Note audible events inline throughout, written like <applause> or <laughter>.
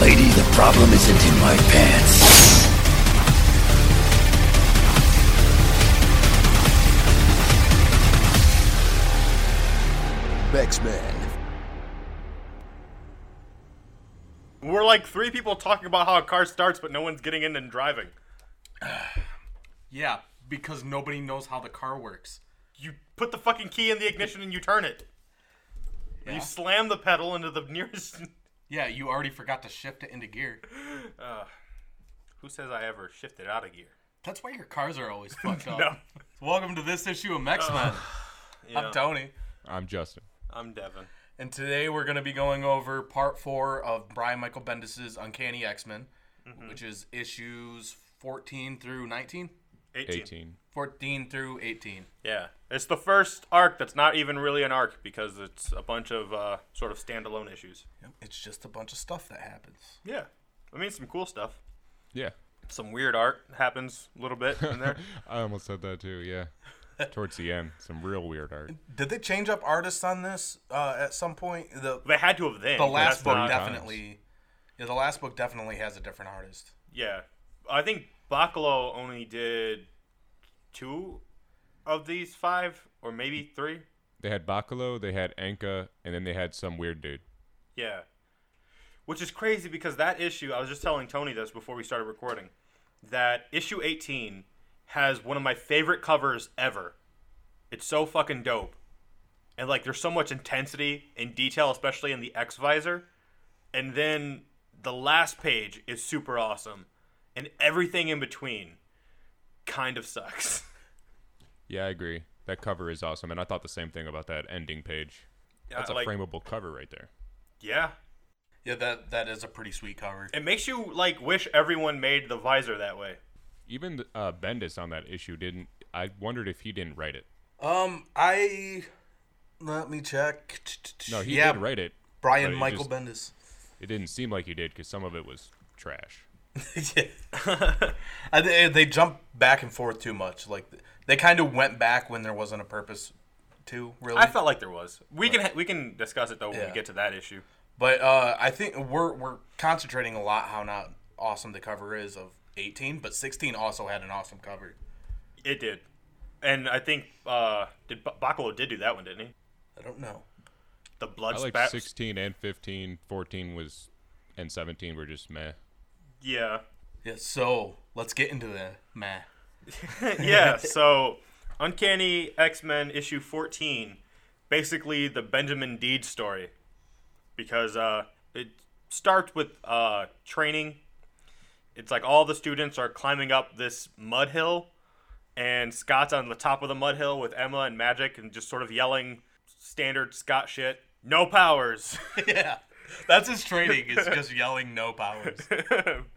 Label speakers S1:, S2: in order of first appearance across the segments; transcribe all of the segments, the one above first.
S1: lady, the problem isn't in my pants. X-Men.
S2: We're like three people talking about how a car starts, but no one's getting in and driving.
S3: Yeah, because nobody knows how the car works.
S2: You put the fucking key in the ignition and you turn it. Or You slam the pedal into the <laughs> nearest.
S3: Yeah, you already forgot to shift it into gear.
S2: Who says I ever shifted out of gear?
S3: That's why your cars are always fucked up.
S2: No.
S3: Welcome to this issue of Mex Men. I'm Tony,
S4: I'm Justin.
S2: I'm Devin.
S3: and today we're going to be going over part four of Brian Michael Bendis's Uncanny X Men, which is issues 14 through 19?
S2: 18.
S4: 18.
S3: 14 through 18.
S2: Yeah. It's the first arc that's not even really an arc because it's a bunch of uh, sort of standalone issues.
S3: Yep, It's just a bunch of stuff that happens.
S2: Yeah. I mean, some cool stuff.
S4: Yeah. <laughs>
S2: Some weird art happens a little bit in <laughs> there.
S4: I almost said that too,
S3: <laughs>
S4: yeah. Towards the end, some real weird art.
S3: Did they change up artists on this uh, at some point? The,
S2: they had to have then.
S3: the
S2: but
S3: last
S2: that's
S3: book
S2: not-
S3: definitely. Yeah, the last book definitely has a different artist.
S2: Yeah. I think Bacalo only did two of these five, or maybe three.
S4: They had Bacalo, they had Anka, and then they had some weird dude.
S2: Yeah. Which is crazy because that issue, I was just telling Tony this before we started recording, that issue 18 has one of my favorite covers ever. It's so fucking dope. And like there's so much intensity and detail, especially in the X visor. And then the last page is super awesome. And everything in between kind of sucks.
S4: Yeah, I agree. That cover is awesome, and I thought the same thing about that ending page. That's
S2: Uh, <laughs>
S4: a
S2: like,
S4: frameable cover right there.
S2: Yeah.
S3: Yeah, that that is a pretty sweet cover.
S2: It makes you like wish everyone made the visor that way.
S4: Even uh, Bendis on that issue didn't. I wondered if he didn't write it.
S3: Um, I let me check.
S4: No, he
S3: yeah,
S4: did write it.
S3: Brian
S4: but it
S3: Michael
S4: just-
S3: Bendis.
S4: It didn't seem like he did because some of it was trash.
S3: <laughs> yeah, I, they, they jump back and forth too much. Like they kind of went back when there wasn't a purpose to really.
S2: I felt like there was. We can we can discuss it though when
S3: Yeah.
S2: we get to that issue.
S3: but uh, I think we're we're concentrating a lot how not awesome the cover is of 18, but 16 also had an awesome cover.
S2: It did, and I think uh, did B- Bacalo did do that one, didn't he?
S3: I don't know.
S2: The blood
S4: I like
S2: spat.
S4: 16 and 15. 14 was. And 17 were just meh.
S2: Yeah,
S3: Yeah, so let's get into the meh. <laughs>
S2: yeah. so, Uncanny X Men issue fourteen, basically the Benjamin Deed story, because uh, it starts with uh, training. It's like all the students are climbing up this mud hill, and Scott's on the top of the mud hill with Emma and Magic, and just sort of yelling standard Scott shit. No powers. <laughs>
S3: yeah, that's his training. It's just yelling no powers.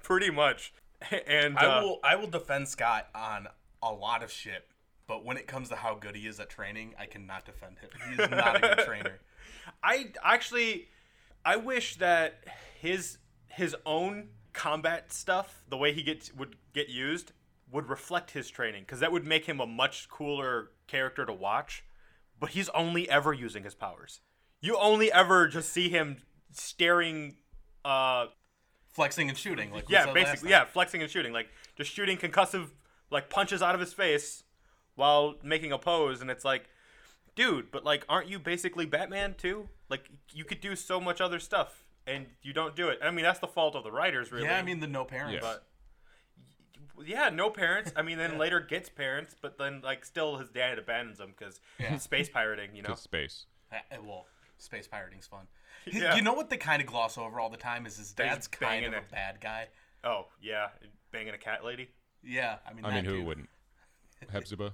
S2: pretty much. <laughs> And uh,
S3: I will I will defend Scott on a lot of shit, but when it comes to how good he is at training, I cannot defend him. He is not a good trainer.
S2: I actually, I wish that his his own combat stuff, the way he gets would get used, would reflect his training, because that would make him a much cooler character to watch. But he's only ever using his powers. You only ever just see him staring. Uh,
S3: <laughs> Flexing and shooting, like we
S2: yeah,
S3: said
S2: basically, yeah,
S3: last
S2: flexing and shooting, like just shooting concussive like punches out of his face while making a pose, and it's like, dude, but like, aren't you basically Batman too? Like, you could do so much other stuff, and you don't do it. I mean, that's the fault of the writers,
S3: time.
S2: really.
S3: Yeah, I mean the no parents.
S4: Yeah.
S2: but yeah, no parents. I mean,
S3: <laughs>
S2: then later gets parents, but then like still his dad abandons him because space pirating,
S4: <laughs>
S2: you know.
S4: Just space.
S3: Uh, well, space pirating's fun.
S2: Yeah.
S3: You know what they kind of gloss over all the time is his dad's kind
S2: banging
S3: of a
S2: it.
S3: bad guy.
S2: Oh yeah, banging a cat lady. <laughs>
S3: Yeah, I mean,
S4: I mean,
S3: that
S4: who
S3: dude.
S4: wouldn't? Hepzibah?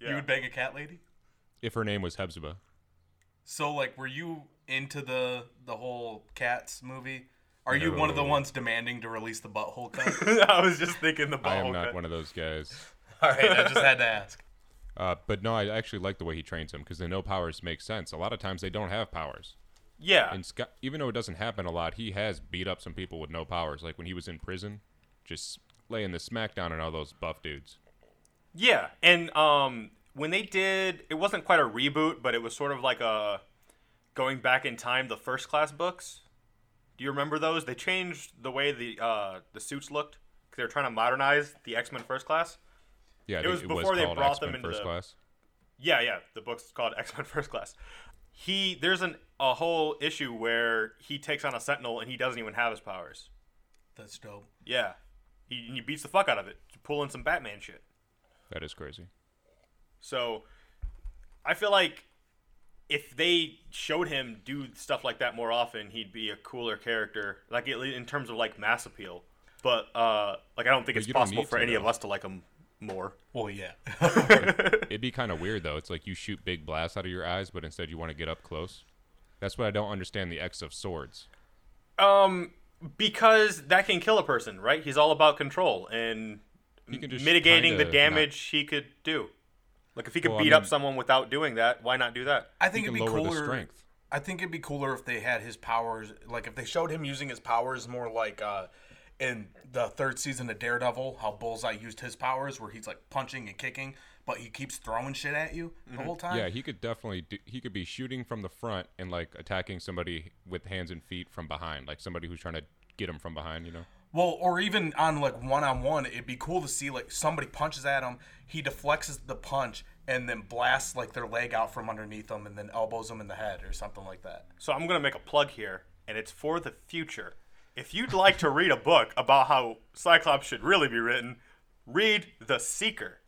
S2: Yeah.
S3: You would bang a cat lady.
S4: If her name was Hepzibah.
S3: So like, were you into the the whole cats movie? Are you
S4: No.
S3: one of the ones demanding to release the butthole cut?
S2: I was just thinking the ball.
S4: I am not one of those guys.
S3: <laughs> all right, I just had to ask.
S4: Uh, but no, I actually like the way he trains them because the no powers make sense. A lot of times they don't have powers.
S2: Yeah,
S4: And Scott, even though it doesn't happen a lot, he has beat up some people with no powers. Like when he was in prison, just laying the smackdown on all those buff dudes.
S2: Yeah, and um, when they did, it wasn't quite a reboot, but it was sort of like a going back in time, the first class books. Do you remember those? They changed the way the uh, the suits looked. 'cause They were trying to modernize the X Men First Class.
S4: Yeah, I
S2: It
S4: think
S2: was before they
S4: called
S2: brought
S4: X-Men
S2: them into
S4: First
S2: the-
S4: Class.
S2: Yeah, yeah. The book's called <laughs> X Men First Class. He there's an a whole issue where he takes on a Sentinel and he doesn't even have his powers.
S3: That's dope.
S2: Yeah, he, he beats the fuck out of it, pulling some Batman shit.
S4: That is crazy.
S2: So I feel like if they showed him do stuff like that more often, he'd be a cooler character, like at least in terms of like mass appeal. But uh, like I don't think it's
S4: you don't
S2: possible
S4: need
S2: for
S4: to,
S2: any of
S4: though.
S2: us to like him more.
S3: Well, yeah.
S4: It'd be kind of weird though. It's like you shoot big blasts out of your eyes, but instead you want to get up close. That's what I don't understand. The X of Swords.
S2: Um, because that can kill a person, right? He's all about control and
S4: You can just
S2: mitigating the
S4: kinda
S2: damage he could do. Like if he could
S4: Well, I
S2: beat up
S4: mean-
S2: someone without doing that, why not do that?
S3: <laughs> I
S4: Not, you
S3: think
S4: can
S3: it'd be
S4: lower
S3: cooler.
S4: the strength.
S3: I think it'd be cooler if they had his powers, like if they showed him using his powers more like uh, in the third season of Daredevil, how Bullseye used his powers, where he's like punching and kicking, but he keeps throwing shit at you the whole time.
S4: Yeah, he could definitely. Do, he could be shooting from the front and like attacking somebody with hands and feet from behind, like somebody who's trying to get him from behind. You know.
S3: Well, or even on like one on one, it'd be cool to see like somebody punches at him, he deflects the punch, and then blasts like their leg out from underneath them, and then elbows them in the head or something like that.
S2: So I'm going to make a plug here, and it's for the future. If you'd like to read a book about how Cyclops should really be written, read The Seeker.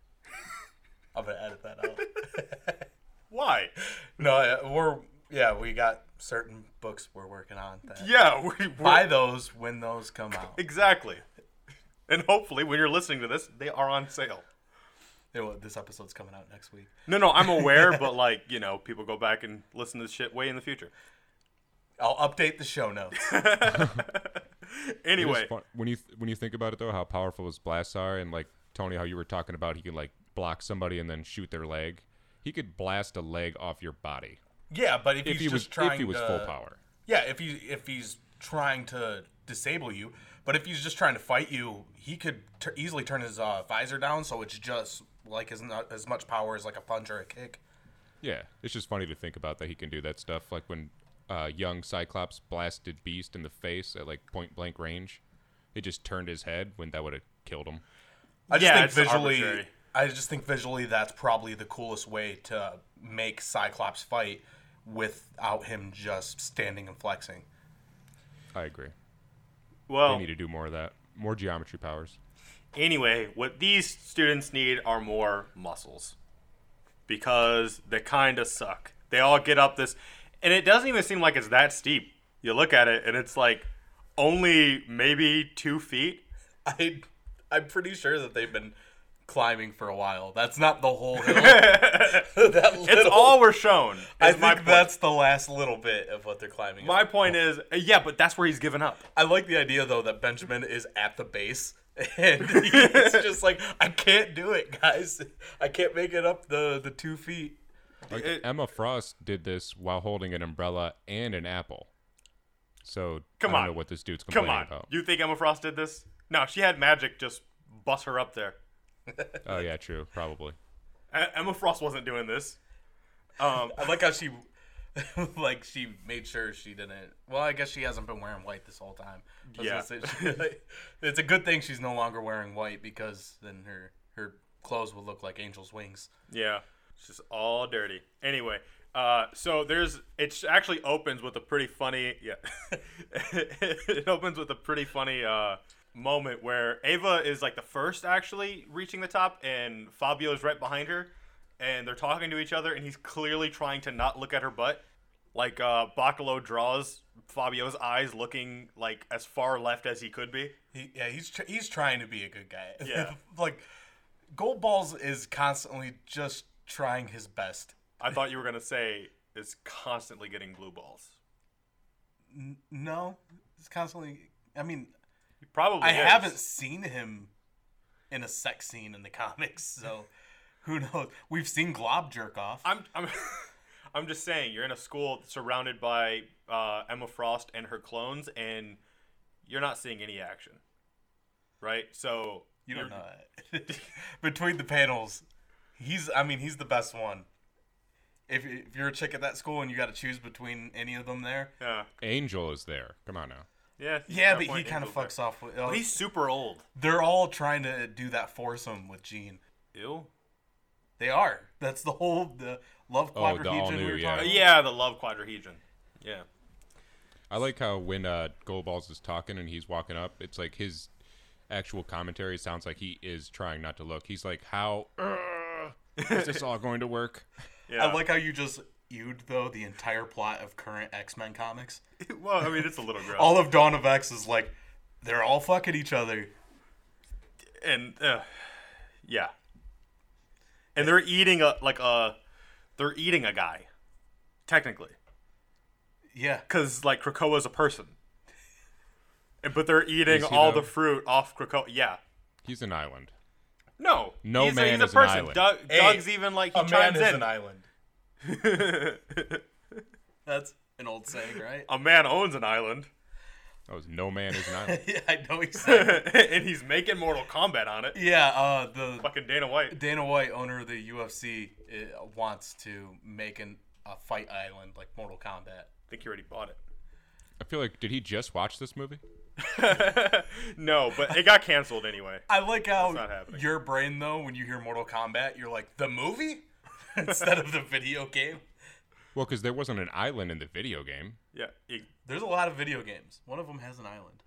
S3: I'm gonna edit that <laughs> out.
S2: Why?
S3: no, uh, we're yeah, we got certain books we're working on. That.
S2: Yeah, <laughs> we, we're,
S3: Buy those when those come <laughs> out.
S2: exactly. And hopefully, when you're listening to this, they are on sale.
S3: They will- This episode's coming out next week.
S2: No, no, I'm aware,
S4: <laughs>
S2: but like, you know, people go back and listen to this shit way in the future.
S3: I'll update the show notes.
S4: It is
S2: Anyway,
S4: fun- when you th- when you think about it though, how powerful his blasts are, and like Tony, how you were talking about, he could like block somebody and then shoot their leg. He could blast a leg off your body
S3: <laughs> Yeah, but if,
S4: if
S3: he's
S4: he
S3: just
S4: was
S3: trying
S4: if he was
S3: to,
S4: full power.
S3: Yeah, if he if he's trying to disable you, but if he's just trying to fight you, he could t- easily turn his uh, visor down, so it's just like as not as much power as like a punch or a kick.
S4: Yeah, it's just funny to think about that he can do that stuff. Like when uh, young Cyclops blasted Beast in the face at like point blank range, it just turned his head when that would have killed him.
S3: I just
S2: Yeah,
S3: think
S2: it's
S3: visually,
S2: arbitrary.
S3: I just think visually that's probably the coolest way to make Cyclops fight without him just standing and flexing.
S4: I agree. They
S2: well,
S4: need to do more of that. More geometry powers.
S2: anyway, what these students need are more muscles because they kind of suck. They all get up this, and it doesn't even seem like it's that steep. You look at it, and it's like only maybe two feet.
S3: <laughs>
S2: <laughs>
S3: I I'm pretty sure that they've been climbing for a while. That's not the <laughs> whole hill. that
S2: It's
S3: little-
S2: all we're shown. is
S3: <laughs> I think
S2: my point.
S3: that's the last little bit of what they're climbing.
S2: my
S3: up.
S2: point is, uh, yeah, but that's where he's given up.
S3: I like the idea though that Benjamin is at the base <laughs> and he's just like, I can't do it, guys. I can't make it up the the two feet.
S4: Like
S2: It-
S4: Emma Frost did this while holding an umbrella and an apple. So
S2: Come
S4: I don't
S2: on.
S4: know what this dude's
S2: Come
S4: complaining
S2: on,
S4: about.
S2: you think Emma Frost did this? No, she had magic just bust her up there.
S4: Oh yeah, true, probably.
S2: E- Emma Frost wasn't doing this. Um,
S3: I like how she <laughs> like she made sure she didn't. Well, I guess she hasn't been wearing white this whole time. I was
S2: Yeah.
S3: gonna say, she- like, it's a good thing she's no longer wearing white because then her her clothes would look like angel's wings.
S2: Yeah, it's just all dirty. Anyway, uh, so there's it actually opens with a pretty funny yeah, <laughs> it opens with a pretty funny uh, moment where Ava is like the first actually reaching the top, and Fabio is right behind her, and they're talking to each other, and he's clearly trying to not look at her butt. Like uh, Bacalo draws Fabio's eyes looking like as far left as he could be.
S3: He, yeah, he's tr- he's trying to be a good guy.
S2: Yeah.
S3: <laughs> like Gold Balls is constantly just trying his best.
S2: I thought you were gonna say is constantly getting blue balls.
S3: No, he's constantly. I mean,
S2: He probably
S3: I
S2: is.
S3: haven't seen him in a sex scene in the <laughs> comics, so who knows? We've seen Glob jerk off.
S2: I'm I'm <laughs> I'm just saying you're in a school surrounded by uh, Emma Frost and her clones, and you're not seeing any action, right? So
S3: You
S2: you're-
S3: don't know that. <laughs> Between the panels, he's. I mean, he's the best one. If, if you're a chick at that school and you got to choose between any of them, there,
S2: Yeah,
S4: Angel is there. Come on now.
S2: Yeah.
S3: Yeah,
S2: that
S3: but he
S2: point,
S3: kind of
S2: Engel's
S3: fucks off. With, uh,
S2: there. But he's super old.
S3: They're all trying to do that foursome with Gene.
S2: Ew.
S3: They are. That's the whole the love
S4: Oh, the
S3: quadrihedron we
S4: all-new,
S3: were
S4: yeah.
S2: Uh,
S3: talking
S2: yeah, the love quadrihedron. Yeah.
S4: I like how when uh, Goldballs is talking and he's walking up, it's like his actual commentary sounds like he is trying not to look. He's like, "How uh, is this all going to work?"
S2: Yeah.
S3: I like how you just ewed though the entire plot of current X Men comics.
S2: <laughs> well, I mean, it's a little gross.
S3: All of Dawn of X is like they're all fucking each other.
S2: and uh, yeah, and they're eating a like a they're eating a guy, technically,
S3: Yeah,
S2: because like Krakoa's a person, and, but they're eating
S4: Is he,
S2: all
S4: though?
S2: the fruit off Krakoa. Yeah,
S4: He's an island.
S2: no,
S4: No
S2: he's
S4: man
S2: a, he's a
S4: is an
S2: person.
S4: island.
S2: Doug,
S3: Hey,
S2: Doug's even like he
S3: a man
S2: chimes
S3: is
S2: <laughs>
S3: an
S2: in.
S3: island. That's an old saying,
S2: <laughs>
S3: right?
S2: a man owns an island, <laughs>
S4: That was no man is an island.
S3: yeah, I know <laughs> exactly.
S2: and he's making Mortal Kombat on it.
S3: yeah, uh, the
S2: Fucking Dana White.
S3: Dana White, owner of the UFC, uh, wants to make an, a fight island like Mortal Kombat.
S2: I think he already bought it.
S4: I feel like did he just watch this movie?
S2: <laughs> No, but it got canceled anyway.
S3: I like
S2: not
S3: how
S2: happening.
S3: your brain though, when you hear Mortal Kombat, you're like the movie <laughs> instead of the video game.
S4: Well, because there wasn't an island in the video game.
S2: Yeah, it,
S3: There's a lot of video games. One of them has an island.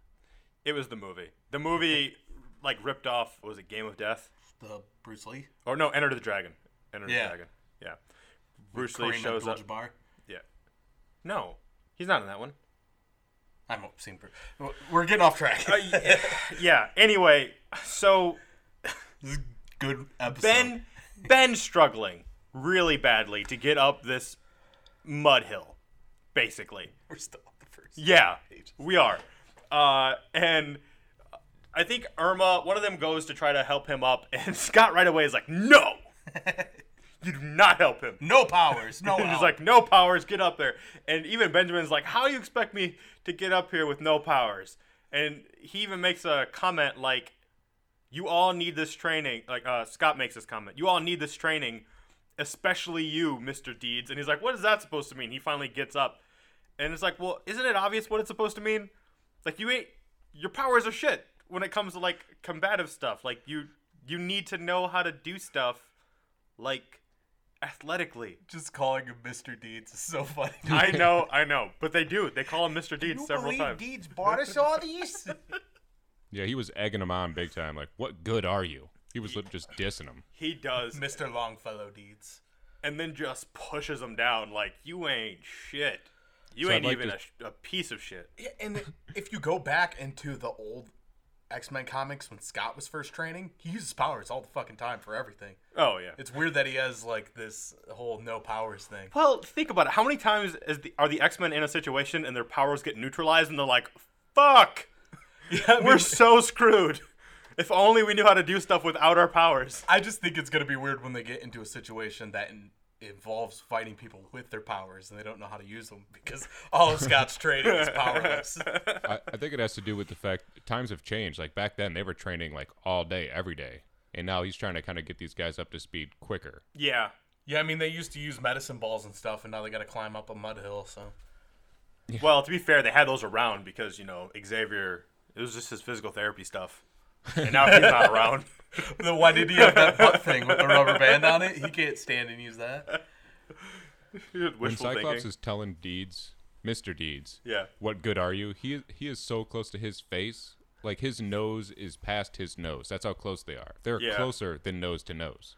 S2: it was the movie. The movie like ripped off what was it Game of Death?
S3: The Bruce Lee,
S2: Or no, Enter the Dragon. Enter the
S3: Yeah.
S2: Dragon. Yeah. Bruce Lee
S3: Kareem
S2: shows up.
S3: Abdul-Jabbar.
S2: Yeah. No, he's not in that one.
S3: I haven't seen. Bruce. We're getting off track.
S2: Yeah. Anyway, so
S3: this is a <laughs> good episode.
S2: Ben Ben struggling really badly to get up this mud hill, basically.
S3: <laughs> we're still on the first.
S2: Yeah, we are. Uh, and I think Irma, one of them goes to try to help him up, and <laughs> Scott right away is like, "No, you do not help him."
S3: No powers. <laughs> No.
S2: And <laughs> he's
S3: out.
S2: like, "No powers, get up there." And even Benjamin's like, "How do you expect me to get up here with no powers?" And he even makes a comment like, "You all need this training." Like uh, Scott makes this comment, "You all need this training, especially you, Mister Deeds." And he's like, "What is that supposed to mean?" He finally gets up, and it's like, "Well, isn't it obvious what it's supposed to mean? Like you ain't your powers are shit when it comes to like combative stuff. Like you you need to know how to do stuff, like." Athletically,
S3: just calling him Mr. Deeds is so <laughs> funny.
S2: I <laughs> know, I know, but they do. They call him Mr. Deeds
S3: You
S2: several
S3: believe
S2: times.
S3: Deeds bought us all <laughs> these?
S4: Yeah, he was egging him on big time. Like, what good are you? He was li- just dissing him.
S2: he does,
S3: Mr. Longfellow Deeds.
S2: and then just pushes him down like you ain't shit. You
S4: So I'd
S2: ain't
S4: like
S2: even
S4: to-
S2: a, sh- a piece of shit.
S3: Yeah, and if you go back into the old X Men comics when Scott was first training, he uses powers all the fucking time for everything.
S2: Oh yeah.
S3: It's weird that he has like this whole no powers thing. <laughs>
S2: well, think about it. How many times is the, are the X Men in a situation and their powers get neutralized and they're like, "Fuck, <laughs> we're so screwed." If only we knew how to do stuff without our powers.
S3: I just think it's gonna be weird when they get into a situation that in- involves fighting people with their powers and they don't know how to use them because all of <laughs> Scott's training is powerless.
S4: I, I think it has to do with the fact times have changed. Like back then, they were training like all day, every day, and now he's trying to kind of get these guys up to speed quicker.
S2: Yeah.
S3: Yeah, I mean they used to use medicine balls and stuff, and now they got to climb up a mud hill. So
S2: Well, to be fair, they had those around because you know Xavier. It was just his physical therapy stuff, and now he's <laughs> not around.
S3: then why did he have that butt thing with the rubber band on it? He can't stand and use that.
S4: When
S2: Wishful
S4: Cyclops
S2: thinking.
S4: is telling Deeds, Mister Deeds,
S2: Yeah.
S4: what good are you? He he is so close to his face, like his nose is past his nose. That's how close they are. They're
S2: Yeah.
S4: closer than nose to nose.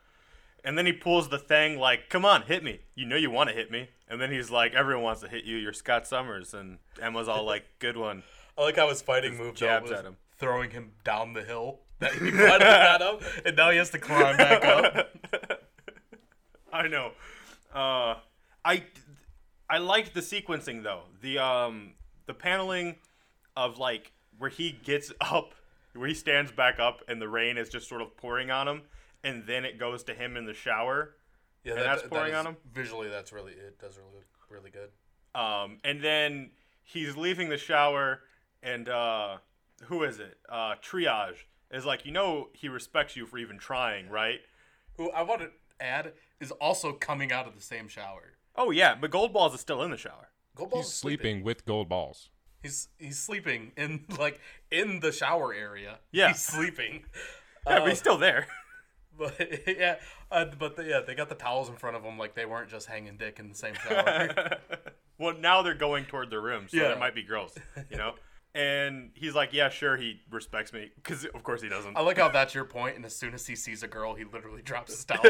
S2: And then he pulls the thing like, "Come on, hit me. You know you want to hit me." And then he's like, "Everyone wants to hit you. You're Scott Summers." And Emma's all like, <laughs> "Good one."
S3: I like how his fighting move though,
S2: jabs
S3: was
S2: at him.
S3: throwing him down the hill that he <laughs> finally got up, and now he has to climb
S2: <laughs>
S3: back up.
S2: I know. Uh, I I liked the sequencing though. The um the paneling of like where he gets <laughs> up, where he stands back up, and the rain is just sort of pouring on him, and then it goes to him in the shower.
S3: Yeah,
S2: that's pouring on him?
S3: Visually, that's really it. Does really really good.
S2: Um, and then he's leaving the shower, and uh, who is it? Uh, triage is like, you know, he respects you for even trying, right?
S3: Who I want to add is also coming out of the same shower.
S2: Oh yeah, but Goldballs is still in the shower. <laughs>
S3: Goldball's
S4: He's sleeping with gold balls.
S3: He's he's sleeping in like in the shower area.
S2: Yeah.
S3: he's
S2: <laughs>
S3: sleeping. Uh,
S2: Yeah,
S3: Oh.
S2: but he's still there. <laughs>
S3: But <laughs> yeah, uh, but they, yeah, they got the towels in front of them, like they weren't just hanging dick in
S2: <laughs>
S3: the same shower.
S2: Well, now they're going toward the room, so
S3: Yeah.
S2: there might be girls, you
S3: <laughs>
S2: know? and he's like, yeah, sure, he respects me. Because, of course, he doesn't.
S3: I like how that's your point, and as soon as he sees a girl, he literally <laughs> drops
S2: <laughs>
S3: his towel.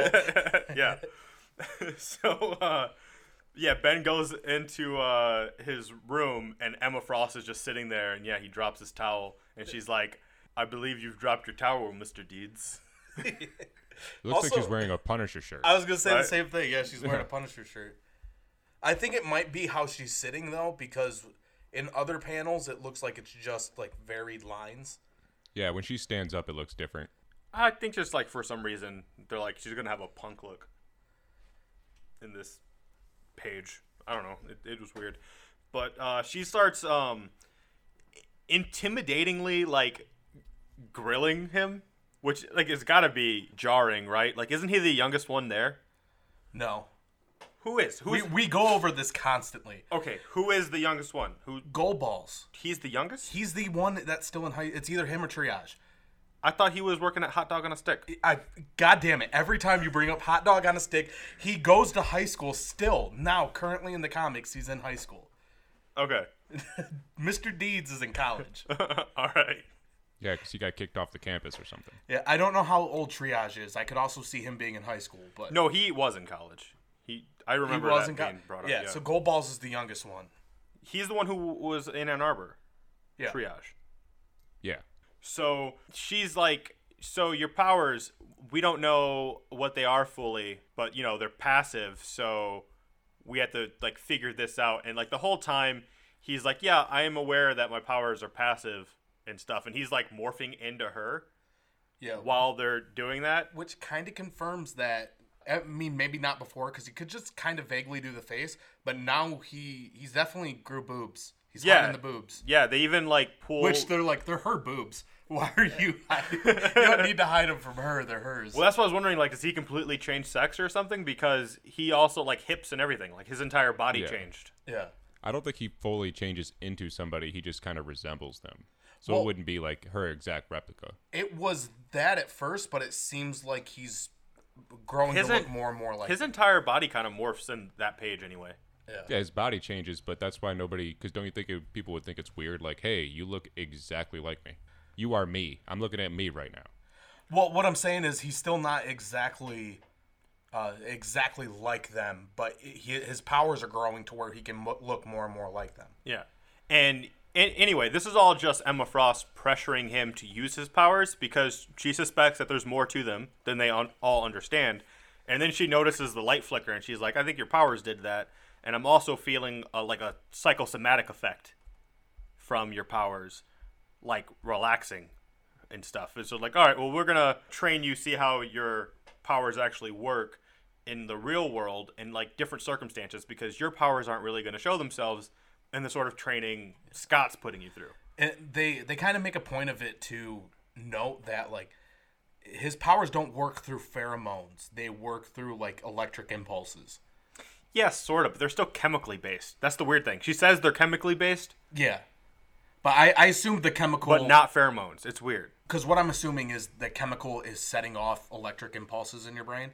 S2: yeah. <laughs> so, uh, yeah, Ben goes into uh, his room, and Emma Frost is just sitting there, and yeah, he drops his towel, and she's like, I believe you've dropped your towel, Mr. Deeds.
S4: It looks like
S3: Also-
S4: she's wearing a Punisher shirt.
S3: I was gonna say
S2: Right.
S3: the same thing. Yeah, she's
S2: <laughs>
S3: wearing a Punisher shirt. I think it might be how she's sitting though, because in other panels it looks like it's just like varied lines.
S4: yeah, when she stands up, it looks different.
S2: I think just like for some reason, they're like, she's going to have a punk look in this page. I don't know. It, it was weird. But uh, she starts um, intimidatingly, like, grilling him, which, like, it's got to be jarring, right? Like, isn't he the youngest one there?
S3: No,
S2: Who is? Who
S3: we
S2: is?
S3: we go over this constantly.
S2: okay, who is the youngest one? Who?
S3: Goal balls.
S2: He's the youngest?
S3: He's the one that's still in high. It's either him or triage.
S2: I thought he was working at Hot Dog on a Stick.
S3: I God damn it! Every time you bring up hot dog on a stick, he goes to high school still. Now, currently in the comics, he's in high school.
S2: Okay. <laughs>
S3: Mr. Deeds is in college.
S2: All right.
S4: Yeah, because he got kicked off the campus or something.
S3: yeah, I don't know how old Triage is. I could also see him being in high school, but
S2: No, he was in college. He, I
S3: he
S2: remember
S3: was in
S2: that
S3: college.
S2: being brought up.
S3: yeah,
S2: yeah.
S3: so Gold Balls is the youngest one.
S2: He's the one who was in Ann Arbor.
S3: Yeah,
S2: Triage.
S4: Yeah.
S2: So she's like, so your powers, we don't know what they are fully, but you know they're passive. So we have to like figure this out. And like the whole time, he's like, yeah, I am aware that my powers are passive and stuff. And he's like morphing into her
S3: yeah.
S2: while they're doing that.
S3: Which kind of confirms that. I mean, maybe not before because he could just kind of vaguely do the face, but now he he's definitely grew boobs. He's
S2: Yeah.
S3: hiding the boobs.
S2: Yeah, they even like pull.
S3: Which they're like, they're her boobs. Why are you? Hiding? you don't need to hide them from her. They're hers.
S2: well, that's what I was wondering. Like, does he completely change sex or something? Because he also like hips and everything. Like his entire body
S4: Yeah.
S2: changed.
S3: yeah.
S4: I don't think he fully changes into somebody. He just kind of resembles them. So
S3: Well-
S4: it wouldn't be like her exact replica.
S3: It was that at first, but it seems like he's growing
S2: His
S3: to look
S2: en-
S3: more and more like.
S2: His entire body kind of morphs in that page anyway.
S4: Yeah, his body changes, but that's why nobody. Because don't you think it, people would think it's weird? Like, hey, you look exactly like me. You are me. I'm looking at me right now.
S3: well, what I'm saying is he's still not exactly, uh, exactly like them, but he, his powers are growing to where he can mo- look more and more like them.
S2: Yeah. And, and anyway, this is all just Emma Frost pressuring him to use his powers because she suspects that there's more to them than they un- all understand. And then she notices the light flicker and she's like, I think your powers did that. And I'm also feeling uh like a psychosomatic effect from your powers, like relaxing and stuff. And so, like, all right, well, we're going to train you, see how your powers actually work in the real world in like different circumstances because your powers aren't really going to show themselves in the sort of training Scott's putting you through.
S3: And they they kind of make a point of it to note that like his powers don't work through pheromones; they work through like electric impulses.
S2: Yes, sort of, but they're still chemically based. That's the weird thing. She says they're chemically based,
S3: Yeah. But I, I assumed the chemical.
S2: but not pheromones. It's weird.
S3: Because what I'm assuming is the chemical is setting off electric impulses in your brain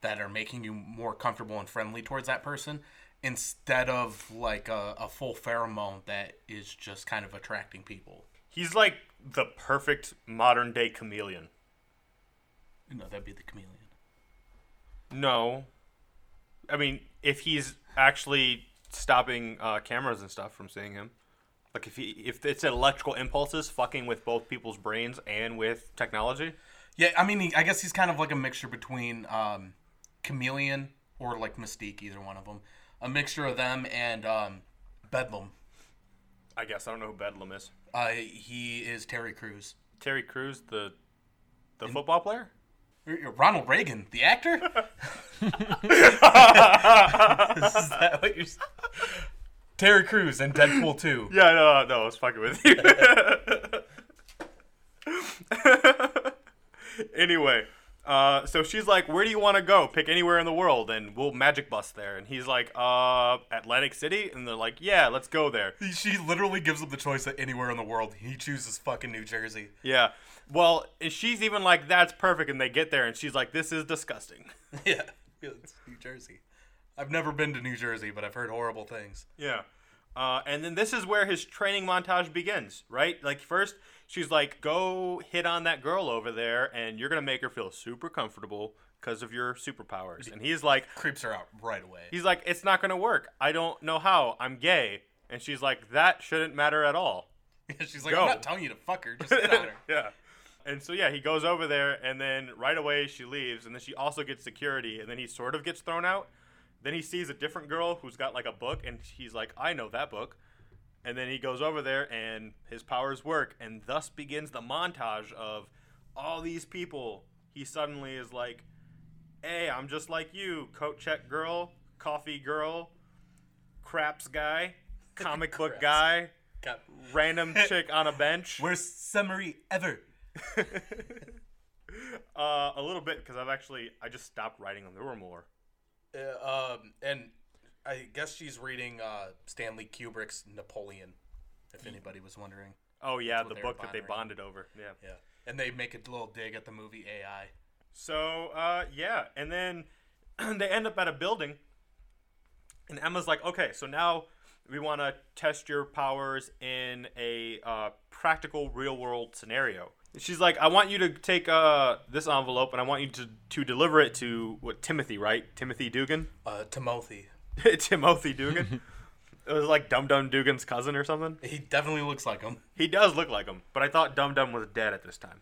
S3: that are making you more comfortable and friendly towards that person instead of like a, a full pheromone that is just kind of attracting people.
S2: He's like the perfect modern day chameleon.
S3: You know, that'd be the chameleon.
S2: No. I mean, if he's actually stopping uh, cameras and stuff from seeing him. Like if he if it's electrical impulses fucking with both people's brains and with technology.
S3: Yeah, I mean, he, I guess he's kind of like a mixture between um, chameleon or like Mystique, either one of them. A mixture of them and um, Bedlam.
S2: I guess I don't know who Bedlam is.
S3: Uh, he is Terry Crews.
S2: Terry Crews, the the football player?
S3: Er, Ronald Reagan, the actor? <laughs> Is that what you're s- Terry Crews in Deadpool 2.
S2: Yeah, no, no, I was fucking with you. <laughs> anyway, Uh, so she's like, "Where do you want to go? Pick anywhere in the world, and we'll magic bus there." And he's like, "Uh, Atlantic City," and they're like, "Yeah, let's go there."
S3: She literally gives him the choice of anywhere in the world. He chooses fucking New Jersey.
S2: Yeah. Well, and she's even like, "That's perfect," and they get there, and she's like, "This is disgusting."
S3: yeah, it's New Jersey. I've never been to New Jersey, but I've heard horrible things.
S2: Yeah. Uh, and then this is where his training montage begins, right? Like, first, she's like, go hit on that girl over there, and you're going to make her feel super comfortable because of your superpowers. And he's like,
S3: Creeps her out right away.
S2: he's like, it's not going to work. I don't know how. I'm gay. And she's like, that shouldn't matter at all.
S3: <laughs> She's like,
S2: Go.
S3: I'm not telling you to fuck her. Just hit on <laughs> her.
S2: yeah. And so, <laughs> yeah, he goes over there, and then right away she leaves, and then she also gets security, and then he sort of gets thrown out. Then he sees a different girl who's got like a book, and he's like, I know that book. And then he goes over there, and his powers work, and thus begins the montage of all these people. He suddenly is like, Hey, I'm just like you, coat check girl, coffee girl, craps guy, comic book
S3: Craps.
S2: guy,
S3: God.
S2: random chick on a bench.
S3: Worst summary ever.
S2: Uh, a little bit because I've actually I just stopped writing them. There were more.
S3: Uh, um, and I guess she's reading uh, Stanley Kubrick's Napoleon, if anybody was wondering.
S2: Oh yeah, the
S3: they were
S2: book that they bonded over. Yeah.
S3: Yeah. And they make a little dig at the movie AI.
S2: So uh, yeah, and then <clears throat> they end up at a building, and Emma's like, "Okay, so now we want to test your powers in a uh, practical, real world scenario." She's like, "I want you to take uh, this envelope, and I want you to to deliver it to what Timothy, right? Timothy Dugan, <laughs>
S3: Uh, Timothy.
S2: Timothy Dugan."
S3: <laughs>
S2: It was like Dum Dum Dugan's cousin or something.
S3: He definitely looks like <laughs> him.
S2: He does look like him, but I thought Dum Dum was dead at this time,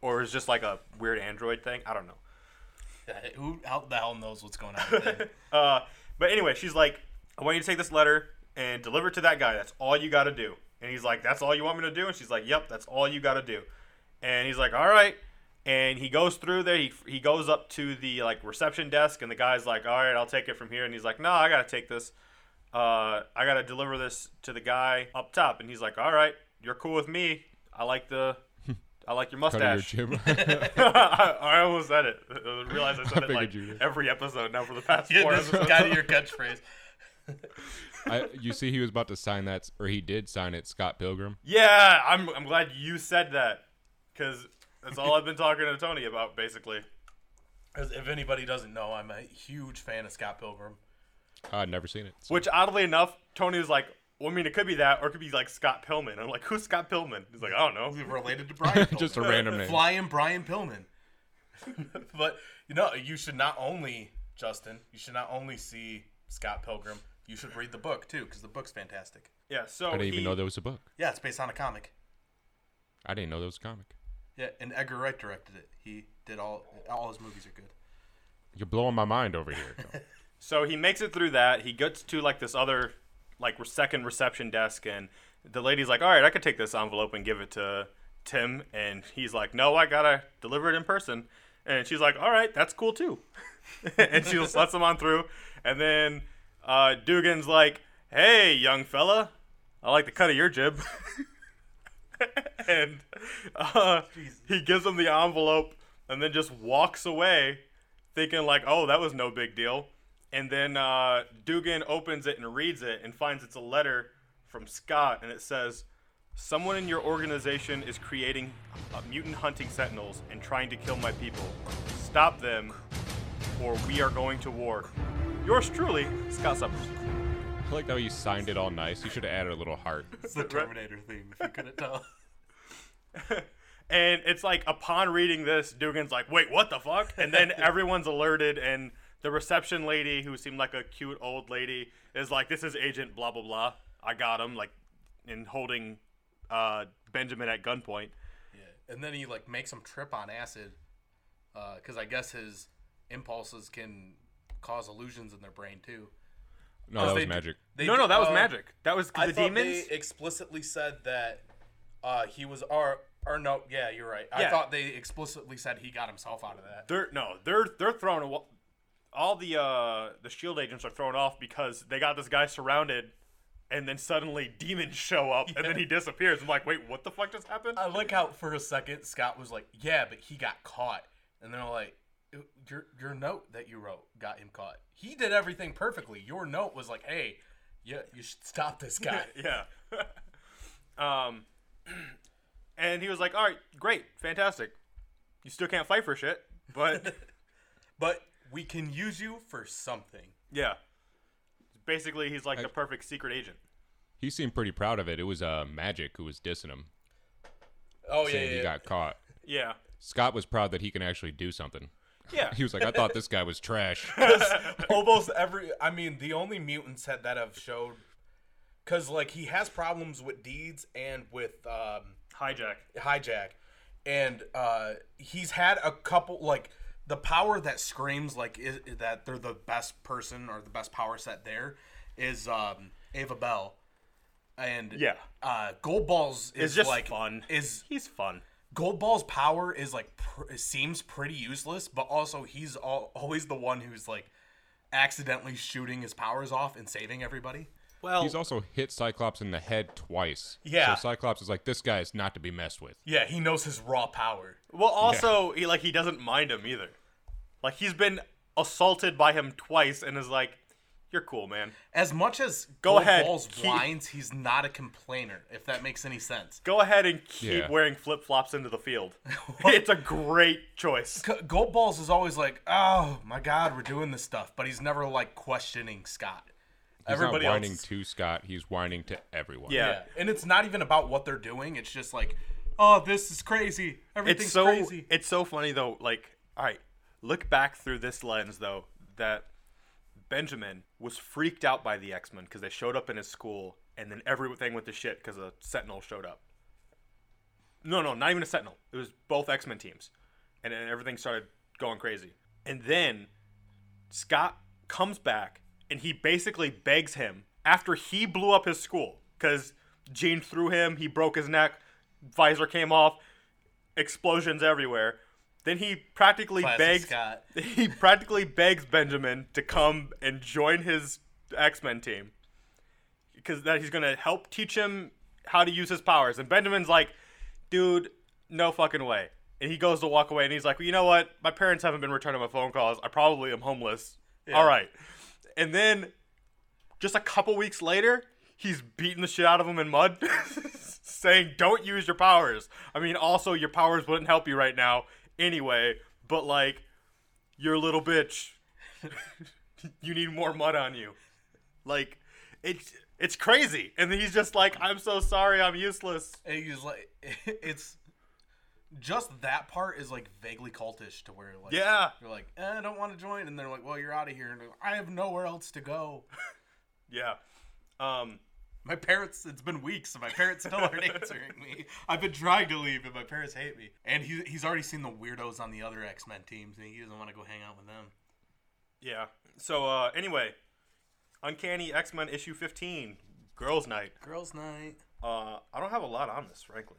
S2: or is just like a weird android thing. I don't know.
S3: Who how the hell knows what's <laughs> going on? With him?
S2: <laughs> Uh, but anyway, she's like, "I want you to take this letter and deliver it to that guy. That's all you got to do." And he's like, "That's all you want me to do?" And she's like, "Yep, that's all you got to do." And he's like, "All right." And he goes through there. He, he goes up to the like reception desk, and the guy's like, "All right, I'll take it from here." And he's like, "No, I gotta take this. Uh, I gotta deliver this to the guy up top." And he's like, "All right, you're cool with me. I like the." I like your
S4: <laughs> Cut of your
S2: mustache.
S4: jib.
S2: I, <laughs> I almost said it. I realized I said
S4: <laughs> I
S2: it like
S4: figured you did.
S2: every episode now for the past
S3: yeah,
S2: four
S3: this
S2: episodes.
S3: got your <laughs> catchphrase.
S4: I, you see, he was about to sign that, or he did sign it. Scott Pilgrim.
S2: Yeah, I'm I'm glad you said that because that's all I've been talking to Tony about basically.
S3: 'Cause If anybody doesn't know, I'm a huge fan of Scott Pilgrim.
S4: I'd never seen it. So
S2: Which oddly enough, Tony was like, well, I mean, it could be that, or it could be like Scott Pillman. I'm like, who's Scott Pillman? He's like, I don't know.
S3: We're Related to <laughs> Brian.
S4: <laughs> just a
S3: Pillman.
S4: random name.
S3: flying Brian Pillman. <laughs> but you know, you should not only Justin, you should not only see Scott Pilgrim. You should read the book too, because the book's fantastic.
S2: Yeah. So
S4: I didn't even
S2: he-
S4: know there was a book.
S3: Yeah, it's based on a comic.
S4: I didn't know there was a comic.
S3: Yeah, and Edgar Wright directed it. He did all all his movies are good.
S4: You're blowing my mind over here.
S2: So he makes it through that. He gets to like this other, like re- second reception desk, and the lady's like, all right, I could take this envelope and give it to Tim, and he's like, no, I gotta deliver it in person. And she's like, all right, that's cool too. <laughs> and she just lets him on through. And then uh, Dugan's like, "Hey, young fella, I like the cut of your jib." <laughs> and uh, he gives him the envelope, and then just walks away, thinking like, "Oh, that was no big deal." And then uh, Dugan opens it and reads it, and finds it's a letter from Scott, and it says. Someone in your organization is creating uh, mutant hunting sentinels and trying to kill my people. Stop them or we are going to war. Yours truly, Scott Summers.
S4: I like how you signed it all nice. You should have added a little heart.
S3: It's <laughs> the Terminator theme, if you couldn't tell.
S2: <laughs> And it's like upon reading this, Dugan's like, "Wait, what the fuck?" And
S3: <laughs>
S2: then everyone's alerted, and the reception lady, who seemed like a cute old lady, is like, "This is Agent blah blah blah. I got him." Like, in holding uh, Benjamin at gunpoint.
S3: <laughs> Yeah, and then he like makes him trip on acid, because I guess his impulses can cause illusions in their brain too.
S4: No, Oh, that
S3: They
S4: was
S3: d-
S4: magic.
S3: they
S2: no,
S3: d-
S2: no, that was
S3: uh,
S2: magic. That was
S3: I
S2: the
S3: thought
S2: demons.
S3: They explicitly said that uh, he was or or no, yeah, you're right. I
S2: Yeah.
S3: thought they explicitly said he got himself out of that.
S2: They're no, they're they're thrown awa- all the uh the shield agents are thrown off because they got this guy surrounded and then suddenly demons show up and then he disappears. I'm like, "Wait, what the fuck just happened?"
S3: I like how for a second Scott was like, "Yeah, but he got caught," and they're like, "Your your note that you wrote got him caught. He did everything perfectly. Your note was like, hey, yeah, you should stop this <laughs> guy."
S2: yeah. <laughs> um, <clears throat> and he was like, "All right, great, fantastic. You still can't fight for shit, <laughs> but
S3: but we can use you for something.
S2: yeah." Basically, he's like
S4: I-
S2: the perfect secret
S4: <laughs>
S2: agent.
S4: He seemed pretty proud of it. It was uh, Magic who was dissing him,
S3: Oh
S4: saying he got caught.
S2: Yeah.
S4: Scott was proud that he can actually do something.
S2: Yeah.
S4: He was like, I thought this guy was
S2: <laughs>
S4: trash.
S3: almost every i mean the only mutants had that have showed because like he has problems with deeds and with um
S2: Hijack.
S3: hijack and uh he's had a couple like the power that screams like is, that they're the best person or the best power set there is um ava bell and
S2: Yeah.
S3: uh gold balls is
S2: It's just
S3: like
S2: fun.
S3: is
S2: He's fun.
S3: Gold Ball's power is like pr- seems pretty useless, but also he's all, always the one who's like accidentally shooting his powers off and saving everybody.
S2: Well,
S4: He's also hit Cyclops in the head twice.
S3: Yeah.
S4: So Cyclops is like, this guy is not to be messed with.
S3: Yeah, he knows his raw power.
S2: Well, also he like he doesn't mind him either. Like he's been assaulted by him twice and is like, "You're cool, man.
S3: As much as
S2: Go
S3: Gold
S2: ahead,
S3: Ball's
S2: keep-
S3: whines, he's not a complainer. If that makes any sense,
S2: Go ahead and keep
S4: Yeah.
S2: wearing flip flops into the <laughs> field. it's a great choice."
S3: G- Gold Balls is always like, "Oh my God, we're doing this stuff," but he's never like questioning Scott.
S4: He's
S3: Everybody
S4: not whining
S3: else,
S4: to Scott. He's whining to everyone.
S2: Yeah.
S3: yeah, and it's not even about what they're doing. It's just like, "Oh, this is crazy. Everything's
S2: It's so
S3: crazy."
S2: it's so funny though. Like, all right, look back through this lens though that Benjamin was freaked out by the X Men because they showed up in his school, and then everything went to shit because a Sentinel showed up. No, no, not even a Sentinel. It was both X Men teams, and then everything started going crazy. And then Scott comes back and he basically begs him after he blew up his school because Jean threw him, he broke his neck, visor came off, explosions everywhere. Then he practically
S3: Classic
S2: begs
S3: Scott.
S2: <laughs> he practically begs Benjamin to come and join his X Men team because that he's gonna help teach him how to use his powers. And Benjamin's like, dude, no fucking way. And he goes to walk away, and he's like, well, you know what? My parents haven't been returning my phone calls. I probably am homeless. All right. And then, just a couple weeks later, he's beating the shit out of him in mud, <laughs> saying, "Don't use your powers." I mean, also your powers wouldn't help you right now anyway. But like, you're a little bitch. <laughs> you need more mud on you. Like, it's it's crazy. And then he's just like, "I'm so sorry, I'm useless."
S3: And he's like, <laughs> it's just that part is like vaguely cultish to where like
S2: Yeah.
S3: you're like eh, I don't want to join, and they're like, well, you're out of here, and they're like, I have nowhere else to go.
S2: Yeah. Um.
S3: My parents, it's been weeks, and my parents still aren't <laughs> answering me. I've been trying to leave, and my parents hate me. And he, he's already seen the weirdos on the other X Men teams, and he doesn't want to go hang out with them.
S2: Yeah. So uh, anyway, Uncanny X Men issue 15, Girls Night.
S3: Girls' night,
S2: Uh, I don't have a lot on this, frankly.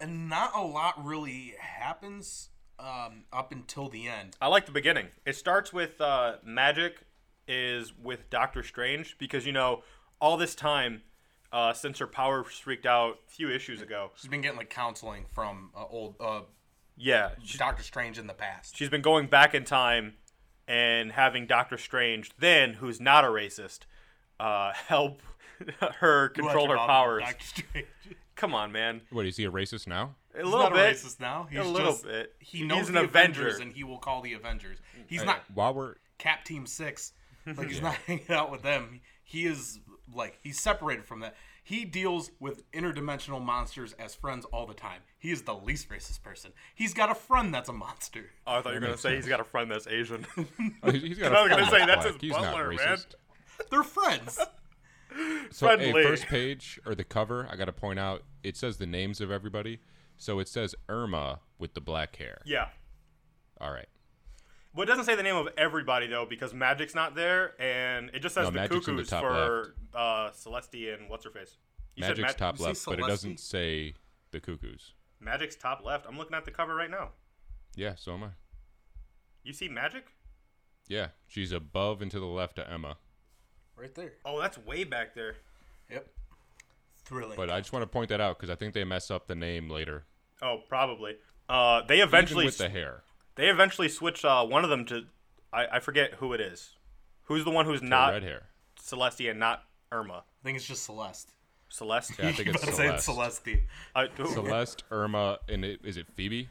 S3: and not a lot really happens um, up until the end.
S2: I like the beginning. It starts with uh, magic is with Doctor Strange because you know all this time uh, since her power freaked out a few issues ago.
S3: She's been getting like counseling from uh, old uh,
S2: Yeah, she-
S3: Doctor Strange in the past.
S2: she's been going back in time and having Doctor Strange then, who's not a racist, uh, <laughs> help her control her powers. <laughs>
S3: Doctor Strange.
S2: Come on, man.
S4: What, is he a racist now?
S2: A
S3: He's
S2: little
S3: not
S2: bit.
S3: a racist now. He's
S2: a little
S3: just,
S2: bit.
S3: He knows
S2: He's an
S3: the Avengers
S2: Avenger.
S3: and he will call the Avengers.
S2: Uh,
S3: He's
S4: Hey,
S3: not
S4: While we're
S3: Cap Team Six. Like he's not <laughs> hanging out with them. He is like he's separated from that. He deals with interdimensional monsters as friends all the time. He is the least racist person. He's got a friend that's a monster.
S2: Oh, I thought you were gonna say he's got a friend that's
S3: <laughs>
S2: Asian.
S4: Oh, he's- he's got
S2: <laughs> I
S4: a
S2: was gonna
S4: friend
S2: say,
S4: that's
S2: that's
S4: black.
S2: his
S4: He's
S2: butler,
S4: not
S2: man.
S4: racist.
S2: <laughs>
S3: They're friends.
S4: So, hey,
S2: Friendly.
S4: first page or the cover, I got to point out it says the names of everybody. So it says Irma with the black hair.
S2: yeah.
S4: All right.
S2: Well, it doesn't say the name of everybody though, because Magic's not there, and it just says
S4: No,
S2: the
S4: Magic's in the
S2: cuckoos
S4: top
S2: for uh, Celestia and what's her face. You said
S4: Magic's
S2: Mag-
S4: top
S3: you say
S4: left, but it
S3: Celeste?
S4: doesn't say the cuckoos.
S2: Magic's top left. I'm looking at the cover right now.
S4: Yeah, so am I.
S2: You see Magic?
S4: Yeah, she's above and to the left of Emma.
S3: Right there.
S2: Oh, that's way back there.
S3: Yep. Thrilling.
S4: But I just want to point that out because I think they mess up the name later.
S2: Oh, probably. Uh, they eventually
S4: Even with the hair.
S2: They eventually switch uh, one of them to I, I forget who it is. Who's the one who's not
S4: red hair.
S2: Celestia and not Irma?
S3: think it's just Celeste.
S2: Celeste.
S4: Yeah, I think it's
S3: About to say
S4: Celeste.
S3: it's
S4: Celeste.
S3: Celeste.
S2: <laughs>
S3: <laughs>
S2: I- who-
S4: Irma, and it, is it Phoebe?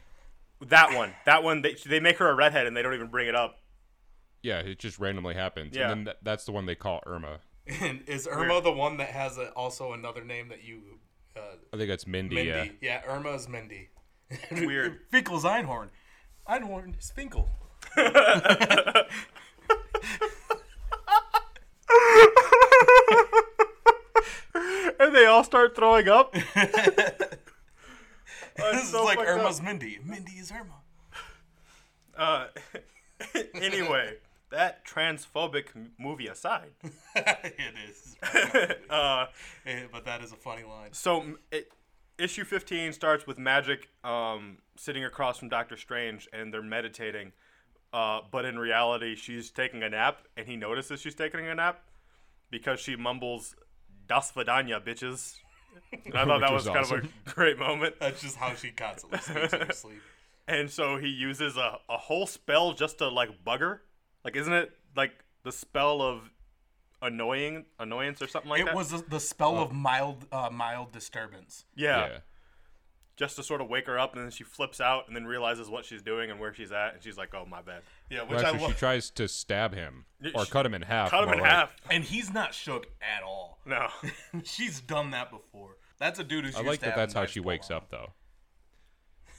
S2: that one. That one. They, they make her a redhead and they don't even bring it up.
S4: Yeah, it just randomly happens.
S2: Yeah.
S4: And then th- that's the one they call Irma.
S3: And is Irma the one that has a, also another name that you? Uh,
S4: I think that's Mindy.
S3: Mindy.
S4: Yeah.
S3: Yeah. Irma is Mindy.
S2: Weird.
S3: Finkel's Einhorn. Einhorn is Finkel.
S2: and they all start throwing
S3: <laughs>
S2: up. <laughs>
S3: This is like Irma's Mindy. Mindy is Irma. <laughs>
S2: Uh, <laughs> anyway, that transphobic m- movie aside,
S3: it <laughs> is.
S2: uh,
S3: Eh, but that is a funny line.
S2: so m- it, issue 15 starts with Magic um, sitting across from Doctor Strange and they're meditating. Uh, but in reality, she's taking a nap and he notices she's taking a nap because she mumbles, Das Vidania, bitches. And I
S3: <laughs>
S2: thought that
S4: Which
S2: was
S4: was
S2: kind of
S4: awesome.
S2: a great moment.
S3: That's just how she constantly speaks <laughs> in her sleep.
S2: And so he uses a, a whole spell just to like bug her. Like isn't it like the spell of annoying annoyance or something like
S3: It
S2: that?
S3: was the spell of mild, uh, mild disturbance.
S2: yeah,
S4: yeah.
S2: Just to sort of wake her up and then she flips out and then realizes what she's doing and where she's at and she's like, Oh my bad.
S3: Yeah, which
S4: Well,
S3: I
S4: actually,
S3: love.
S4: she tries to stab him
S2: Yeah,
S4: or
S2: she-
S4: cut him in half.
S2: Cut him
S4: more
S2: in
S4: like.
S2: half.
S3: and he's not shook at all. <laughs>
S2: No. <laughs>
S3: She's done that before. That's a dude who's.
S4: I
S3: used
S4: like
S3: to
S4: that.
S3: having
S4: That's how
S3: knives
S4: she
S3: pulled
S4: wakes
S3: on
S4: up, though.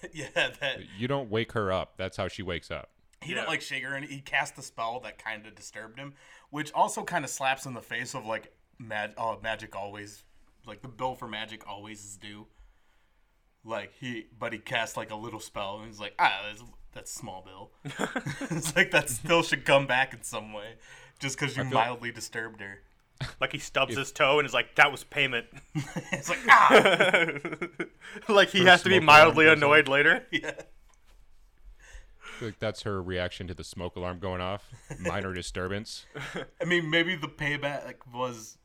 S3: him. <laughs> yeah, that
S4: You don't wake her up. That's how she wakes up.
S3: he
S2: Yeah.
S3: didn't like shake her, and he cast a spell that kind of disturbed him, which also kind of slaps in the face of like mag- uh, magic always, like the bill for magic always is due. Like he, but he cast like a little spell, and he's like, ah, that's, that's small bill. <laughs> it's like that still should come back in some way, just because you
S4: feel-
S3: mildly disturbed her. <laughs>
S2: like he stubs his toe and is like, That was payment. <laughs>
S3: It's like ah,
S2: like he has to be
S4: smoke alarm
S2: mildly
S4: goes off.
S2: annoyed later.
S4: I feel like that's her reaction to the smoke alarm
S2: <laughs>
S4: going off. Minor disturbance.
S3: I mean, maybe the payback was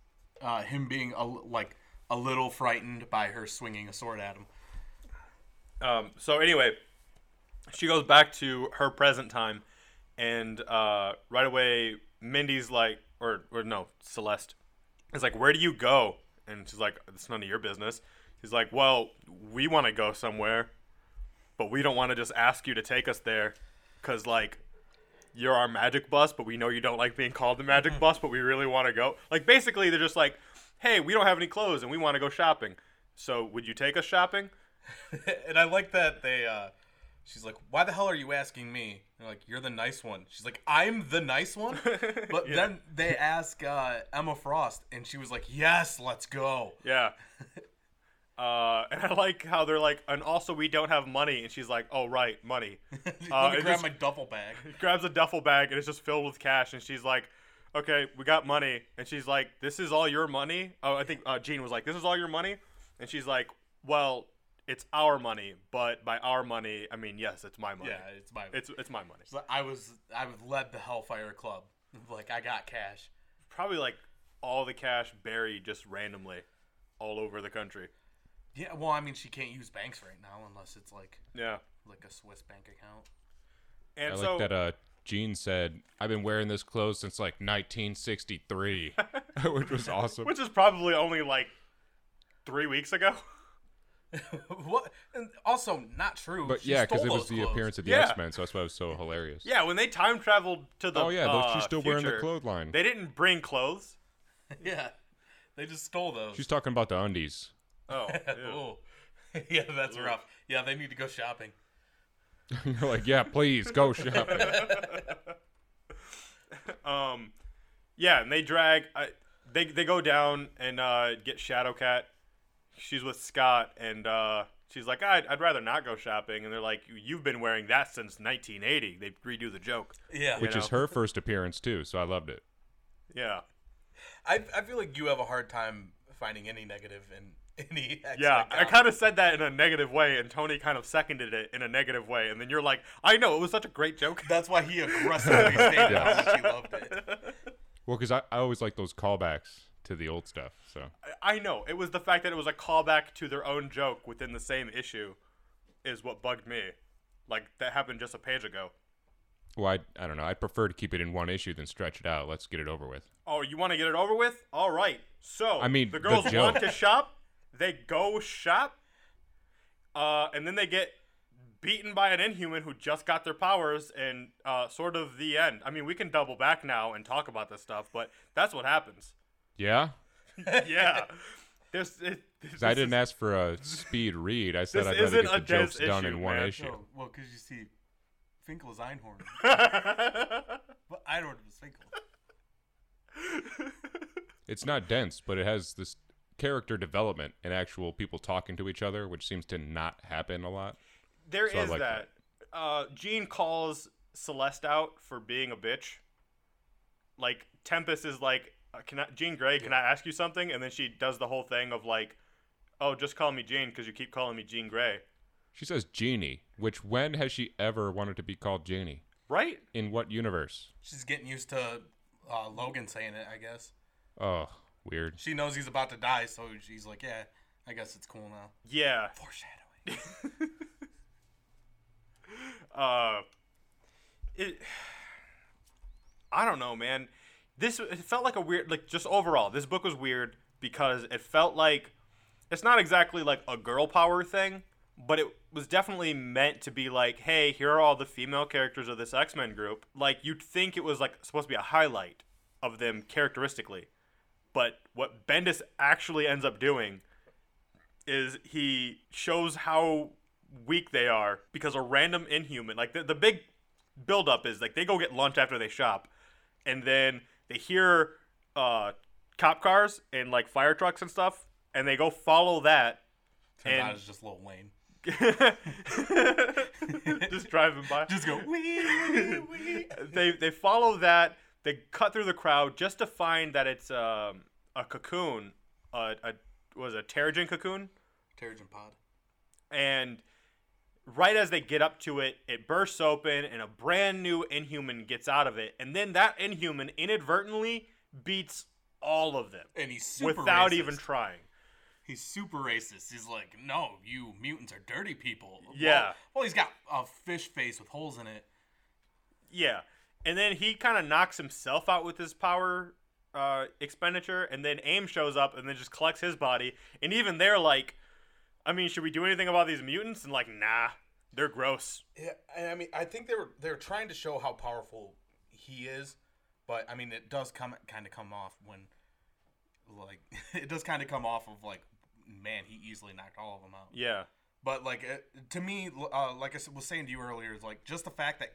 S3: uh, him being a, like a little frightened by her swinging a sword at him.
S2: Um, so anyway, she goes back to her present time, and uh, right away, Mindy's like, or or no, Celeste is like, "Where do you go?" And she's like, "It's none of your business." He's like, "Well, we want to go somewhere, but we don't want to just ask you to take us there, cause like." You're our magic bus, but we know you don't like being called the magic bus, but we really want to go. Like, basically, they're just like, hey, we don't have any clothes and we want to go shopping. So, would you take us shopping?
S3: <laughs> and I like that they. Uh, she's like, "Why the hell are you asking me?" They're like, "You're the nice one." She's like, "I'm the
S2: <laughs>
S3: nice one." But then they ask uh, Emma Frost, and she was like, "Yes, let's go." <laughs>
S2: Yeah. Uh, and I like how they're like, and also we don't have money, and she's like, oh right, money. <laughs> Uh,
S3: Let me
S2: it
S3: grab
S2: just-
S3: my duffel
S2: <laughs>
S3: bag.
S2: grabs a duffel bag and it's just filled with cash, and she's like, okay, we got money, and she's like, this is all your money. Oh, I think uh, Gene was like, this is all your money, and she's like, well, it's our money, but by our money, I mean yes, it's my money.
S3: Yeah, it's my.
S2: It's it's my money.
S3: She's like, I was I was led the Hellfire Club. Like I got cash.
S2: Probably like all the cash buried just randomly all over the country.
S3: Yeah, well, I mean, she can't use banks right now unless it's like
S2: Yeah.
S3: like a Swiss bank account. <laughs>
S2: And
S4: I
S2: so
S4: like that. Uh, Gene said, "I've been wearing this clothes since like
S2: <laughs>
S4: 1963," <laughs> which was awesome.
S2: which is probably only like three weeks ago. <laughs>
S3: what? And also, not true.
S4: But
S3: She
S4: yeah, because
S3: stole
S4: it was
S3: those
S4: the
S3: clothes.
S4: appearance of the
S2: Yeah.
S4: X Men, so that's why it
S2: <laughs>
S4: was so hilarious.
S2: Yeah, when they time traveled to the
S4: Oh yeah, though
S2: uh,
S4: she's still wearing the
S2: future,
S4: clothesline. line.
S2: They didn't bring clothes.
S3: <laughs> Yeah, they just stole those.
S4: She's talking about the undies. <laughs>
S2: <laughs> Oh,
S3: <laughs>
S2: ew.
S3: Ooh. yeah, that's rough. Yeah, they need to go shopping.
S4: You're like, yeah, please go shopping.
S2: um, yeah, and they drag. I, they they go down and uh, get Shadowcat. She's with Scott, and uh, she's like, I'd, "I'd rather not go shopping." And they're like, "You've been wearing that since 1980." They redo the joke.
S3: Yeah,
S2: <laughs>
S4: which
S2: You
S4: is
S2: know.
S4: her first appearance too, so I loved it.
S2: Yeah,
S3: I, I feel like you have a hard time finding any negative in <laughs> any. X-Men
S2: yeah. I
S3: comic.
S2: kind of said that in a negative way, and Tony kind of seconded it in a negative way. And then you're like, "I know it was such a great joke."
S3: That's why
S2: <laughs>
S3: he aggressively stated
S4: Yeah.
S3: how much he loved it.
S4: Well, because I, I always like those callbacks to the old stuff. So
S2: I know. It was the fact that it was a callback to their own joke within the same issue is what bugged me. Like that happened just a page ago.
S4: Well, I, I don't know. I'd prefer to keep it in one issue than stretch it out. Let's get it over with.
S2: Oh, you want to get it over with? All right. So
S4: I mean,
S2: the
S4: the
S2: girls
S4: joke.
S2: want to shop. They go shop, uh, and then they get beaten by an inhuman who just got their powers, and uh, sort of the end. I mean, we can double back now and talk about this stuff, but that's what happens. <laughs>
S4: Yeah?
S2: Yeah. There's, it,
S4: 'Cause I didn't ask for a speed read. I said
S2: this
S4: I'd rather
S2: isn't
S4: get
S2: a
S4: the jokes
S2: Dez
S4: done
S2: issue,
S4: in one
S2: man.
S4: issue.
S3: Oh, well, because you see, Finkel is Einhorn.
S2: <laughs> ask.
S3: but Einhorn was Finkel.
S4: It's not dense, but it has this character development and actual people talking to each other, which seems to not happen a lot.
S2: There is
S4: So I like
S2: that.
S4: that.
S2: Uh, Jean calls Celeste out for being a bitch. Like Tempest is like, uh, "Can I, Jean Grey? Can I ask you something?" And then she does the whole thing of like, "Oh, just call me Jean because you keep calling me Jean Grey."
S4: She says Jeannie, which when has she ever wanted to be called Jeannie?
S2: Right?
S4: In what universe?
S3: She's getting used to uh, Logan saying it, I guess.
S4: Oh, weird.
S3: She knows he's about to die, so she's like, yeah, I guess it's cool now.
S2: Yeah.
S3: Foreshadowing.
S2: Uh, it. <sighs> I don't know, man. This it felt like a weird, like just overall, this book was weird because it felt like it's not exactly like a girl power thing, but it was definitely meant to be like, hey, here are all the female characters of this X Men group. Like you'd think it was like supposed to be a highlight of them characteristically, but what Bendis actually ends up doing is he shows how weak they are because a random inhuman like the, the big buildup is like they go get lunch after they shop and then they hear uh cop cars and like fire trucks and stuff and they go follow that <laughs>
S3: Turns
S2: And-
S3: out it's just Lil Wayne.
S2: just driving by
S3: Just go, wee, wee,
S2: <laughs>
S3: wee.
S2: they they follow that. They cut through the crowd just to find that it's um, a cocoon, a, a was it a pterogen cocoon,
S3: Terrigen pod.
S2: and right as they get up to it, it bursts open and a brand new Inhuman gets out of it, and then that Inhuman inadvertently beats all of them
S3: And he's super
S2: without
S3: racist.
S2: even trying.
S3: He's super racist. He's like, no, you mutants are dirty people. Well-
S2: Yeah.
S3: Well, he's got a fish face with holes in it.
S2: Yeah. And then he kind of knocks himself out with his power uh, expenditure, and then AIM shows up and then just collects his body. And even they're like, I mean, should we do anything about these mutants? And like, nah, they're gross.
S3: Yeah, and I mean, I think they were they were trying to show how powerful he is, but I mean, it does come kind of come off when, like, <laughs> it does kind of come off of like, man, he easily knocked all of them out.
S2: Yeah.
S3: But like it, to me, l- uh, like I s- was saying to you earlier, is like just the fact that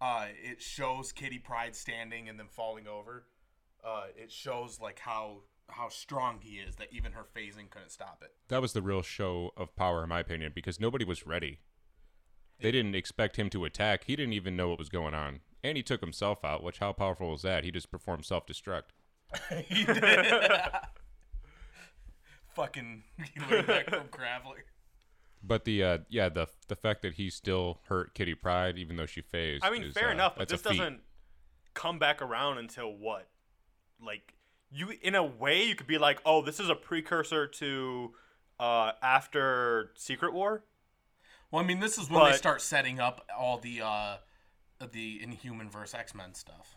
S3: uh, it shows Kitty Pride standing and then falling over. Uh, it shows like how how strong he is that even her phasing couldn't stop it.
S4: That was the real show of power, in my opinion, because nobody was ready. They didn't expect him to attack. He didn't even know what was going on. And he took himself out, which, how powerful was that? He just performed self destruct.
S3: He did. Fucking <laughs> he learned that from Graveler.
S4: But the, uh, yeah, the the fact that he still hurt Kitty Pride, even though she phased.
S2: I mean,
S4: is,
S2: fair
S4: uh,
S2: enough, but
S4: that's a
S2: this
S4: feat.
S2: doesn't come back around until what? Like, you, in a way, you could be like, oh, this is a precursor to uh, after Secret War.
S3: Well, I mean, this is when they
S2: But-
S3: start setting up all the uh, the Inhuman verse X Men stuff.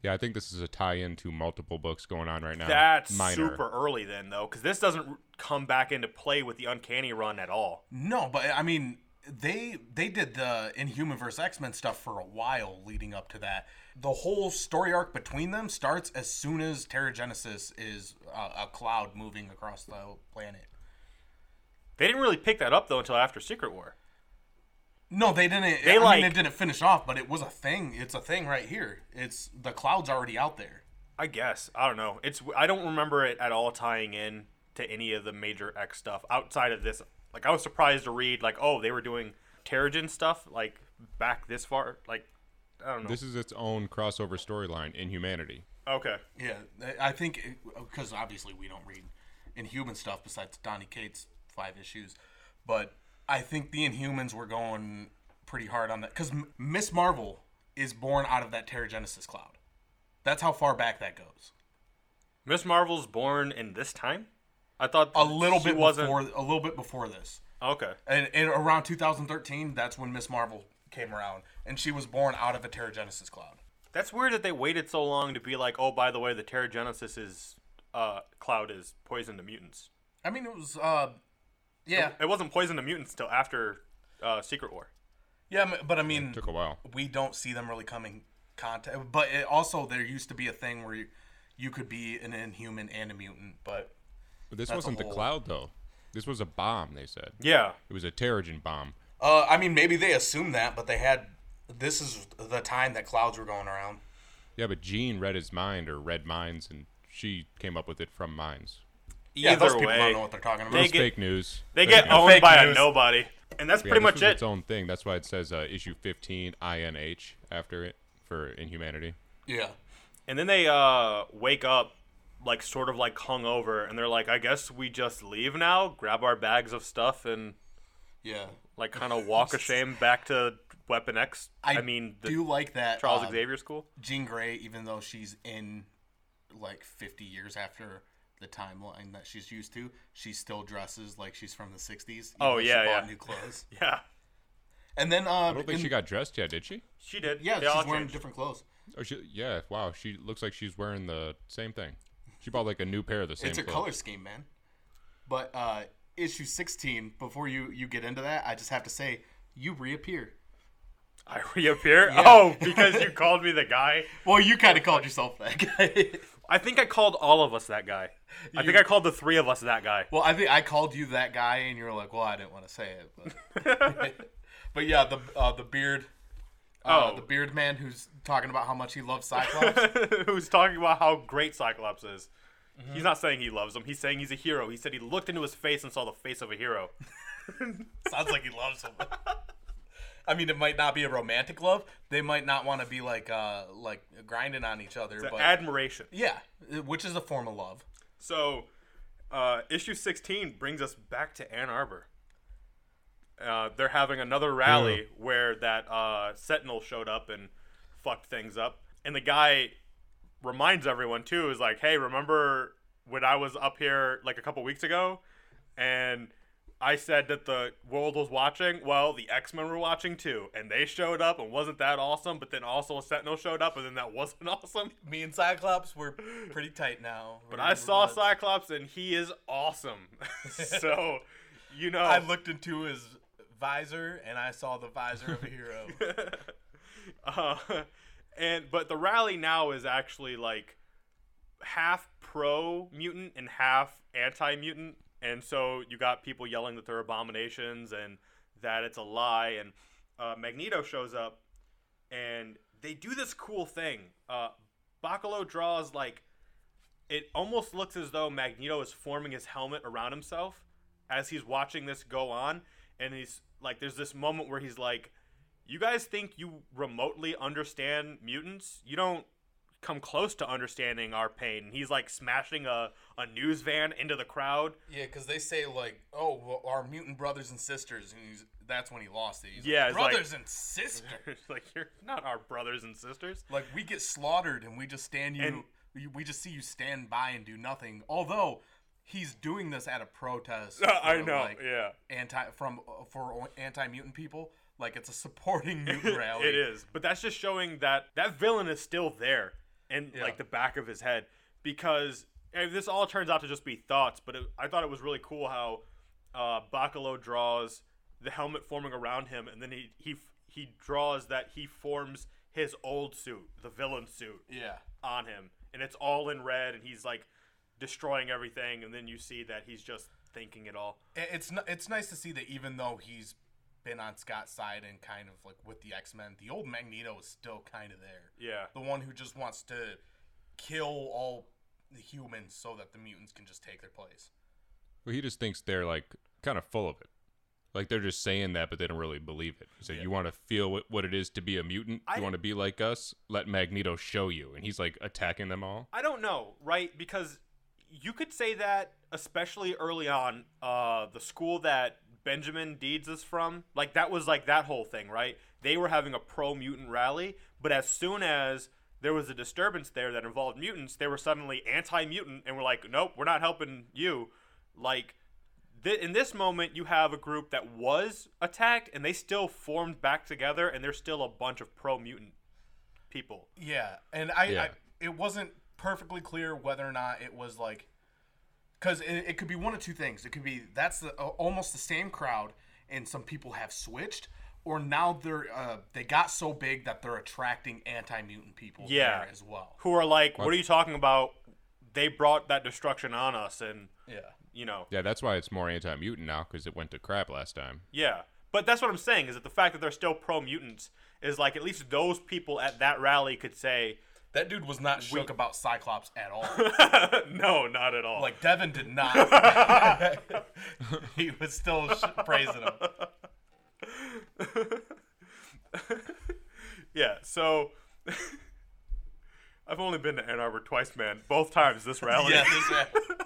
S4: Yeah, I think this is a tie in to multiple books going on right now.
S2: That's
S4: Minor.
S2: super early then, though, because this doesn't r- come back into play with the Uncanny run at all.
S3: No, but I mean, they they did the Inhuman verse X Men stuff for a while leading up to that. The whole story arc between them starts as soon as Terra Genesis is uh, a cloud moving across the planet.
S2: They didn't really pick that up though until after Secret War.
S3: No, they didn't.
S2: They,
S3: I
S2: like-
S3: mean, it didn't finish off, but it was a thing. It's a thing right here. It's the cloud's already out there.
S2: I guess I don't know. It's I don't remember it at all tying in to any of the major X stuff outside of this. Like I was surprised to read like oh they were doing Terrigen stuff like back this far. Like I don't know.
S4: This is its own crossover storyline in humanity.
S2: okay.
S3: Yeah, I- I think because obviously we don't read Inhuman stuff besides Donny Cates' five issues, but I think the Inhumans were going pretty hard on that because Miss Marvel is born out of that Terra Genesis cloud. That's how far back that goes.
S2: Miss Marvel's born in this time. I thought
S3: a little
S2: she
S3: bit
S2: wasn't.
S3: before a little bit before this.
S2: Okay.
S3: And, and around 2013, that's when Miss Marvel came around, and she was born out of a Teragenesis cloud.
S2: That's weird that they waited so long to be like, oh, by the way, the Teragenesis is uh, cloud is poison to mutants.
S3: I mean, it was, uh, yeah,
S2: It wasn't poison to mutants till after uh, Secret War.
S3: yeah, m- but I mean,
S4: Took a while.
S3: we don't see them really coming contact. But it also, there used to be a thing where you, you could be an Inhuman and a mutant, but
S4: But this
S3: That's a
S4: wasn't the
S3: whole-
S4: cloud though. This was a bomb. They said
S2: Yeah.
S4: it was a Terrigen bomb.
S3: uh, I mean, maybe they assumed that, but they had this is the time that clouds were going around.
S4: Yeah, but Jean read his mind or read minds, and she came up with it from minds.
S3: Yeah,
S2: Either
S3: those people
S2: way,
S3: don't know what they're talking about.
S2: They
S4: It's
S2: get-
S4: fake news.
S2: they
S4: Fake
S2: get
S4: news.
S2: owned
S3: Fake
S2: by a
S3: news.
S2: nobody, and that's
S4: Yeah,
S2: pretty much
S4: this was
S2: it.
S4: Its own thing. That's why it says uh, issue 15 INH after it for Inhumanity.
S3: yeah,
S2: And then they uh, wake up, like sort of like hungover, and they're like, I guess we just leave now, grab our bags of stuff, and
S3: yeah.
S2: like kind of
S3: <laughs>
S2: walk a shame back to Weapon X. I mean, the
S3: do like that
S2: Charles
S3: uh,
S2: Xavier School.
S3: <laughs> Jean Grey, even though she's in like 50 years after the timeline that she's used to, she still dresses like she's from the 60s. even
S2: Oh,
S3: though she
S2: yeah,
S3: bought
S2: yeah. <laughs>
S3: new clothes.
S2: Yeah,
S3: And then, uh,
S4: I don't think
S3: in-
S4: she got dressed yet, did she?
S2: she did.
S3: yeah,
S2: They all
S3: she's wearing
S2: changed.
S3: different clothes.
S4: Oh, she, yeah. Wow, she looks like she's wearing the same thing. She bought like a new pair of the same.
S3: it's a
S4: clothes.
S3: color scheme, man. But uh, issue 16, before you you get into that, I just have to say, you reappear.
S2: I reappear. Oh, because
S3: <laughs>
S2: you called me the guy.
S3: Well, you kind of called yourself that guy. <laughs>
S2: I think I called all of us that guy. I think I called the three of us that guy.
S3: Well, I think I called you that guy, and you were like, "Well, I didn't want to say it." But, but yeah, the uh, the beard, uh,
S2: Oh.
S3: the beard man who's talking about how much he
S2: <laughs>
S3: loves Cyclops.
S2: who's talking about how great Cyclops is.
S3: Mm-hmm.
S2: He's not saying he loves him. He's saying he's a hero. He said he looked into his face and saw the face of a hero.
S3: Sounds like he loves him. I mean, it might not be a romantic love. They might not want to be like uh, like grinding on each other,
S2: The
S3: but
S2: admiration.
S3: yeah, which is a form of love.
S2: So, uh, issue 16 brings us back to Ann Arbor. Uh, they're having another rally where that uh, Sentinel showed up and fucked things up. And the guy reminds everyone, too, is like, hey, remember when I was up here like a couple weeks ago and I said that the world was watching? Well, the X Men were watching too. And they showed up and wasn't that awesome? But then also a Sentinel showed up and then that wasn't <laughs> awesome.
S3: Me and Cyclops were pretty tight now.
S2: But I saw Cyclops and he is awesome. <laughs> so, you know,
S3: I looked into his visor, and I saw the visor of a hero.
S2: <laughs> uh, and but the rally now is actually like half pro mutant and half anti mutant, and so you got people yelling that they're abominations and that it's a lie. And uh, Magneto shows up, and they do this cool thing. Uh, Bacalo draws like it almost looks as though Magneto is forming his helmet around himself as he's watching this go on, and he's like, there's this moment where he's like, "You guys think you remotely understand mutants? You don't." come close to understanding our pain and he's like smashing a, a news van into the crowd
S3: <laughs>
S2: <laughs>
S3: Yeah, because they say like, "Oh, well, our mutant brothers and sisters," and he's, that's when he lost it. He's
S2: Yeah,
S3: like,
S2: it's like-
S3: brothers and sisters. <laughs>
S2: It's like you're not our brothers and sisters
S3: Like we get slaughtered, and we just stand you.
S2: And-
S3: we- we just see you stand by and do nothing. Although he's doing this at a <laughs> protest. for, like,
S2: yeah
S3: Anti from uh, for anti mutant people. Like it's a <laughs> supporting mutant rally.
S2: It is, but that's just showing that that villain is still there in
S3: Yeah.
S2: like the back of his head because and this all turns out to just be thoughts. But it, I thought it was really cool how uh, Bacalo draws the helmet forming around him, and then he he he draws that he forms his old suit, the villain suit,
S3: Yeah.
S2: on him, and it's all in red, and he's like destroying everything, and then you see that he's just thinking it all.
S3: I- It's n- it's nice to see that even though he's been on Scott's side and kind of like with the X Men, the old Magneto is still kind of there.
S2: Yeah.
S3: the one who just wants to kill all the humans so that the mutants can just take their place.
S4: Well, he just thinks they're like kind of full of it. Like they're just saying that, but they don't really believe it. So you want to feel what, what it is to be a mutant.
S2: I-
S4: you want to be like us. Let Magneto show you. And he's like attacking them all.
S2: I don't know, right? Because you could say that, especially early on, uh, the school that Benjamin Deeds is from, like that was like that whole thing, right? They were having a pro mutant rally, but as soon as there was a disturbance there that involved mutants, they were suddenly anti mutant and were like, nope, we're not helping you. Like th- in this moment, you have a group that was attacked and they still formed back together, and they're still a bunch of pro mutant people.
S3: Yeah, and I, I
S4: Yeah.
S3: it wasn't perfectly clear whether or not it was like because it, it could be one of two things. It could be that's the a- almost the same crowd, and some people have switched, or now they're uh, they got so big that they're attracting anti mutant people.
S2: Yeah.
S3: there as well.
S2: Who are like, what are you talking about? They brought that destruction on us, and
S3: Yeah,
S2: you know,
S4: Yeah, that's why it's more anti mutant now because it went to crap last time.
S2: Yeah, but that's what I'm saying is that the fact that they're still pro mutants is like at least those people at that rally could say, <laughs>
S3: that dude was not shook about Cyclops at all.
S2: no, not at all.
S3: like Devin
S2: <laughs>
S3: did not. he was still sh- praising him.
S2: yeah. So <laughs> I've only been to Ann Arbor twice, man. Both times this rally.
S3: Yeah, this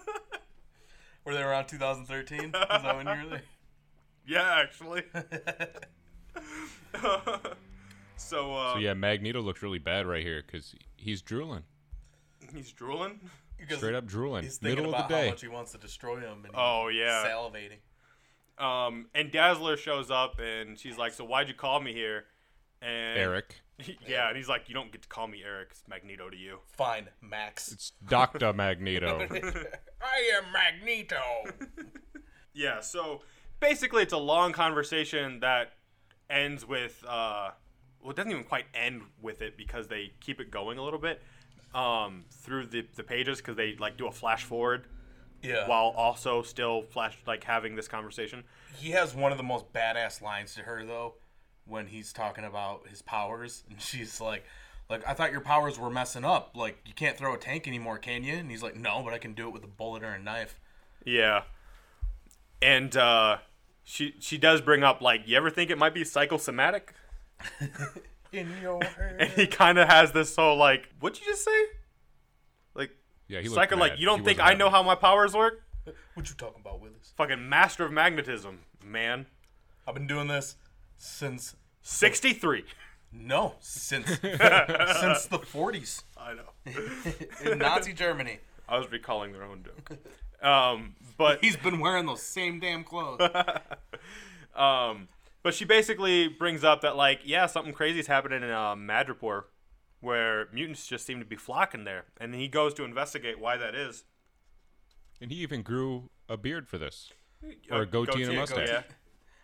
S3: <laughs> Were they around 2013? Is that when you were there?
S2: Yeah, actually. <laughs> uh, so, uh,
S4: So yeah, Magneto looks really bad right here because he's drooling,
S2: he's drooling.
S3: Because
S4: straight up drooling,
S3: He's thinking
S4: middle
S3: about
S4: of the
S3: how
S4: day.
S3: much he wants to destroy him. And
S2: Oh
S3: he's
S2: yeah.
S3: salivating.
S2: Um, and Dazzler shows up and she's like, "So why'd you call me here?" And
S4: Eric,
S2: Yeah, and he's like, "You don't get to call me Eric. It's Magneto to you."
S3: Fine, Max. <laughs>
S4: it's Doctor Magneto.
S3: I
S2: <laughs>
S3: am Magneto.
S2: Yeah, so basically it's a long conversation that ends with uh well it doesn't even quite end with it because they keep it going a little bit um through the the pages cuz they like do a flash forward
S3: yeah.
S2: while also still flash like having this conversation.
S3: He has one of the most badass lines to her though, when he's talking about his powers, <laughs> and she's like, "Like I thought your powers were messing up. Like you can't throw a tank anymore, can you?" And he's like, "No, but I can do it with a bullet or a knife."
S2: Yeah. And uh she she does bring up like, "You ever think it might be psychosomatic?" <laughs>
S3: In <laughs> your
S2: And he kind of has this whole like, "What'd you just say?" Like
S4: Yeah, he looked
S2: Psycho, like
S4: mad.
S2: you don't
S4: He
S2: think
S4: wasn't
S2: I know
S4: having
S2: how my powers work?
S3: what you talking about, Willis?
S2: Fucking master of magnetism, man.
S3: I've been doing this since <laughs>
S2: 63.
S3: no, since since the 40s
S2: I know.
S3: in Nazi Germany.
S2: <laughs> I was recalling their own joke. Um, but
S3: <laughs> He's been wearing those same damn clothes.
S2: um, but she basically brings up that like, yeah, something crazy is happening in uh, Madripoor, where mutants just seem to be flocking there, and he goes to investigate why that is.
S4: it. And he even grew a beard for this.
S2: Uh,
S4: Or a goatee and a mustache.
S2: Yeah.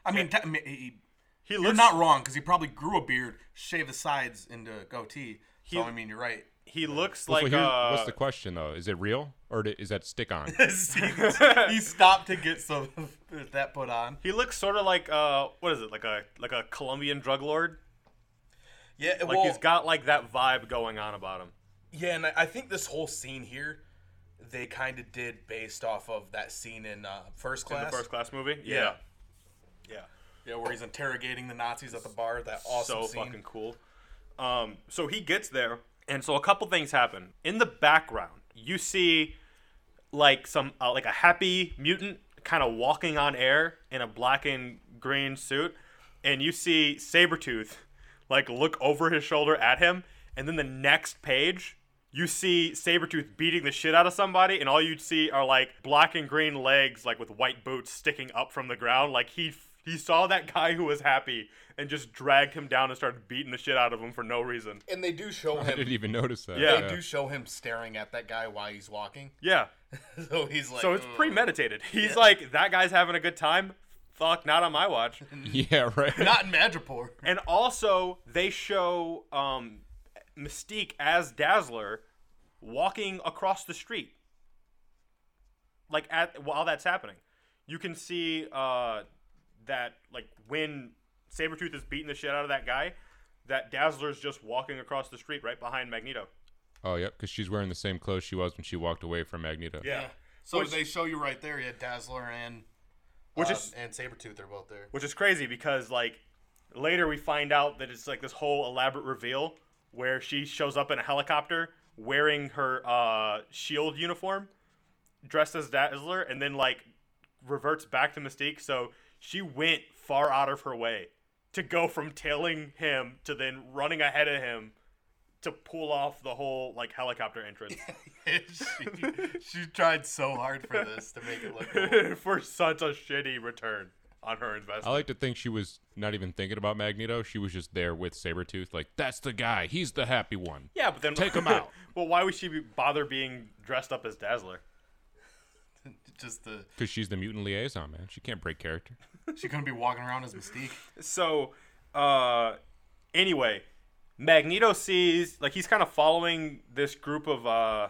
S3: I mean, te- I mean, he,
S2: He
S3: you're
S2: looks
S3: not wrong because he probably grew a beard, shaved the sides into a goatee. so I mean, you're right.
S2: He looks
S4: so
S2: like
S4: here-
S2: uh,
S4: what's the question though? Is it real or di- is that stick
S2: <laughs>
S4: on?
S3: he stopped to get some of that put on.
S2: he looks sort of like uh, what is it? Like a like a Colombian drug lord.
S3: Yeah,
S2: Like
S3: well,
S2: he's got like that vibe going on about him.
S3: yeah, and I, I think this whole scene here, they kind of did based off of that scene in uh, First Class.
S2: In the first class movie.
S3: Yeah.
S2: Yeah. yeah.
S3: Yeah, where he's interrogating the Nazis at the bar. That awesome
S2: so
S3: scene.
S2: fucking cool. Um, so he gets there, and so a couple things happen. In the background, you see like some uh, like a happy mutant kind of walking on air in a black and green suit, and you see Sabretooth like look over his shoulder at him, and then the next page. You see Sabretooth beating the shit out of somebody, and all you'd see are like black and green legs, like with white boots sticking up from the ground. Like he he saw that guy who was happy and just dragged him down and started beating the shit out of him for no reason.
S3: and they
S2: <laughs>
S3: do show
S4: I didn't
S3: him.
S4: even notice that.
S2: Yeah.
S3: They do show him staring at that guy while he's walking. <laughs>
S2: Yeah.
S3: So he's like, uh,
S2: So it's
S3: "Ugh."
S2: premeditated. He's like, that guy's having a good time. Fuck, not on my watch.
S4: <laughs> Yeah, right.
S3: not in Madripoor.
S2: And also, they show um, Mystique as Dazzler walking across the street. Like at while that's happening, you can see uh, that like when Sabretooth is beating the shit out of that guy, that Dazzler's just walking across the street right behind Magneto.
S4: oh, yep, because she's wearing the same clothes she was when she walked away from Magneto.
S3: Yeah. So
S2: Which-
S3: they show you right there. You had Dazzler and
S2: Which
S3: uh,
S2: is
S3: and Sabretooth are both there. <laughs>
S2: which is crazy because like later we find out that it's like this whole elaborate reveal where she shows up in a helicopter wearing her uh, shield uniform dressed as dazzler and then like reverts back to mystique so she went far out of her way to go from tailing him to then running ahead of him to pull off the whole like helicopter entrance <laughs>
S3: she, she tried so hard for this to make it look
S2: <laughs>
S3: cool.
S2: for such a shitty return on her investment.
S4: I like to think she was not even thinking about Magneto. She was just there with Sabretooth, like, that's the guy. He's the happy one.
S2: yeah, but then <laughs>
S4: Take 'em out.
S2: well, why would she be bother being dressed up as Dazzler?
S3: Just the
S4: Because she's the mutant liaison, man. She can't break character.
S3: she couldn't be walking around as Mystique.
S2: So, uh, anyway, Magneto sees like he's kind of following this group of uh,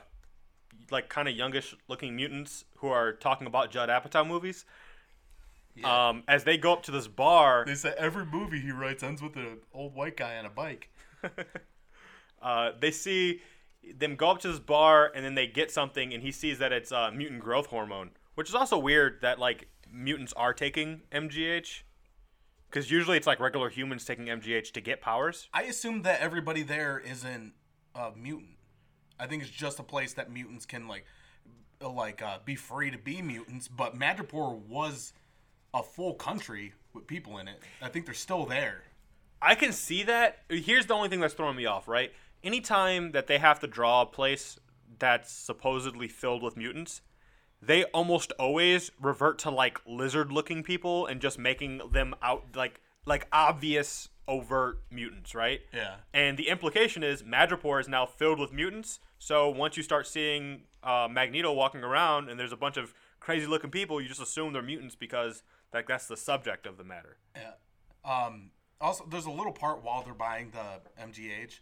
S2: like kind of youngish looking mutants who are talking about Judd Apatow movies. Um, as they go up to this bar,
S3: They say every movie he writes ends with an old white guy on a bike.
S2: uh, they see them go up to this bar and then they get something and he sees that it's uh, mutant growth hormone which is also weird that like mutants are taking mgh because usually it's like regular humans taking mgh to get powers
S3: I assume that everybody there isn't a mutant. I think it's just a place that mutants can like, like uh, be free to be mutants. But Madripoor was a full country with people in it. I think they're still there.
S2: i can see that here's the only thing that's throwing me off right anytime that they have to draw a place that's supposedly filled with mutants they almost always revert to like lizard looking people and just making them out like like obvious overt mutants right
S3: Yeah.
S2: And the implication is Madripoor is now filled with mutants. So once you start seeing uh, Magneto walking around and there's a bunch of crazy looking people, you just assume they're mutants because like that's the subject of the matter.
S3: Um, also, there's a little part while they're buying the MGH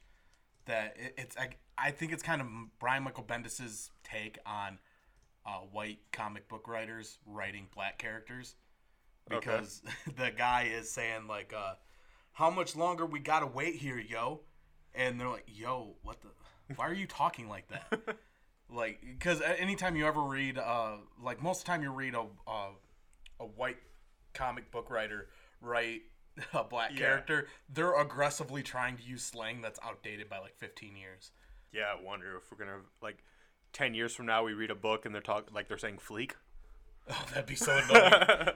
S3: that it, it's I, I think it's kind of Brian Michael Bendis's take on uh, white comic book writers writing black characters because <laughs> the guy is saying like, uh, "How much longer we gotta wait here, yo?" And they're like, "Yo, what the? Why are you talking like that?" like, because anytime you ever read, uh, like most of the time you read a uh, a white comic book writer write <laughs> a black character, they're aggressively trying to use slang that's outdated by like 15 years. <laughs>
S2: Yeah, I wonder if we're gonna like ten years from now we read a book and they're talking like they're saying fleek.
S3: Oh, that'd be so
S2: <laughs>
S3: annoying.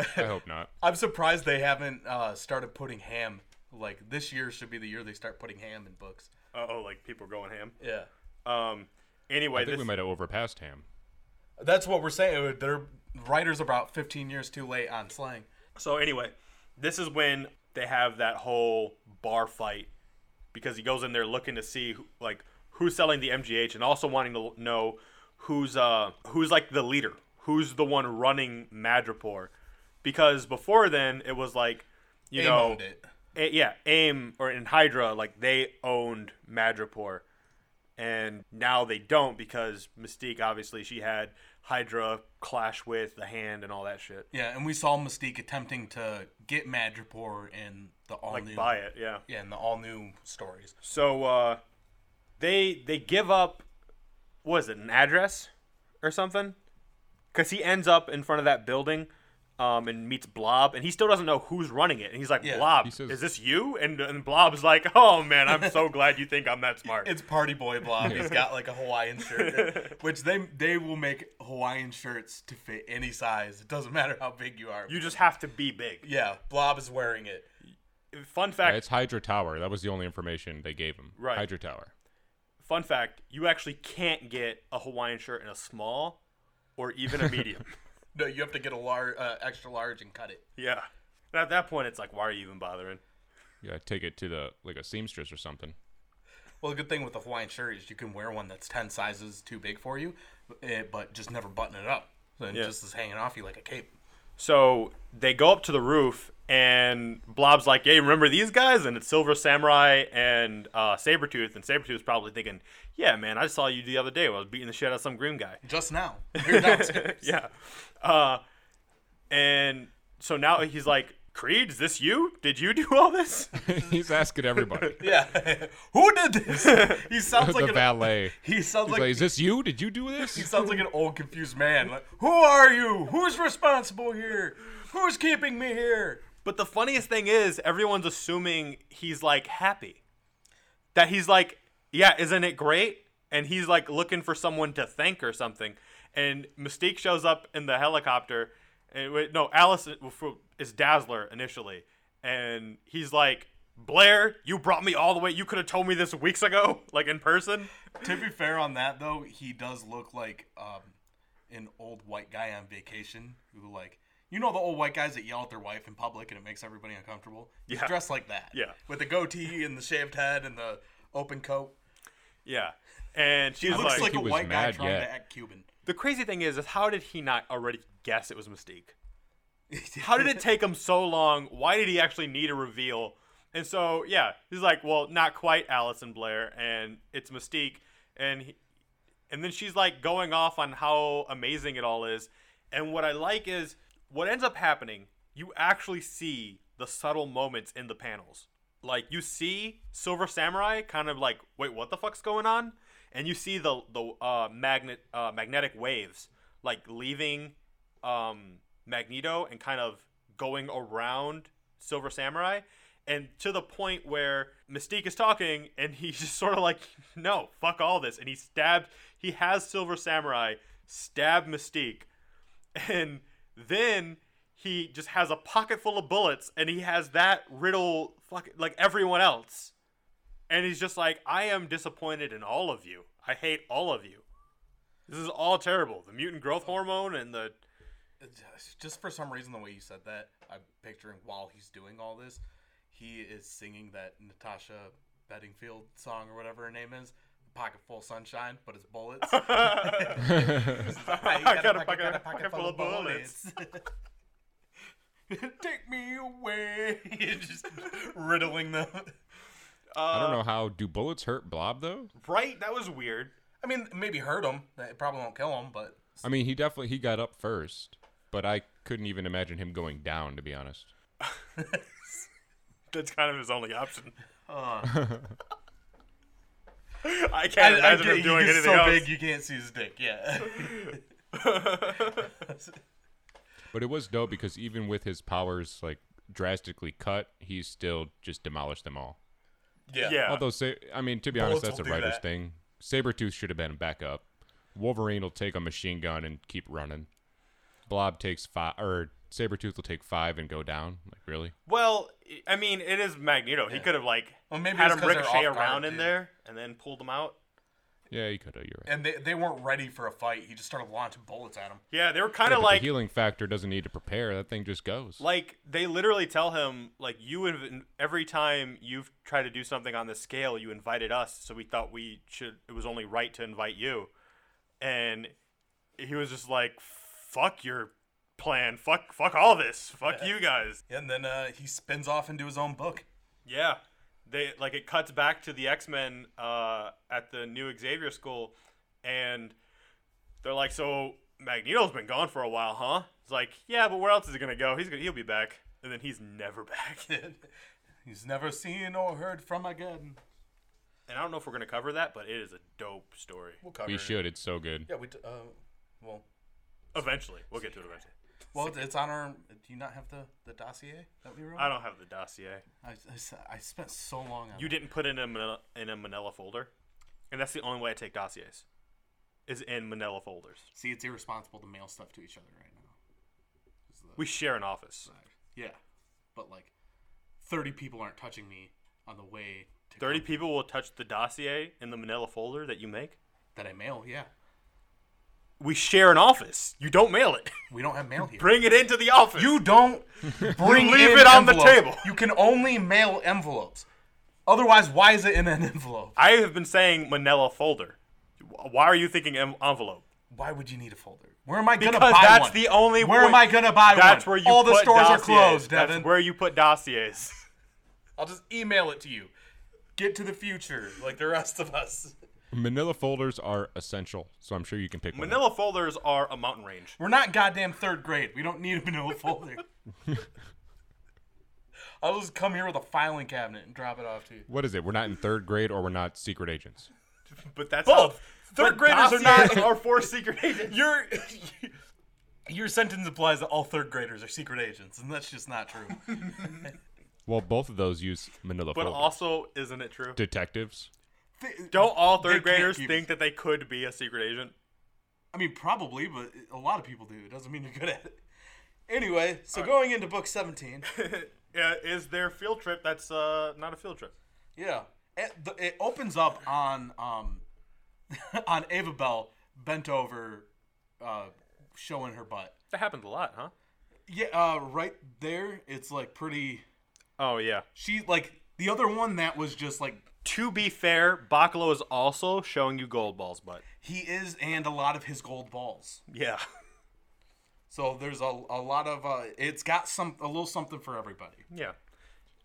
S4: I hope not.
S3: I'm surprised they haven't uh, started putting ham. Like this year should be the year they start putting ham in books.
S2: Uh oh, like people are going ham.
S3: Yeah,
S2: Um. Anyway,
S4: I think
S2: this,
S4: we might have overpassed him.
S3: that's what we're saying. Their writers about 15 years too late on slang.
S2: So anyway, this is when they have that whole bar fight because he goes in there looking to see who, like who's selling the MGH and also wanting to know who's uh who's like the leader, who's the one running Madripoor, because before then it was like you
S3: They
S2: know
S3: owned it.
S2: A- yeah AIM or in Hydra like they owned Madripoor, and now they don't because Mystique obviously she had Hydra clash with the Hand and all that shit
S3: Yeah, and we saw Mystique attempting to get Madripoor in the all
S2: like
S3: new
S2: buy it yeah.
S3: Yeah, in the all new stories.
S2: So uh, they they give up was it an address or something? Because he ends up in front of that building um, and meets Blob, and he still doesn't know who's running it. And he's like,
S3: Yeah.
S2: "Blob,
S4: He says-
S2: is this you?" And and Blob's like, "Oh man, I'm so glad you think I'm that smart."
S3: It's Party Boy Blob.
S4: <laughs>
S3: He's got like a Hawaiian shirt, which they they will make Hawaiian shirts to fit any size. It doesn't matter how big you are.
S2: you just have to be big.
S3: yeah, Blob is wearing it.
S2: Fun
S4: Uh,
S2: fact.
S4: it's Hydra Tower. That was the only information they gave him.
S2: Right.
S4: Hydra Tower.
S2: Fun fact. You actually can't get a Hawaiian shirt in a small or even a medium.
S3: No, you have to get a large, uh, extra large, and cut it.
S2: yeah. And at that point, it's like, why are you even bothering?
S4: Yeah, take it to the like a seamstress or something. <laughs>
S3: Well, the good thing with the Hawaiian shirt is you can wear one that's ten sizes too big for you, eh, but just never button it up. So it
S2: Yeah.
S3: just is hanging off you like a cape.
S2: So they go up to the roof, and Blob's like, "Hey, remember these guys?" And it's Silver Samurai and uh, Sabretooth, and Sabretooth's probably thinking, "Yeah, man, I saw you the other day. when I was beating the shit out of some green guy."
S3: Just now, you're
S4: <laughs>
S3: downstairs.
S2: yeah, uh, and so now he's like, "Creed, is this you? Did you do all this?"
S4: He's asking everybody.
S3: yeah. <laughs> Who did this? He sounds like
S4: the
S3: an,
S4: valet.
S3: <laughs> He sounds
S4: He's
S3: like
S4: like, is this you? Did you do
S3: He
S4: this?
S3: sounds like an old confused man. Like, who are you? Who's responsible here? Who's keeping me here?
S2: But the funniest thing is, everyone's assuming he's like happy. That he's like, yeah, isn't it great? And he's like looking for someone to thank or something. And Mystique shows up in the helicopter. uh, And wait, no, Alice is Dazzler initially. And he's like, Blair, you brought me all the way. You could have told me this weeks ago, <laughs> like in person.
S3: to be fair on that though, he does look like um, an old white guy on vacation who like you know the old white guys that yell at their wife in public and it makes everybody uncomfortable. He's
S2: Yeah.
S3: dressed like that.
S2: Yeah.
S3: With the goatee and the shaved head and the open coat.
S2: Yeah. And she's
S3: He
S2: like,
S3: looks like,
S4: he
S3: a
S4: was
S3: white guy
S4: mad
S3: trying
S4: yet.
S3: to act Cuban.
S2: the crazy thing is, is how did he not already guess it was Mystique? How did it take him so long? Why did he actually need a reveal? And so, yeah, he's like, well, not quite Allison Blair, and it's Mystique, and he, and then she's like going off on how amazing it all is. And what I like is what ends up happening. You actually see the subtle moments in the panels. Like you see Silver Samurai kind of like, wait, what the fuck's going on? And you see the the uh, magnet uh, magnetic waves like leaving um, Magneto and kind of going around Silver Samurai. And to the point where Mystique is talking, and he's <laughs> just sort of like, no, fuck all this. And he stabbed, he has Silver Samurai stab Mystique. And then he just has a pocket full of bullets, and he has that riddle, fuck, like everyone else. And he's just like, I am disappointed in all of you. I hate all of you. This is all terrible. The mutant growth hormone and the
S3: Just for some reason, the way you said that, I'm picturing while he's doing all this, he is singing that Natasha Bedingfield song or whatever her name is, "Pocket Full of Sunshine," but it's
S2: <laughs>
S3: bullets. I
S2: got a pocket- pocket full of bullets.
S3: <laughs> Take me away. <laughs> Just riddling them.
S4: <laughs> I
S3: uh,
S4: don't know how. Do bullets hurt Blob though?
S2: Right? That was weird.
S3: I mean, maybe hurt him. It probably won't kill him, but
S4: I mean, he definitely he got up first, but I couldn't even imagine him going down. To be honest,
S2: That's kind of his only option.
S3: uh,
S2: <laughs> I can't imagine him doing
S3: he's
S2: anything
S3: so
S2: else.
S3: big you can't see his dick.
S2: <laughs>
S3: Yeah. <laughs>
S4: but it was dope because even with his powers like drastically cut, he still just demolished them all.
S3: yeah.
S2: yeah.
S4: Although, say, I mean, to be
S3: Bullets
S4: honest, that's a
S3: will do
S4: writer's
S3: that.
S4: thing. Sabretooth should have been back up. Wolverine will take a machine gun and keep running. Blob takes five, or Sabretooth will take five and go down. Like, really?
S2: well, I I mean, it is Magneto. He could have like
S3: Well, maybe
S2: had
S3: it's
S2: him
S3: 'cause they're
S2: ricochet
S3: off guard,
S2: around in
S3: dude.
S2: there and then pulled him out.
S4: Yeah, you could have. You're right.
S3: And they, they weren't ready for a fight. He just started launching bullets at him.
S2: Yeah, they were kind
S4: Yeah,
S2: of
S4: but
S2: like
S4: the healing factor doesn't need to prepare. That thing just goes.
S2: like they literally tell him like you inv- every time you've tried to do something on this scale, you invited us, so we thought we should. It was only right to invite you, and he was just like, "Fuck your plan. Fuck, fuck all this. Fuck you guys."
S3: And then uh, he spins off into his own book. <laughs>
S2: Yeah, they like it cuts back to the X Men uh, at the new Xavier School, and they're like, "So Magneto's been gone for a while, huh?" It's like, "Yeah, but where else is he gonna go? He's gonna he'll be back." And then he's never <laughs> back. and
S3: He's never seen or heard from again.
S2: I don't know if we're gonna cover that, but it is a dope story.
S3: We'll cover
S4: we
S3: it.
S4: should. It's so good.
S3: Yeah, we. T- uh, well,
S2: Eventually, we'll get to it eventually.
S3: well, it's on our. Do you not have the, the dossier that we wrote?
S2: I don't have the dossier.
S3: I, I s- I spent so long on
S2: You
S3: it.
S2: didn't put it in a manila, in a Manila folder, and that's the only way I take dossiers, is in Manila folders.
S3: See, it's irresponsible to mail stuff to each other right now.
S2: We share an office.
S3: Yeah, but like, thirty people aren't touching me on the way to
S2: Thirty people will touch the dossier in the Manila folder that you make.
S3: that I mail. Yeah,
S2: we share an office. You don't mail it. <laughs>
S3: we don't have mail here.
S2: Bring it into the office. <laughs>
S3: You don't bring
S2: leave
S3: in
S2: it on the
S3: envelopes.
S2: table.
S3: You can only mail envelopes. Otherwise, why is it in an <laughs> envelope?
S2: I have been saying Manila folder. Why are you thinking em- envelope?
S3: Why would you need a folder? Where am I gonna
S2: Because
S3: buy
S2: that's
S3: one?
S2: the only.
S3: Where
S2: way-
S3: am I gonna buy one?
S2: That's where you.
S3: All the
S2: put
S3: stores are
S2: dossiers.
S3: closed,
S2: That's
S3: Devin.
S2: where you put dossiers. <laughs>
S3: I'll just email it to you. Get to the future, like the rest of
S2: <laughs>
S3: us.
S4: Manila folders are essential, so I'm sure you can pick one. up.
S2: Manila folders are a mountain range.
S3: We're not goddamn third grade. We don't need a manila folder. <laughs> I'll just come here with a filing cabinet and drop it off to you.
S4: What is it? We're not in third grade, or we're not secret agents.
S2: But that's
S3: Both.
S2: how- but
S3: Third graders are
S2: dossiers <laughs>
S3: not-
S2: are for secret agents.
S3: Your <laughs> your sentence implies that all third graders are secret agents, and that's just not true.
S4: Well, both of those use Manila
S2: But
S4: folders.
S2: also, isn't it true?
S4: detectives.
S2: Don't all
S3: They
S2: third
S3: can't
S2: graders
S3: keep-
S2: think that they could be a secret agent?
S3: <laughs> I mean, probably, but a lot of people do. It doesn't mean you're good at it. Anyway, so going into book 17,
S2: uh, is their field trip that's uh, not a field trip.
S3: Yeah, it, the- it opens up on um, <laughs> on Ava Bell bent over, uh, showing her butt.
S2: That happens a lot, huh?
S3: Yeah, uh, right there, it's like pretty.
S2: Oh yeah.
S3: She like the other one that was just like
S2: To be fair, Bacalo is also showing you gold balls, but
S3: he is, and a lot of his gold balls.
S2: <laughs> yeah,
S3: So there's a, a lot of uh, it's got some a little something for everybody.
S2: yeah.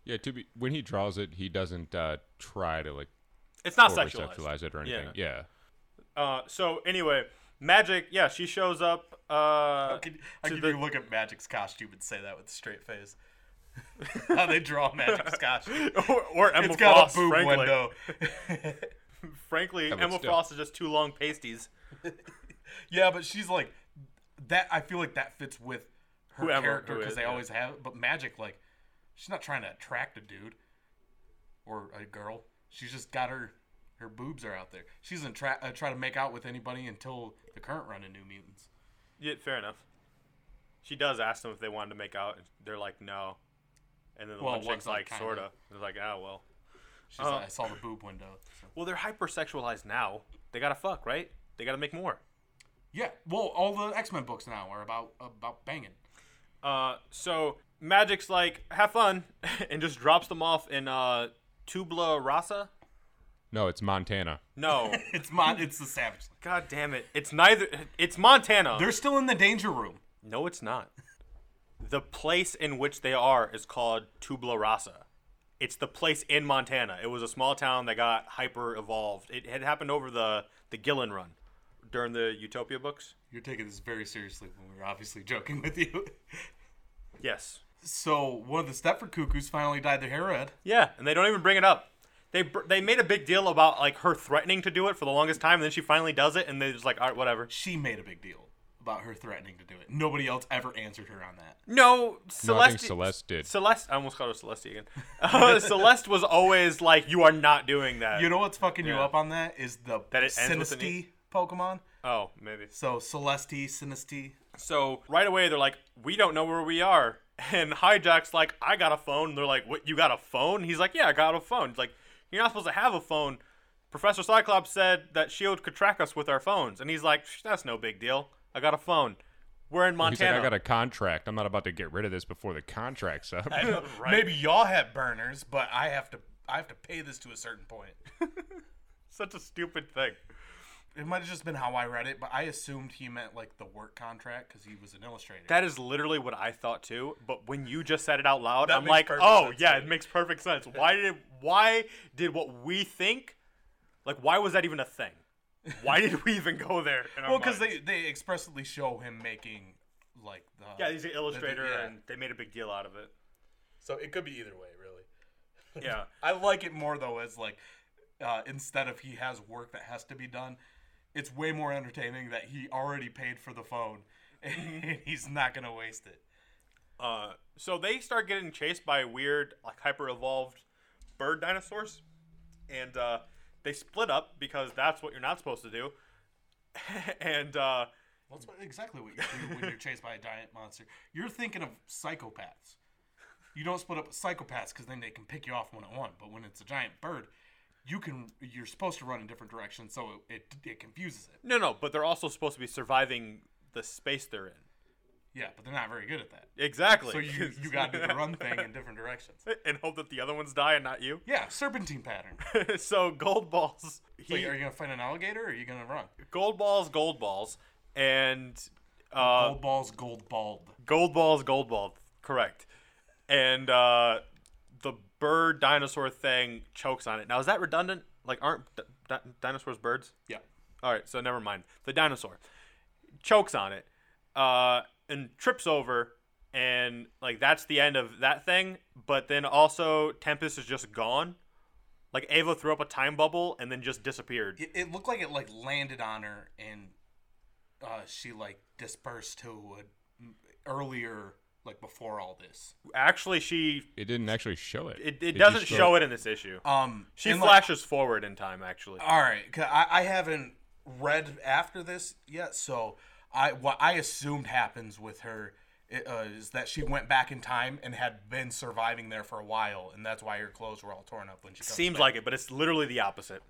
S4: Yeah, to be when he draws it, he doesn't uh, try to like
S2: It's not
S4: over
S2: sexualized.
S4: sexualize it or anything.
S2: Yeah.
S4: Yeah.
S2: Uh, so anyway, Magic, yeah, she shows up. Uh,
S3: Can, I can you look at Magic's costume and say that with a straight
S2: <laughs>
S3: face. How they draw Magic's costume.
S2: <laughs> or, or Emma
S3: It's got
S2: Frost,
S3: a boob
S2: frankly.
S3: window. <laughs>
S2: Frankly,
S4: but
S2: Emma
S4: still.
S2: Frost is just two long pasties.
S3: Yeah, but she's like that. I feel like that fits with her
S2: Whoever,
S3: character
S2: who
S3: because
S2: is,
S3: they
S2: yeah.
S3: always have. it. But Magic, like, she's not trying to attract a dude or a girl. She's just got her her boobs are out there. She doesn't try uh, try to make out with anybody until the current run of New Mutants.
S2: Yeah, fair enough. She does ask them if they wanted to make out. and They're like, no. And then the
S3: Well,
S2: one
S3: one
S2: chick's
S3: side
S2: like,
S3: kinda.
S2: sorta. They're like, ah, well. Oh.
S3: She's like, I saw the boob window. So.
S2: Well, they're hypersexualized now. They gotta fuck, right? They gotta make more.
S3: Yeah, well, all the X Men books now are about about <laughs> banging.
S2: Uh, so Magic's like, have fun, <laughs> and just drops them off in uh, Tubla Rasa.
S4: No, it's Montana.
S3: <laughs>
S2: No,
S3: It's mon. It's the Savage. Land.
S2: God damn it! It's neither. It's Montana.
S3: They're still in the danger room.
S2: No, it's not. The place in which they are is called Tubla Rasa. It's the place in Montana. It was a small town that got hyper evolved. It had happened over the the Gillen run during the Utopia books.
S3: You're taking this very seriously when we're obviously joking with you. <laughs>
S2: Yes.
S3: So one of the Stepford Cuckoos finally dyed their hair red.
S2: Yeah, and they don't even bring it up. They br- they made a big deal about like her threatening to do it for the longest time, and then she finally does it, and they're just like, all right, whatever.
S3: She made a big deal about her threatening to do it. Nobody else ever answered her on that.
S2: No,
S4: No,
S2: Celeste.
S4: I think Celeste did.
S2: Celeste. I almost called her Celeste again. <laughs> Uh, Celeste was always like, "You are not doing that."
S3: You know what's fucking you
S2: Yeah.
S3: up on that is the
S2: That it ends with an
S3: Sinisty
S2: E?
S3: Pokemon.
S2: oh, maybe.
S3: So Celeste, Sinisty.
S2: So right away they're like, "We don't know where we are." <laughs> And Hijack's like, "I got a phone." And they're like, "What? You got a phone?" He's like, "Yeah, I got a phone." He's like, "You're not supposed to have a phone." Professor Cyclops said that Shield E could track us with our phones, and he's like, "Psh, "That's no big deal. I got a phone. We're in
S4: He's like,
S2: Montana."
S4: I got a contract. I'm not about to get rid of this before the contract's up.
S2: Right.
S3: Maybe y'all have burners, but I have to. I have to pay this to a certain point.
S2: Such a stupid thing.
S3: It might have just been how I read it, but I assumed he meant like the work contract because he was an illustrator.
S2: That is literally what I thought too. But when you just said it out loud,
S3: That
S2: I'm
S3: makes
S2: like,
S3: perfect
S2: "Oh
S3: sense
S2: yeah,
S3: to
S2: it makes perfect sense. Why did why did what we think, like, why was that even a thing?" Why did we even go there? in our
S3: well, because
S2: minds?
S3: they they expressly show him making like the
S2: Yeah, he's an illustrator,
S3: yeah.
S2: and they made a big deal out of it. <laughs>
S3: so it could be either way, really.
S2: Yeah,
S3: I like it more though as like uh, instead of he has work that has to be done, it's way more entertaining that he already paid for the phone <laughs> and he's not gonna waste it.
S2: Uh, so they start getting chased by weird, like hyper evolved bird dinosaurs, and uh, they split up because that's what you're not supposed to do. <laughs> and uh,
S3: That's what, exactly what you do when you're chased by a giant monster. You're thinking of psychopaths. You don't split up with psychopaths because then they can pick you off one at one. But when it's a giant bird, you can you're supposed to run in different directions, so it, it, it confuses it.
S2: no, no, but they're also supposed to be surviving the space they're in.
S3: Yeah, but they're not very good at that.
S2: Exactly.
S3: So you you got
S2: <laughs>
S3: to do the run thing in different directions.
S2: and hope that the other ones die and not you. <laughs>
S3: Yeah, serpentine pattern.
S2: so gold balls.
S3: So
S2: He,
S3: are you gonna find an alligator or are you gonna run?
S2: gold balls, gold balls, and uh,
S3: gold balls, gold bald.
S2: Gold balls, gold ball. Correct. And uh, the bird dinosaur thing chokes on it. Now, is that redundant? Like, aren't d- di- dinosaurs birds?
S3: Yeah.
S2: All right, so never mind. The dinosaur chokes on it uh, and trips over, and like that's the end of that thing. But then also, Tempest is just gone. Like Ava threw up a time bubble and then just disappeared.
S3: It, it looked like it like landed on her and uh, she like dispersed to a, earlier like before all this.
S2: Actually, she
S4: <laughs> It didn't actually show it.
S2: it, it doesn't show
S4: it.
S2: it in this issue.
S3: Um,
S2: She
S3: and, like-
S2: flashes forward in time. Actually,
S3: all right, 'cause I, I haven't read after this yet, so I what I assumed happens with her it, uh, is that she went back in time and had been surviving there for a while, and that's why her clothes were all torn up when she comes
S2: Seems
S3: back.
S2: like it, but it's literally the opposite.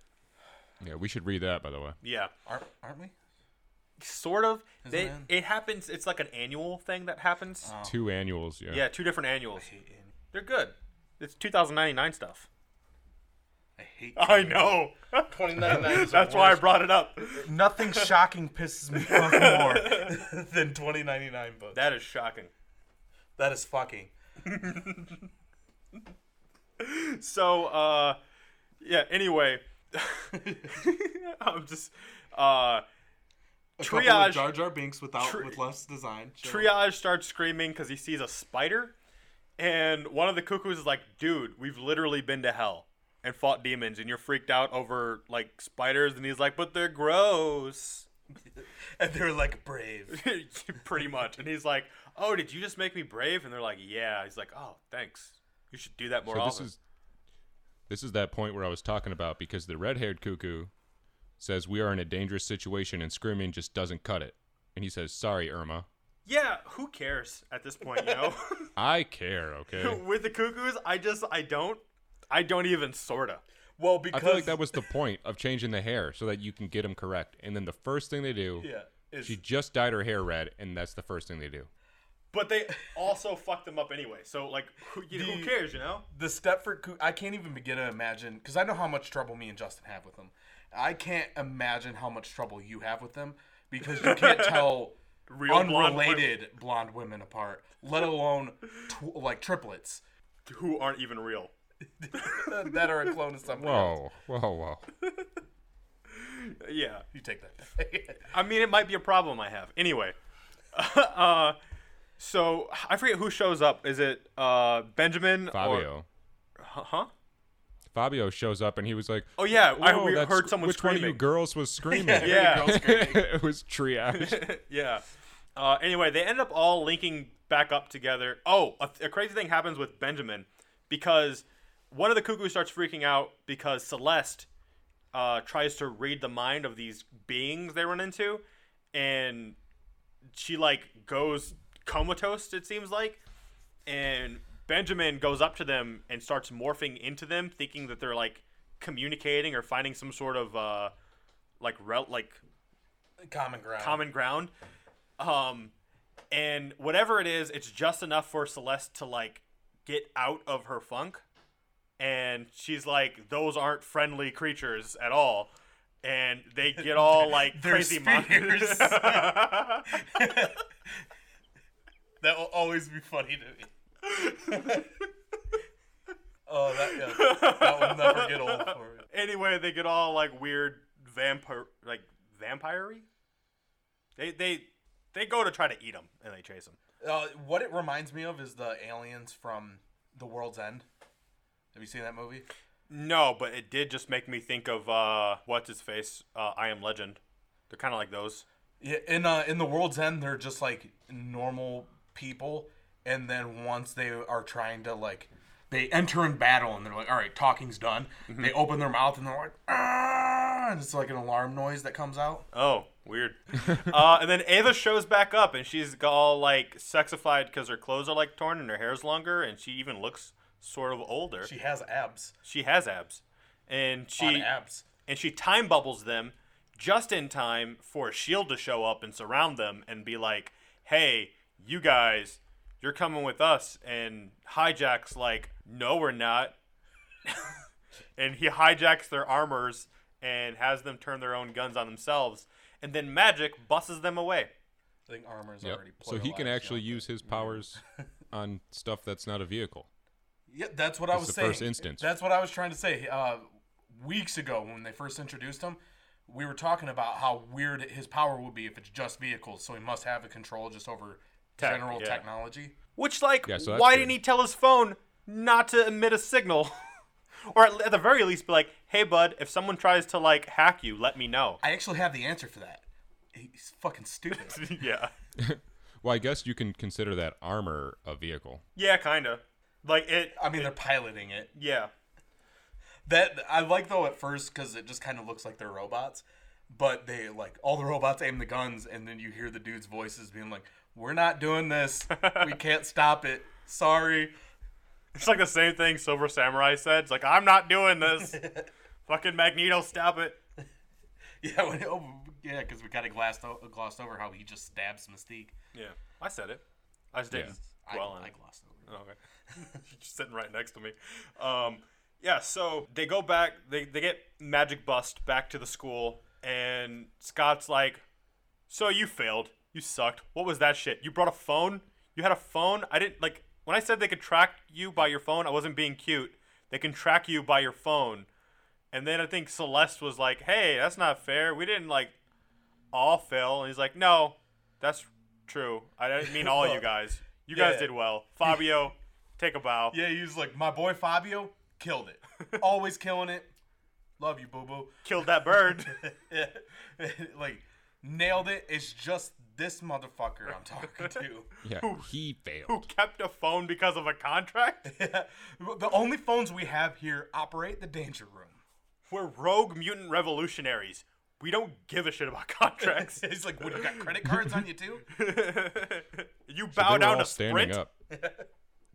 S4: Yeah, we should read that by the way.
S2: Yeah.
S3: aren't, aren't we?
S2: Sort of. They,
S3: it?
S2: it Uh-huh. happens. It's like an annual thing that happens.
S4: Two annuals. Yeah.
S2: Yeah, two different annuals. They're good. It's 2099 stuff.
S3: I hate
S2: <laughs> I <laughs> know.
S3: twenty nine.
S2: That's why I brought it up.
S3: <laughs> nothing shocking pisses me off more than twenty ninety nine books.
S2: That is shocking.
S3: that is fucking.
S2: So, uh, yeah, anyway. <laughs> I'm just. Uh,
S3: couple of
S2: Triage-
S3: Jar Jar Binks without
S2: Tri-
S3: with less design. Sure.
S2: Triage starts screaming because he sees a spider, and one of the cuckoos is like, "Dude, we've literally been to hell and fought demons, and you're freaked out over like spiders." And he's like, "But they're gross." <laughs>
S3: and they're like brave.
S2: Pretty much. And he's like, "Oh, did you just make me brave?" And they're like, "Yeah." He's like, "Oh, thanks. You should do that more
S4: So this
S2: often."
S4: is this is that point where I was talking about because the red-haired cuckoo says we are in a dangerous situation and screaming just doesn't cut it. And he says, "Sorry, Irma.
S2: yeah, who cares at this point, you know?
S4: <laughs>
S2: <laughs>
S4: I care, okay?"
S2: With the cuckoos, I just I don't I don't even sorta.
S3: <laughs> Well,
S4: I
S3: because
S4: feel like that was the point of changing the hair so that you can get them correct. And then the first thing they do,
S3: yeah. Is,
S4: she just dyed her hair red, and that's the first thing they do.
S2: But they also fucked them up anyway. So like, who, you, who
S3: The-
S2: cares, you know?
S3: the Stepford Coo- I can't even begin to imagine because I know how much trouble me and Justin have with them. I can't imagine how much trouble you have with them because you <laughs> can't tell
S2: Real blonde women.
S3: unrelated blonde women apart, let alone tw- like triplets
S2: Who aren't even real.
S3: that are a clone of something. else.
S4: Oh, Whoa, whoa,
S2: <laughs>
S4: whoa.
S2: Yeah.
S3: You take <laughs> that.
S2: I mean, it might be a problem I have. Anyway, <laughs> uh, so I forget who shows up. Is it uh, Benjamin?
S4: Fabio.
S2: Or, huh?
S4: Fabio shows up and he was like,
S2: Oh yeah, I
S4: "Whoa,
S2: we
S4: that's-
S2: heard someone
S4: which
S2: screaming.
S4: one of you
S2: <laughs>
S4: girls was screaming?
S2: Yeah.
S3: Girls screaming.
S4: <laughs> it was triage.
S2: yeah. Uh, anyway, they end up all linking back up together. Oh, a, a crazy thing happens with Benjamin because one of the cuckoos starts freaking out because Celeste uh, tries to read the mind of these beings they run into, and she like goes comatose. It seems like, and Benjamin goes up to them and starts morphing into them, thinking that they're like communicating or finding some sort of uh, like rel- like
S3: Common ground.
S2: common ground. Um, and whatever it is, it's just enough for Celeste to like get out of her funk. And she's like, "Those aren't friendly creatures at all." And they
S3: <laughs>
S2: get all like
S3: They're
S2: crazy monsters. <laughs>
S3: spears. <laughs> That will always be funny to me. oh, that, yeah, that will never get old for me.
S2: anyway, they get all like weird vampire, like vampire-y? They they they go to try to eat them, and they chase them.
S3: Uh, what it reminds me of is the aliens from The World's End. Have you seen that movie?
S2: No, but it did just make me think of uh, what's his face? Uh, I am Legend. They're kind of like those.
S3: Yeah, in uh, in The World's End, they're just like normal people, and then once they are trying to like, they enter in battle, and they're like, "All right, talking's done." They open their mouth, and they're like, "Ah!" and it's like an alarm noise that comes out.
S2: Oh,
S3: <laughs>
S2: weird. uh, and then Ava shows back up, and she's all like sexified because her clothes are like torn and her hair's longer, and she even looks sort of older.
S3: She
S2: She,
S3: has abs.
S2: has abs, and
S3: on
S2: she
S3: abs.
S2: and she time bubbles them just in time for a shield E to show up and surround them and be like, "Hey, you guys, you're coming with us." And hijacks like, "No, we're not." <laughs> and he hijacks their armors and has them turn their own guns on themselves, and then magic buses them away.
S3: I think armor is
S4: Yep.
S3: already.
S4: So he can
S3: pluralized,
S4: actually
S3: yeah.
S4: use
S2: <laughs>
S4: his powers on stuff that's not a vehicle.
S3: Yeah, that's what I was
S4: the
S3: saying.
S4: first instance.
S3: That's what I was trying to say. Uh, weeks ago, when they first introduced him, we were talking about how weird his power would be if it's just vehicles. So he must have a control just over
S2: Tech,
S3: general
S2: yeah.
S3: technology.
S2: Which, like,
S4: Yeah, so that's
S2: why
S4: good.
S2: didn't he tell his phone not to emit a signal? <laughs> or at, at the very least, be like, hey, bud, if someone tries to, like, hack you, let me know.
S3: I actually have the answer for that. He's fucking
S2: <laughs>
S3: stupid.
S2: yeah.
S4: Well, I guess you can consider that armor a vehicle.
S2: Yeah, kind of. Like, it,
S3: I mean, they're piloting it.
S2: yeah.
S3: That I like though at first because it just kind of looks like they're robots, but they like all the robots aim the guns, and then you hear the dude's voices being like, we're not doing
S2: <laughs>
S3: this. we can't stop it. Sorry.
S2: It's like the same thing Silver Samurai said. It's like, I'm not doing this. Fucking Magneto, stop it.
S3: <laughs> Yeah, when, oh, yeah, because we kind of glossed, o- glossed over how he just stabs Mystique.
S2: Yeah, I said it. I just didn't
S3: I,
S2: dwell on
S3: I
S2: it.
S3: glossed over.
S2: Oh, Okay. She's <laughs> just sitting right next to me. Um, yeah, so they go back, they, they get Magic Bust back to the school, and Scott's like, So you failed. You sucked. What was that shit? You brought a phone? You had a phone? I didn't, like, when I said they could track you by your phone, I wasn't being cute. They can track you by your phone. And then I think Celeste was like, Hey, that's not fair. We didn't, like, all fail. And he's like, No, that's true. I didn't mean all you guys. You
S3: Yeah.
S2: guys did well. Fabio, take a bow.
S3: Yeah, he was like, my boy Fabio killed <laughs> it. Always killing it. Love you, boo boo.
S2: Killed that bird. <laughs>
S3: Yeah. <laughs> like, nailed it. It's just this motherfucker I'm talking <laughs> to.
S4: Yeah, he failed.
S2: Who kept a phone because of a <laughs> contract?
S3: Yeah. The only phones we have here operate the danger room.
S2: We're rogue mutant revolutionaries. We don't give a shit about <laughs> contracts.
S3: <laughs> He's like, what, you got credit cards on you too? <laughs>
S2: you
S4: But
S2: bow
S4: they were
S2: down
S4: all
S2: to sprint.
S4: standing up.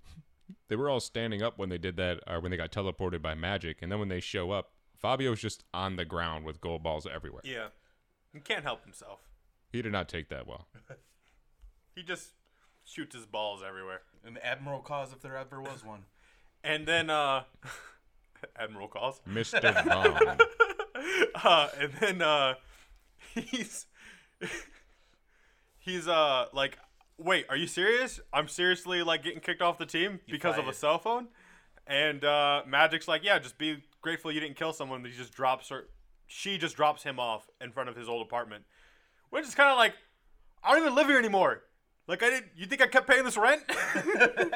S2: <laughs>
S4: they were all standing up when they did that, or when they got teleported by magic, and then when they show up, Fabio's just on the ground with gold balls everywhere.
S2: Yeah, he can't help himself.
S4: He did not take
S2: <laughs>
S4: that well.
S2: He just shoots his balls everywhere.
S3: An admiral cause if there ever was one.
S2: And then uh, <laughs> Admiral calls.
S4: Mr. Vaughn.
S2: <laughs> uh, and then uh, <laughs> he's <laughs> he's uh like, wait, are you serious? I'm seriously like getting kicked off the team because of a
S3: fired."
S2: cell phone. And uh, Magic's like, yeah, just be grateful you didn't kill someone. He just drops her. She just drops him off in front of his old apartment, which is kind of like, I don't even live here anymore. Like I didn't. You think I kept paying this rent? <laughs>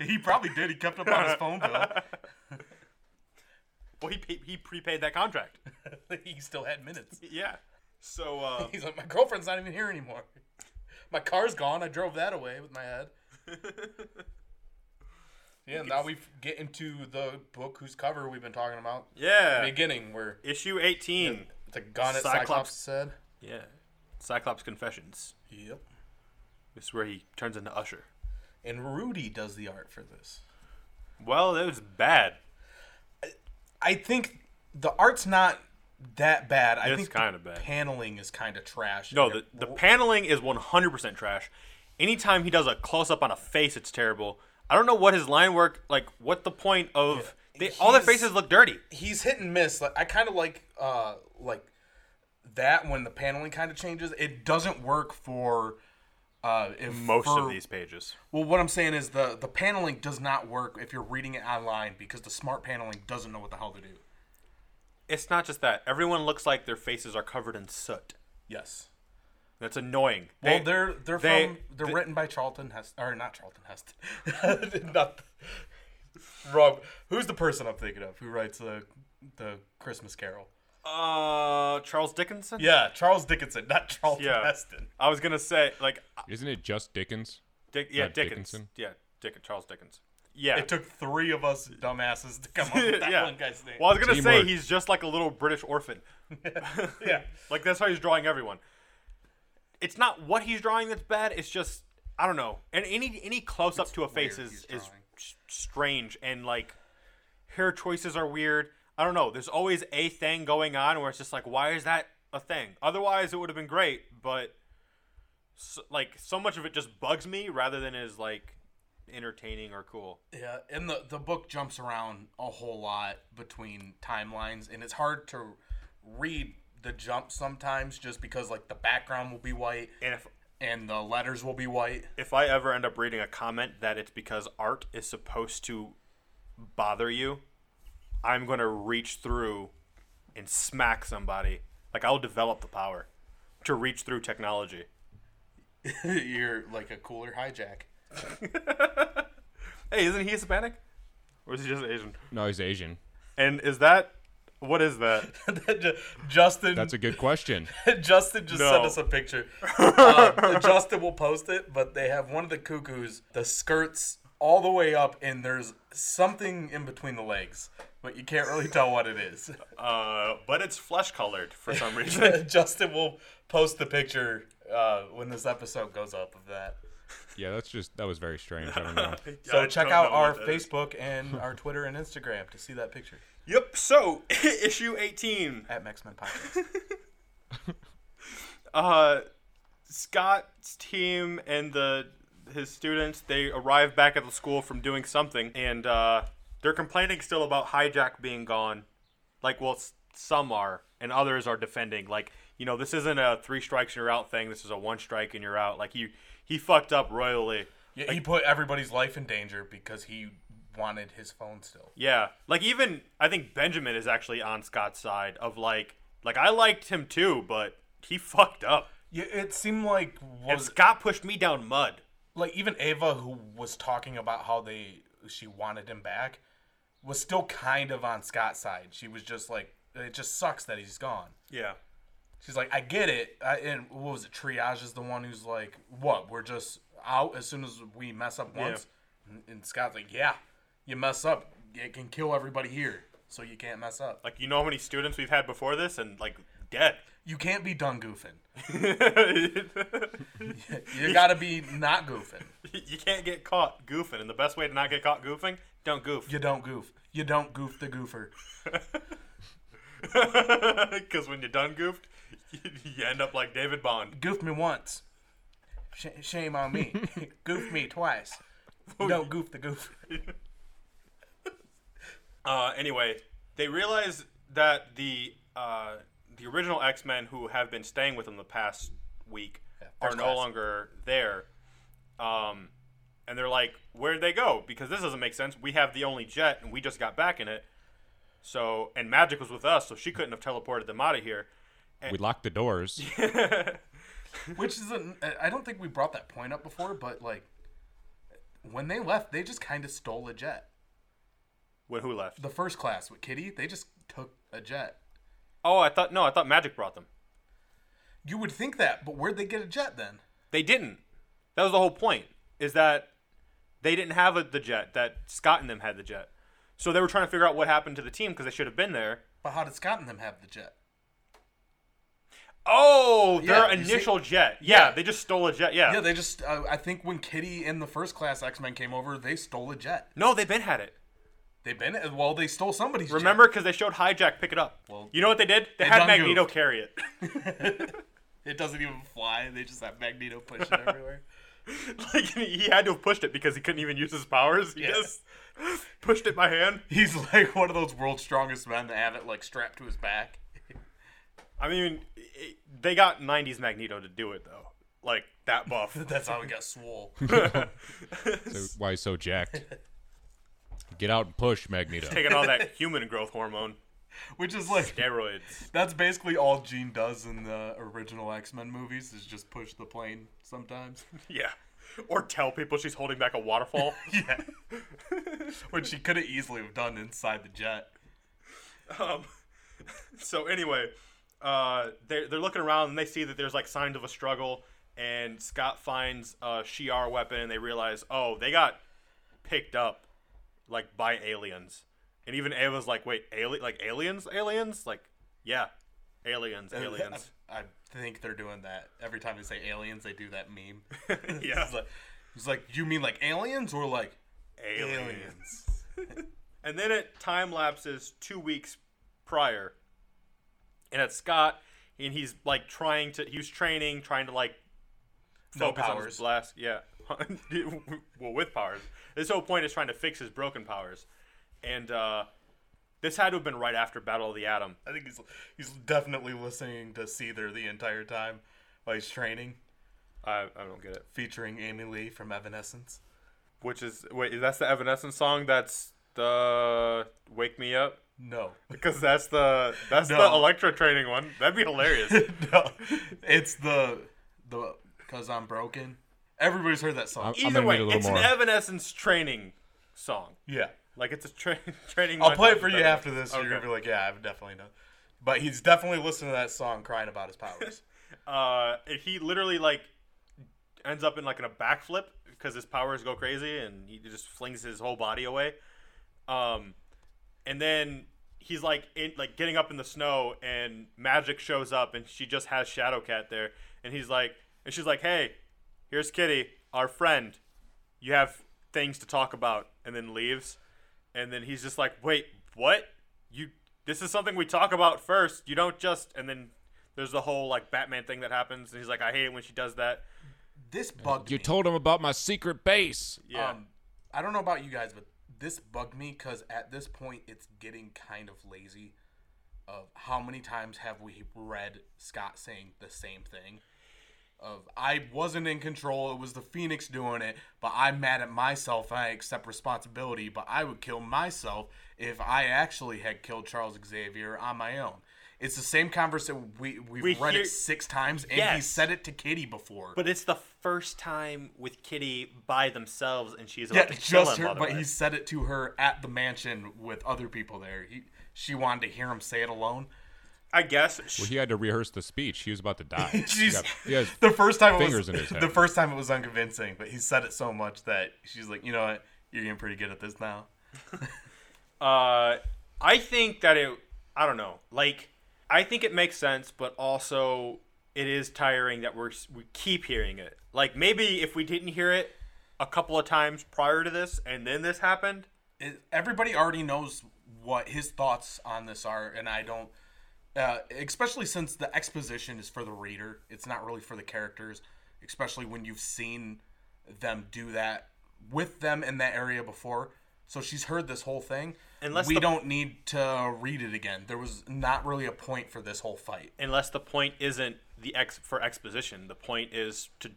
S3: He probably did. He kept up on his phone <laughs> bill.
S2: well, he pa- he prepaid that contract. <laughs>
S3: he still had minutes.
S2: Yeah. So
S3: <laughs>
S2: uh,
S3: He's like, my girlfriend's not even here anymore. <laughs> My car's gone. I drove that away with my
S2: <laughs>
S3: head. yeah, now we get into the book whose cover we've been talking about.
S2: yeah,
S3: Beginning where
S2: issue eighteen.
S3: the gun at
S2: Cyclops.
S3: Cyclops, said.
S2: Yeah. Cyclops Confessions.
S3: Yep.
S2: This is where he turns into Usher.
S3: And Rudy does the art for this.
S2: Well, that was bad.
S3: I think the art's not that bad. I
S2: It's
S3: think
S2: kinda
S3: the
S2: bad.
S3: paneling is kind of trash.
S2: No, the, the paneling is 100% trash. Anytime he does a close up on a face, it's terrible. I don't know what his line work, like, what the point of. they, all their
S3: He's-
S2: faces look dirty.
S3: he's hit and miss. Like I kind of like uh like that when the paneling kind of changes. It doesn't work for uh if
S2: Most
S3: for-
S2: of these pages.
S3: Well, what I'm saying is the the paneling does not work if you're reading it online because the smart paneling doesn't know what the hell to do.
S2: It's not just that. Everyone looks like their faces are covered in soot.
S3: Yes.
S2: That's annoying.
S3: Well,
S2: They-
S3: they, are they're
S2: they-
S3: from they're written by Charlton Hest or not Charlton Hest. <laughs> not wrong. Who's the person I'm thinking of who writes the the Christmas Carol?
S2: Uh, Charles Dickinson?
S3: Yeah, Charles Dickinson, not Charlton
S2: Yeah.
S3: Heston.
S2: I was going to say, like, uh,
S4: Isn't it just Dickens?
S2: Dick, yeah,
S4: Not
S2: Dickens.
S4: Dickinson?
S2: Yeah, Dick, Charles Dickens. Yeah.
S3: It took three of us dumbasses
S2: <laughs>
S3: to come up with <laughs> that one guy's name.
S2: Well, I was gonna say
S4: Teamwork.
S2: he's just like a little British orphan.
S3: yeah.
S2: Like that's how he's drawing everyone. It's not what he's drawing that's bad. It's just I don't know. And any any close up to a face
S3: weird
S2: is
S3: he's
S2: is
S3: drawing.
S2: s- strange and like hair choices are weird. I don't know. There's always a thing going on where it's just like why is that a thing? Otherwise it would have been great, but so, like so much of it just bugs me rather than is like entertaining or cool.
S3: Yeah, and the the book jumps around a whole lot between timelines, and it's hard to read the jump sometimes just because like the background will be white
S2: And if
S3: and the letters will be white. <laughs>
S2: if I ever end up reading a comment that it's because art is supposed to bother you, I'm going to reach through and smack somebody. Like, I'll develop the power to reach through technology.
S3: You're like a cooler hijack. <laughs>
S2: Hey, isn't he Hispanic? Or is he just Asian?
S4: No, he's Asian.
S2: And is that. What is that? <laughs>
S3: Justin
S4: That's a good question.
S3: <laughs> Justin just
S2: No.
S3: sent us a picture.
S2: <laughs>
S3: Uh, Justin will post it, but they have one of the cuckoos, the skirts all the way up, and there's something in between the legs, but you can't really tell what it
S2: <laughs>
S3: is. <laughs>
S2: Uh, but it's flesh colored for some reason.
S3: Justin will post the picture uh, when this episode goes up of that.
S4: Yeah, that's just that was very strange. I
S2: <laughs>
S4: don't know.
S3: So
S2: I
S3: check
S2: don't
S3: out
S2: know what
S3: our
S2: that is.
S3: Facebook
S2: <laughs>
S3: and our Twitter and Instagram to see that picture
S2: Yep. So <laughs> issue eighteen.
S3: at Maxman
S2: <laughs>
S3: Podcast.
S2: Uh, Scott's team and the his students they arrive back at the school from doing something, and uh, they're complaining still about hijack being gone. Like, well, s- some are, and others are defending. Like, you know, this isn't a three strikes and you're out thing. This is a one strike and you're out. Like, he he fucked up royally.
S3: Yeah, he put everybody's life in danger because he wanted his phone still.
S2: Yeah, like even I think Benjamin is actually on Scott's side of like, like I liked him too, but he fucked up.
S3: Yeah, it seemed like
S2: And
S3: was
S2: Scott pushed me down mud.
S3: like even Ava, who was talking about how they she wanted him back, was still kind of on Scott's side. She was just like, it just sucks that he's gone.
S2: Yeah,
S3: She's like, I get it. I, and what was it? Triage is the one who's like, what? We're just out as soon as we mess up once. And, and Scott's like, yeah, you mess up, it can kill everybody here, so you can't mess up.
S2: like you know how many students we've had before this, and like dead. <laughs>
S3: You can't be done goofing.
S2: you
S3: You gotta be not goofing.
S2: can't get caught goofing, and the best way to not get caught goofing, don't goof. <laughs>
S3: You don't goof. You don't goof the goofer.
S2: Because when you're done goofed, <laughs> you end up like David Bond.
S3: Goof me once. Sh- shame on <laughs> me. goof me twice. Don't goof the goof.
S2: Uh, anyway, they realize that the uh, the original X Men who have been staying with them the past week are
S3: first
S2: no
S3: class.
S2: longer there, um, and they're like, "Where'd they go?" Because this doesn't make sense. We have the only jet, and we just got back in it. So, and Magic was with us, so she couldn't have teleported them out of here. <laughs>
S4: We locked the doors.
S3: Which is, an, I don't think we brought that point up before, but like, when they left, they just kind of stole a jet.
S2: Wh- who left?
S3: The first class with Kitty, they just took a jet.
S2: Oh, I thought no, I thought Magic brought them.
S3: You would think that, but where'd they get a jet then?
S2: They didn't. That was the whole point. Is that they didn't have a, the jet. That Scott and them had the jet. So they were trying to figure out what happened to the team because they should have been there.
S3: But how did Scott and them have the jet?
S2: Oh,
S3: Yeah,
S2: their
S3: you see-
S2: initial jet. Yeah,
S3: Yeah.
S2: they just stole a jet. Yeah.
S3: Yeah, they just, uh, I think when Kitty and the first class X Men came over, they stole a jet.
S2: no, they've been had it.
S3: They've been, well, they stole somebody's jet.
S2: Remember, because they showed Hijack pick it up.
S3: Well,
S2: you know what they did? They,
S3: they
S2: had
S3: done
S2: Magneto
S3: goofed.
S2: carry it. <laughs>
S3: It doesn't even fly. They just have Magneto push <laughs> it everywhere.
S2: like he had to have pushed it because he couldn't even use his powers. He
S3: Yeah.
S2: just <laughs> pushed it by hand.
S3: He's like one of those world's strongest men that have it like strapped to his back.
S2: I mean, it, they got '90s Magneto to do it though. Like that
S3: <laughs>
S2: buff.
S3: That's how he
S2: <laughs>
S3: got swole.
S4: So- why
S3: <laughs>
S4: so jacked? Get out and push, Magneto.
S2: Taking all that human growth hormone,
S3: Which is like
S2: steroids. <laughs>
S3: that's basically all Gene does in the original X Men movies is just push the plane
S2: <laughs>
S3: sometimes.
S2: Yeah. Or tell people she's holding back a waterfall.
S3: Yeah. Which he could have easily have done inside the jet.
S2: Um, <laughs> so anyway, uh, they're, they're looking around and they see that there's like signs of a struggle. And Scott finds a Shi'ar weapon and they realize, oh, they got picked up like by aliens. And even Ava's like, wait, ali- like aliens, aliens, like yeah,
S3: Uh,
S2: aliens,
S3: <laughs>
S2: aliens.
S3: I, I think they're doing that. Every time they say aliens, they do that meme.
S2: <laughs> Yeah.
S3: It's like, it's like, you mean like aliens or like aliens?
S2: And then it time lapses two weeks prior, and it's Scott, and he's like trying to, he was training, trying to like
S3: No
S2: focus on his
S3: powers.
S2: blast. Yeah, <laughs> well, with powers. This whole point is trying to fix his broken powers, and uh, this had to have been right after Battle of the Atom.
S3: I think he's he's definitely listening to Seether the entire time while he's training,
S2: I, I don't get it.
S3: featuring Amy Lee from Evanescence.
S2: Which is wait, that's the Evanescence song. That's the Wake Me Up.
S3: No, <laughs>
S2: Because that's the that's the
S3: No.
S2: Electro training one. That'd be
S4: <laughs>
S2: hilarious.
S3: no, it's the the because I'm broken. Everybody's heard that song.
S4: I'm-
S2: Either
S4: gonna
S2: way,
S4: need a little
S2: it's
S4: more.
S2: an Evanescence training song.
S3: yeah,
S2: Like it's a tra- <laughs> training.
S3: I'll
S2: montage
S3: play it for you
S2: better.
S3: after this.
S2: Okay.
S3: You're gonna be like, yeah, I've definitely done. But he's definitely listening to that song, crying about his powers.
S2: Uh, he literally like ends up in like in a backflip because his powers go crazy and he just flings his whole body away. Um, and then he's like in like getting up in the snow and Magic shows up and she just has Shadow Cat there and he's like, and she's like, "Hey, here's Kitty, our friend. You have things to talk about," and then leaves. And then he's just like, "Wait, what? You? This is something we talk about first. You don't just..." And then there's the whole like Batman thing that happens, and he's like, "I hate it when she does that."
S3: This bugged
S4: You
S3: me.
S4: told him about my secret base.
S2: Yeah.
S3: Um, I don't know about you guys, but this bugged me because at this point it's getting kind of lazy. Of how many times have we read Scott saying the same thing? Of I wasn't in control. It was the Phoenix doing it, but I'm mad at myself. I accept responsibility, but I would kill myself if I actually had killed Charles Xavier on my own. It's the same conversation. We we've
S2: We
S3: read
S2: hear-
S3: it six times, and he
S2: Yes.
S3: said it to Kitty before.
S2: But it's the first time with Kitty by themselves, and she's
S3: Yeah,
S2: about to kill
S3: just
S2: him.
S3: her, but he
S2: otherwise.
S3: said it to her at the mansion with other people there. He, she wanted to hear him say it alone.
S2: I guess. sh-
S4: Well, he had to rehearse the speech. He was about
S3: <laughs>
S4: to die. He
S3: She's
S4: got- he has
S3: the first time it was
S4: fingers in his head.
S3: the first time it was unconvincing, but he said it so much that she's like, you know what, you're getting pretty good at this now.
S2: Uh, I think that it. I don't know. Like, I think it makes sense, but also it is tiring that we're s- we keep hearing it. Like, maybe if we didn't hear it a couple of times prior to this, and then this happened.
S3: It, everybody already knows what his thoughts on this are, and I don't. Uh, especially since the exposition is for the reader, it's not really for the characters. Especially when you've seen them do that with them in that area before, so she's heard this whole thing.
S2: Unless
S3: we
S2: the-
S3: don't need to read it again. There was not really a point for this whole fight.
S2: unless the point isn't the ex for exposition. The point is to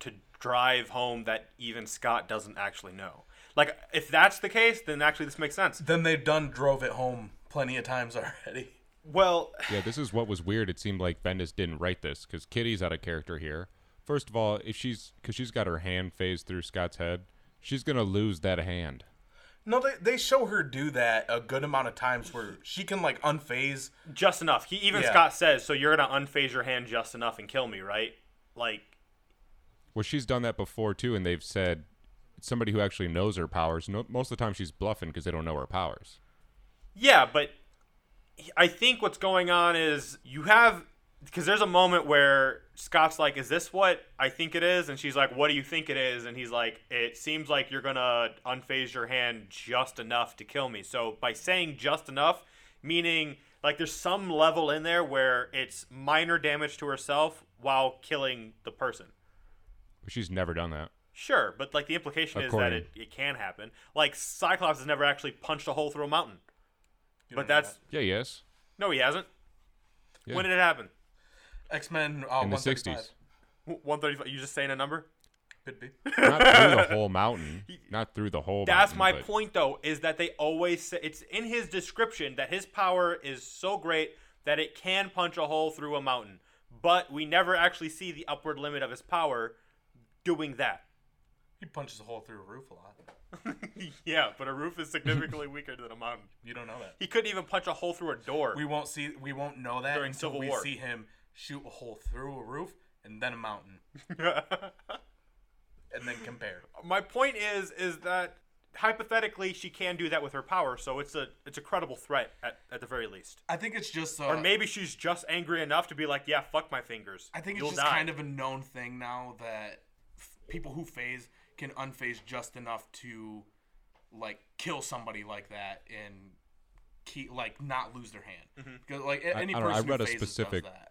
S2: to drive home that even Scott doesn't actually know. Like if that's the case, then actually this makes sense.
S3: Then they've done drove it home plenty of times <laughs> already.
S2: Well,
S4: Yeah, this is what was weird. It seemed like Bendis didn't write this because Kitty's out of character here. First of all, if she's because she's got her hand phased through Scott's head, she's gonna lose that hand.
S3: No, they, they show her do that a good amount of times where she can like unphase
S2: just enough. He even
S3: Yeah.
S2: Scott says, "So you're gonna unphase your hand just enough and kill me, right?" Like
S4: Well, she's done that before too, and they've said somebody who actually knows her powers. No, most of the time, she's bluffing because they don't know her powers.
S2: Yeah, but I think what's going on is you have because there's a moment where Scott's like, "Is this what I think it is?" And she's like, "What do you think it is?" And he's like, "It seems like you're gonna unphase your hand just enough to kill me." So by saying just enough, meaning like there's some level in there where it's minor damage to herself while killing the person.
S4: She's never done that.
S2: Sure, but like the implication is that
S4: According-
S2: it, it can happen. Like Cyclops has never actually punched a hole through a mountain. But that's
S4: Yeah, yes.
S2: no, he hasn't.
S4: Yeah.
S2: When did it happen?
S3: X Men uh,
S4: in the
S3: 135.
S4: '60s,
S2: One thirty-five. You just saying a number?
S3: Could be. <laughs>
S4: not
S2: <laughs>
S4: through the whole mountain, not through the whole.
S2: That's
S4: mountain,
S2: my
S4: but-
S2: point, though, is that they always say it's in his description that his power is so great that it can punch a hole through a mountain, but we never actually see the upward limit of his power doing that.
S3: He punches a hole through a roof a lot.
S2: <laughs> yeah, but a roof is significantly weaker than a mountain.
S3: You don't know that.
S2: He couldn't even punch a hole through a door.
S3: We <laughs> won't see. We won't know that
S2: During
S3: until
S2: Civil
S3: we
S2: War.
S3: see him shoot a hole through a roof and then a mountain, and then compare.
S2: <laughs> my point is, is that hypothetically she can do that with her power, so it's a it's a credible threat at, at the very least.
S3: I think it's just. Uh,
S2: Or maybe she's just angry enough to be like, yeah, fuck my fingers.
S3: I think it's
S2: You'll
S3: just
S2: die.
S3: kind of a known thing now that f- people who phase can unphase just enough to, like, kill somebody like that and keep like not lose their hand
S2: Mm-hmm.
S3: because like a-
S4: I
S3: any
S4: don't know, I
S3: person
S4: read
S3: who
S4: a
S3: phases
S4: specific-
S3: does that.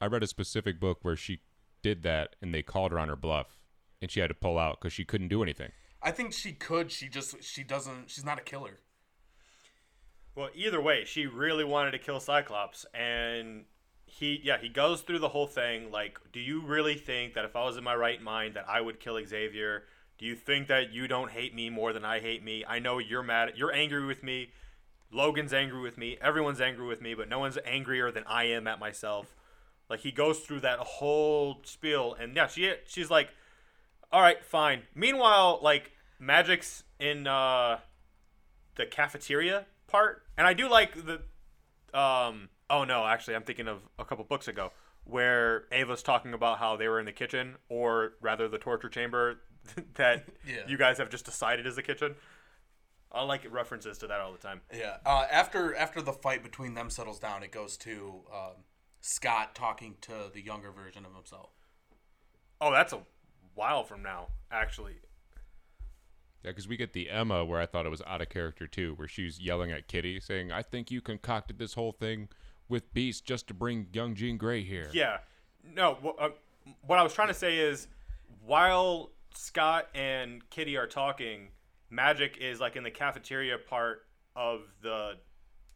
S4: I read a specific book where she did that, and they called her on her bluff, and she had to pull out because she couldn't do anything.
S3: I think she could. She just she doesn't. She's not a killer.
S2: Well, either way, she really wanted to kill Cyclops, and he, yeah, he goes through the whole thing. Like, do you really think that if I was in my right mind that I would kill Xavier? Do you think that you don't hate me more than I hate me? I know you're mad, you're angry with me. Logan's angry with me. Everyone's angry with me, but no one's angrier than I am at myself. Like he goes through that whole spiel, and yeah, she she's like, "All right, fine." Meanwhile, like Magic's in uh, the cafeteria part, and I do like the. Um, oh no, actually, I'm thinking of a couple books ago where Ava's talking about how they were in the kitchen, or rather, the torture chamber <laughs> that
S3: Yeah.
S2: you guys have just decided is the kitchen. I like references to that all the time.
S3: Yeah. Uh, after after the fight between them settles down, it goes to um, Scott talking to the younger version of himself.
S2: Oh, that's a while from now, actually.
S4: Yeah, because we get the Emma where I thought it was out of character too, where she's yelling at Kitty saying, "I think you concocted this whole thing with Beast just to bring young Jean Grey here."
S2: Yeah. No, wh- uh, what I was trying to say is while Scott and Kitty are talking, Magic is like in the cafeteria part of the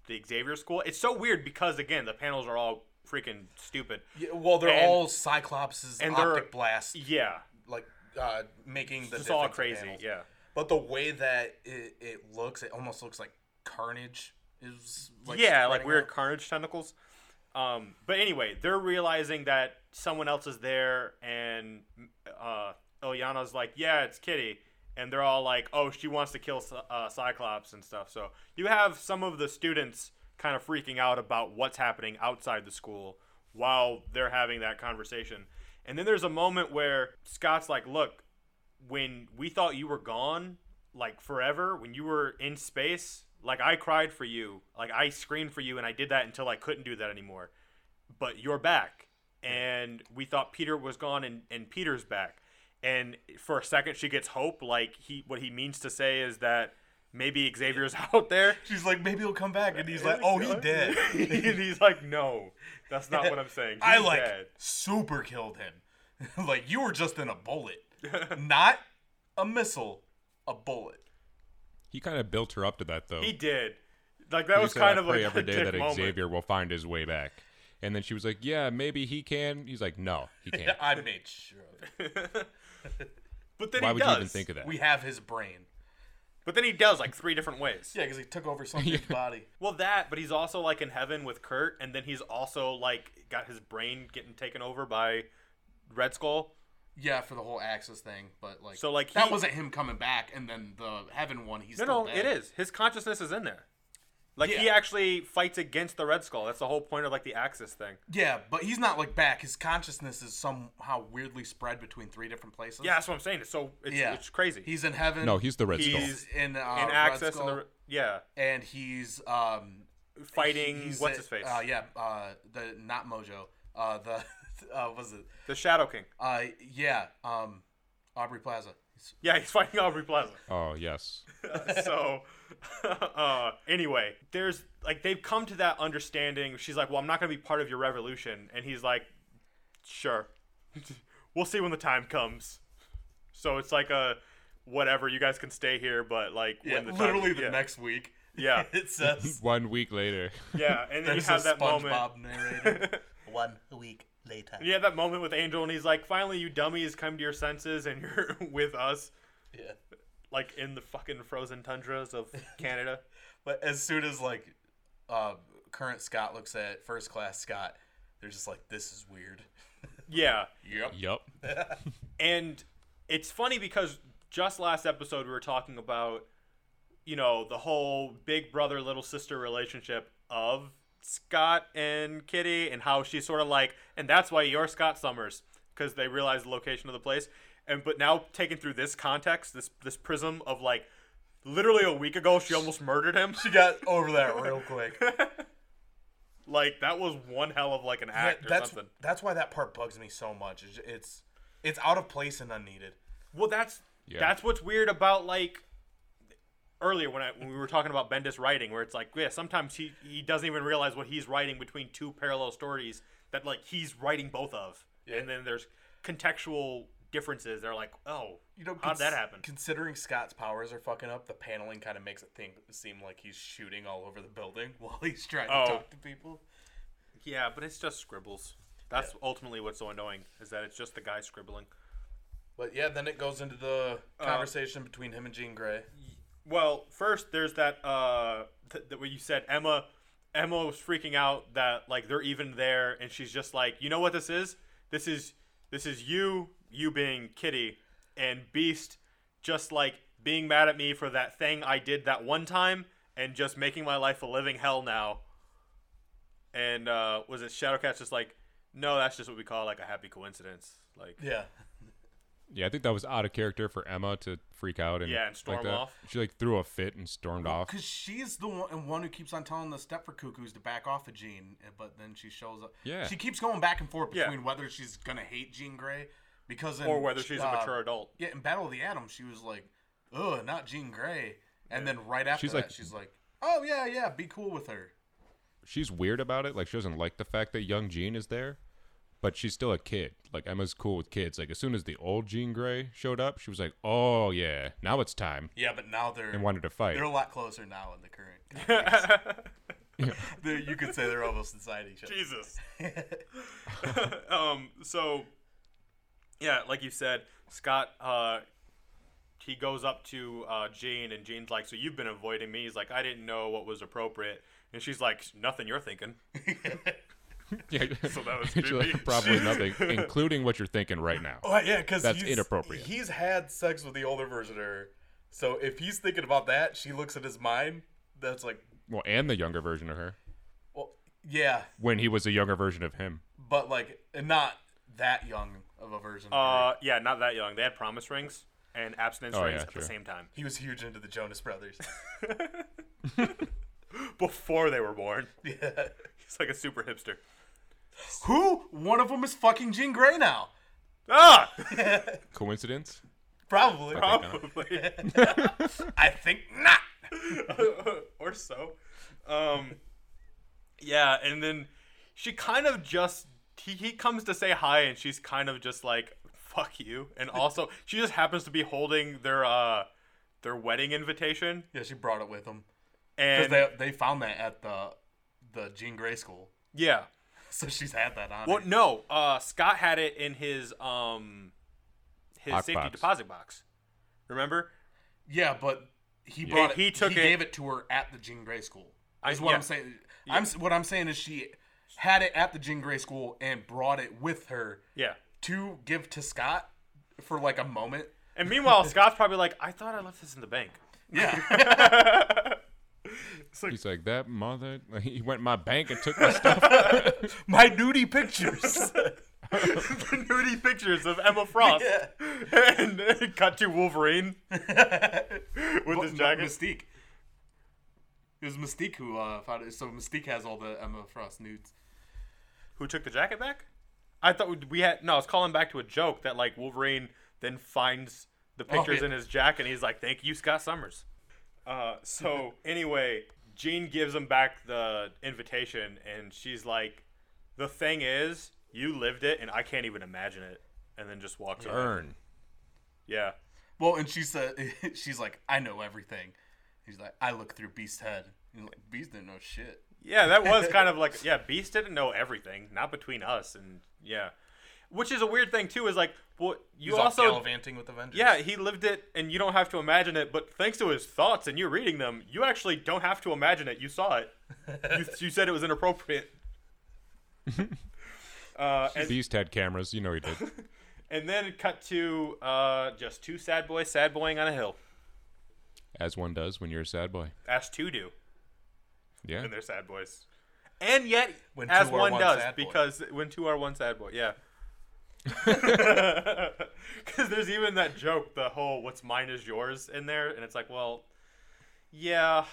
S2: the Xavier school. It's so weird because again, the panels are all freaking stupid.
S3: Yeah, well, they're
S2: And-
S3: all Cyclops'
S2: and they're-
S3: optic blast,
S2: Yeah.
S3: like uh, making the
S2: It's all
S3: defensive
S2: crazy.
S3: panels.
S2: Yeah.
S3: But the way that it, it looks, it almost looks like carnage. Is like
S2: yeah, like
S3: spreading
S2: weird
S3: out.
S2: carnage tentacles. Um, but anyway, they're realizing that someone else is there, and uh, Ilyana's like, "Yeah, it's Kitty," and they're all like, "Oh, she wants to kill Cy- uh, Cyclops and stuff." So you have some of the students kind of freaking out about what's happening outside the school while they're having that conversation, and then there's a moment where Scott's like, "Look, when we thought you were gone, like forever, when you were in space, like I cried for you, like I screamed for you, and I did that until I couldn't do that anymore. But you're back, and we thought Peter was gone, and, and Peter's back. And for a second, she gets hope. Like he, what he means to say is that maybe Xavier's <laughs> out there.
S3: She's like, maybe he'll come back, and he's like,
S2: <laughs>
S3: oh, he did.
S2: and he's like, no, that's not
S3: <laughs>
S2: what I'm saying.
S3: I
S2: He's
S3: like
S2: dead."
S3: super killed him. <laughs> like you were just in
S2: <laughs>
S3: a bullet, not a missile, a bullet.
S4: He kind of built her up to that though.
S2: He did. Like that was
S4: said,
S2: kind
S4: "I
S2: of
S4: pray
S2: like
S4: every
S2: a
S4: day
S2: dick
S4: that
S2: moment.
S4: Xavier will find his way back. And then she was like, "Yeah, maybe he can." He's like, "No,
S2: <laughs>
S4: he can't.
S3: I made sure of it.
S2: But then
S4: Why
S2: he
S4: would
S2: does.
S4: you even think of that?"
S3: We have his brain.
S2: But then he does like three different ways.
S3: <laughs> Yeah, because he took over somebody's body.
S2: Well, that, but he's also like in heaven with Kurt, and then he's also like got his brain getting taken over by Red Skull.
S3: Yeah, for the whole Axis thing, but like,
S2: So, like,
S3: that
S2: he-
S3: wasn't him coming back, and then the Heaven one. He's
S2: No,
S3: still
S2: no,
S3: dead.
S2: it is. His consciousness is in there. Like he
S3: Yeah.
S2: actually fights against the Red Skull. That's the whole point of like the Axis thing.
S3: Yeah, but he's not like back. His consciousness is somehow weirdly spread between three different places.
S2: Yeah, that's what I'm saying. It's so it's,
S3: yeah,
S2: it's crazy.
S3: He's in heaven.
S4: no, he's the Red Skull.
S2: He's-
S3: he's in uh,
S2: in
S3: Red
S2: Axis and
S3: Skull,
S2: the yeah
S3: and he's um
S2: fighting
S3: He's
S2: what's
S3: a-
S2: his face
S3: Uh, yeah, uh, the not Mojo. Uh, the <laughs> uh, was it?
S2: the Shadow King.
S3: Uh, yeah, um, Aubrey Plaza. He's-
S2: Yeah, he's <laughs> fighting Aubrey Plaza.
S4: Oh yes,
S2: <laughs> so uh, anyway there's like they've come to that understanding she's like well i'm not going to be part of your revolution and he's like sure <laughs> we'll see when the time comes so it's like a whatever you guys can stay here but like
S3: yeah,
S2: when the time-
S3: literally the
S2: yeah,
S3: next <laughs> week.
S2: yeah <laughs>
S3: It says
S4: one week later. <laughs>
S2: yeah and then you
S3: there's
S2: have
S3: a
S2: that moment
S3: SpongeBob
S2: <laughs>
S3: narrator. One week later.
S2: you have that moment with angel and he's like finally you dummies come to your senses and you're <laughs> with us
S3: Yeah.
S2: like in the fucking frozen tundras
S3: <laughs>
S2: of canada
S3: But as soon as like uh, current Scott looks at first class Scott, they're just like, "This is weird."
S2: yeah
S3: Yep.
S4: Yup.
S2: And it's funny because just last episode we were talking about, you know, the whole big brother little sister relationship of Scott and Kitty and how she's sort of like, and that's why you're Scott Summers because they realize the location of the place. And but now taken through this context, this this prism of like literally a week ago she almost murdered him. <laughs>
S3: She got over that real quick.
S2: like that was one hell of like an <laughs> act or
S3: that's
S2: something.
S3: that's why that part bugs me so much. It's it's, it's out of place and unneeded.
S2: Well, that's
S4: Yeah.
S2: that's what's weird about like earlier when I when we were talking about Bendis writing, where it's like, yeah, sometimes he he doesn't even realize what he's writing between two parallel stories that like he's writing both of, and then there's contextual differences. They're like, oh,
S3: You know,
S2: how'd that
S3: cons-
S2: happen?
S3: Considering Scott's powers are fucking up, the paneling kind of makes it think, seem like he's shooting all over the building <laughs> while he's trying
S2: Oh.
S3: to talk to people.
S2: yeah, but it's just scribbles. That's ultimately what's so annoying is that it's just the guy scribbling.
S3: But yeah, then it goes into the conversation between him and Jean Grey.
S2: Well, first there's that uh th- that what you said Emma Emma was freaking out that like they're even there and she's just like, "You know what this is? This is this is you, you being Kitty and Beast just like being mad at me for that thing I did that one time and just making my life a living hell now." And uh was it Shadowcat's just like, "No, that's just what we call like a happy coincidence." Like
S3: Yeah.
S4: Yeah, I think that was out of character for Emma to freak out and
S2: Yeah, and storm
S4: like that.
S2: off.
S4: She like threw a fit and stormed off.
S3: Because she's the one, one who keeps on telling the Stepford Cuckoos to back off of Jean, eh, but then she shows up.
S4: Yeah.
S3: She keeps going back and forth
S2: Yeah.
S3: between whether she's going to hate Jean Grey because in,
S2: or whether she's a
S3: uh,
S2: mature adult.
S3: Yeah, in Battle of the Atom, she was like, "Ugh, not Jean Grey," and then right after
S4: She's
S3: that,
S4: like-
S3: she's like, "Oh yeah, yeah, be cool with her."
S4: she's weird about it. Like she doesn't like the fact that young Jean is there, but she's still a kid. Like Emma's cool with kids. Like as soon as the old Jean Grey showed up, she was like, "Oh yeah, now it's time,"
S3: Yeah, but now they're
S4: and wanted to fight.
S3: they're a lot closer now in the current. They- you could say <laughs> they're almost inside each other.
S4: <laughs>
S2: Jesus. <laughs> um. So, yeah, like you said, Scott. Uh, he goes up to uh, Jean, and Jean's like, "So you've been avoiding me?" He's like, "I didn't know what was appropriate," and she's like, "Nothing you're
S4: <laughs>
S2: thinking."
S4: yeah.
S2: <laughs> So that was
S4: <laughs> She's like,
S2: creepy. <laughs>
S4: probably nothing, including what you're thinking right now.
S3: Oh yeah, because
S4: That's inappropriate.
S3: He's had sex with the older version of her, so if he's thinking about that, she looks at his mind. That's like,
S4: Well, and the younger version of her
S3: well, yeah,
S4: when he was a younger version of him.
S3: but like not that young of a version. of her.
S2: Uh, yeah, not that young. They had promise rings and abstinence
S4: Oh,
S2: rings
S4: yeah,
S2: at
S4: true.
S2: the same time <laughs>
S3: He was huge into the Jonas Brothers. <laughs>
S2: before they were born. <laughs>
S3: yeah.
S2: He's like a super
S4: <laughs>
S2: hipster.
S3: Who? One of them is fucking Jean Grey now.
S2: Ah,
S4: Coincidence?
S3: Probably.
S2: <laughs> probably.
S3: I think not.
S2: <laughs> or so. Um, yeah, and then she kind of just he, he comes to say hi, and she's kind of just like fuck you,
S3: <laughs>
S2: and also she just happens to be holding their uh their wedding invitation,
S3: Yeah, she brought it with them
S2: and
S3: because they they found that at the the Jean Grey school, <laughs>
S2: yeah,
S3: so she's had that on.
S2: well
S3: her.
S2: no, uh Scott had it in his um his
S4: Lock
S2: safety
S4: box.
S2: deposit box, remember?
S3: Yeah, but he brought it.
S2: He took
S3: he
S2: it-
S3: gave it to her at the Jean Grey school. Is what
S2: yeah.
S3: I'm saying. I'm s- what I'm saying is she had it at the Jean Grey school and brought it with her
S2: Yeah.
S3: to give to Scott for like a moment.
S2: And
S3: <laughs>
S2: meanwhile, Scott's probably like, I thought I left this in the bank. <laughs>
S3: Yeah,
S4: He's like, that mother. <laughs> He went in my bank and took my stuff.
S3: <laughs> my
S2: <laughs>
S3: nudie pictures. <laughs>
S2: the nudie pictures of Emma Frost.
S3: Yeah.
S2: <laughs> and it cut to Wolverine with his
S3: M-
S2: jacket.
S3: Mystique. It was Mystique who uh, found it. So Mystique has all the Emma Frost nudes.
S2: Who took the jacket back? I thought we- we had no. I was calling back to a joke that like Wolverine then finds the pictures
S3: Oh, yeah.
S2: in his jacket and he's like, "Thank you, Scott Summers." Uh,
S3: <laughs>
S2: so anyway, Jean gives him back the invitation and she's like, "The thing is, you lived it and I can't even imagine it." And then just walks away.
S4: Earn.
S2: Yeah.
S3: Well, and she said, <laughs> she's like, I know everything. He's like, I look through Beast's head. He's like, Beast didn't know shit.
S2: Yeah, that was kind of like yeah, Beast didn't know everything, not between us and yeah. Which is a weird thing too, is like well you
S3: He's off
S2: also
S3: gallivanting with the Avengers.
S2: Yeah, he lived it and you don't have to imagine it, but thanks to his thoughts and you reading them, you actually don't have to imagine it. You saw it. you, you said it was inappropriate. uh, and,
S4: Beast had cameras. You know he did.
S2: and then cut to uh, just two sad boys sad boying on a hill.
S4: As one does when you're a sad boy.
S2: Ash two do.
S4: Yeah.
S2: and they're sad boys. And yet,
S3: When
S2: as
S3: two are
S2: one,
S3: one
S2: does,
S3: sad boy.
S2: because when two are one sad boy,
S3: <laughs>
S2: yeah. <laughs> Because there's even that joke, the whole "what's mine is yours" in there, and it's like, well, yeah,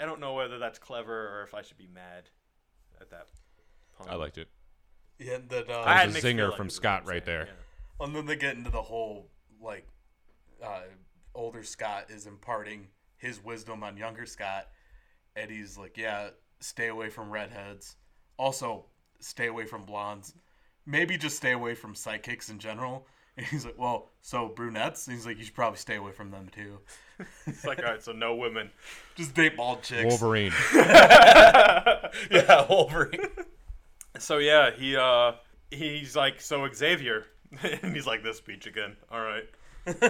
S2: I don't know whether that's clever or if I should be mad at that. Pun.
S4: I liked it.
S3: yeah and then, uh,
S2: I had
S4: There's
S2: mixed
S4: a zinger
S2: feelings,
S4: from
S2: is what
S4: Scott
S2: I'm
S4: right
S2: saying,
S4: there.
S3: and then they get into the whole, like, uh, older Scott is imparting his wisdom on younger Scott. And he's like, yeah, stay away from redheads. Also, stay away from blondes. Maybe just stay away from sidekicks in general. <laughs> And he's like, well, so brunettes? And he's like, you should probably stay away from them too.
S2: yeah. It's like, all right, so no
S4: <laughs>
S2: women.
S3: Just date bald chicks.
S4: Wolverine.
S3: <laughs> yeah, Wolverine. <laughs>
S2: So yeah, he uh, he's like, so Xavier, <laughs> and he's like, this speech again. All <laughs> right, and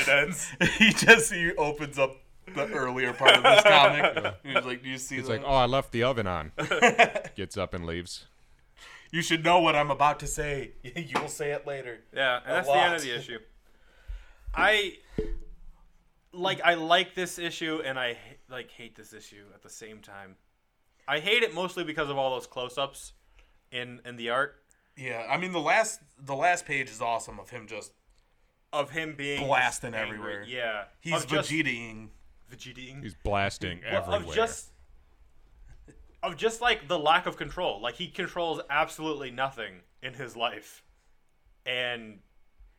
S2: it ends.
S3: he just he opens up the earlier part of this
S4: <laughs>
S3: comic. and He's like, "Do you see?
S4: It's
S3: that?
S4: like, oh, I left the
S2: <laughs>
S4: oven on. Gets up and leaves.
S3: you should know what I'm about to say. <laughs> You'll say it later."
S2: Yeah, and that's the end of
S3: lot.
S2: the issue. I like I like this issue and I h- like hate this issue at the same time. I hate it mostly because of all those close-ups in in the art
S3: Yeah, I mean the last the last page is awesome of him just
S2: of him being
S3: Blasting
S2: angry.
S3: everywhere.
S2: Yeah,
S3: he's
S2: of just-
S3: Vegetaing.
S2: Vegetaing.
S4: He's blasting
S2: Well,
S4: everywhere.
S2: Of just of just like the lack of control. Like he controls absolutely nothing in his life. and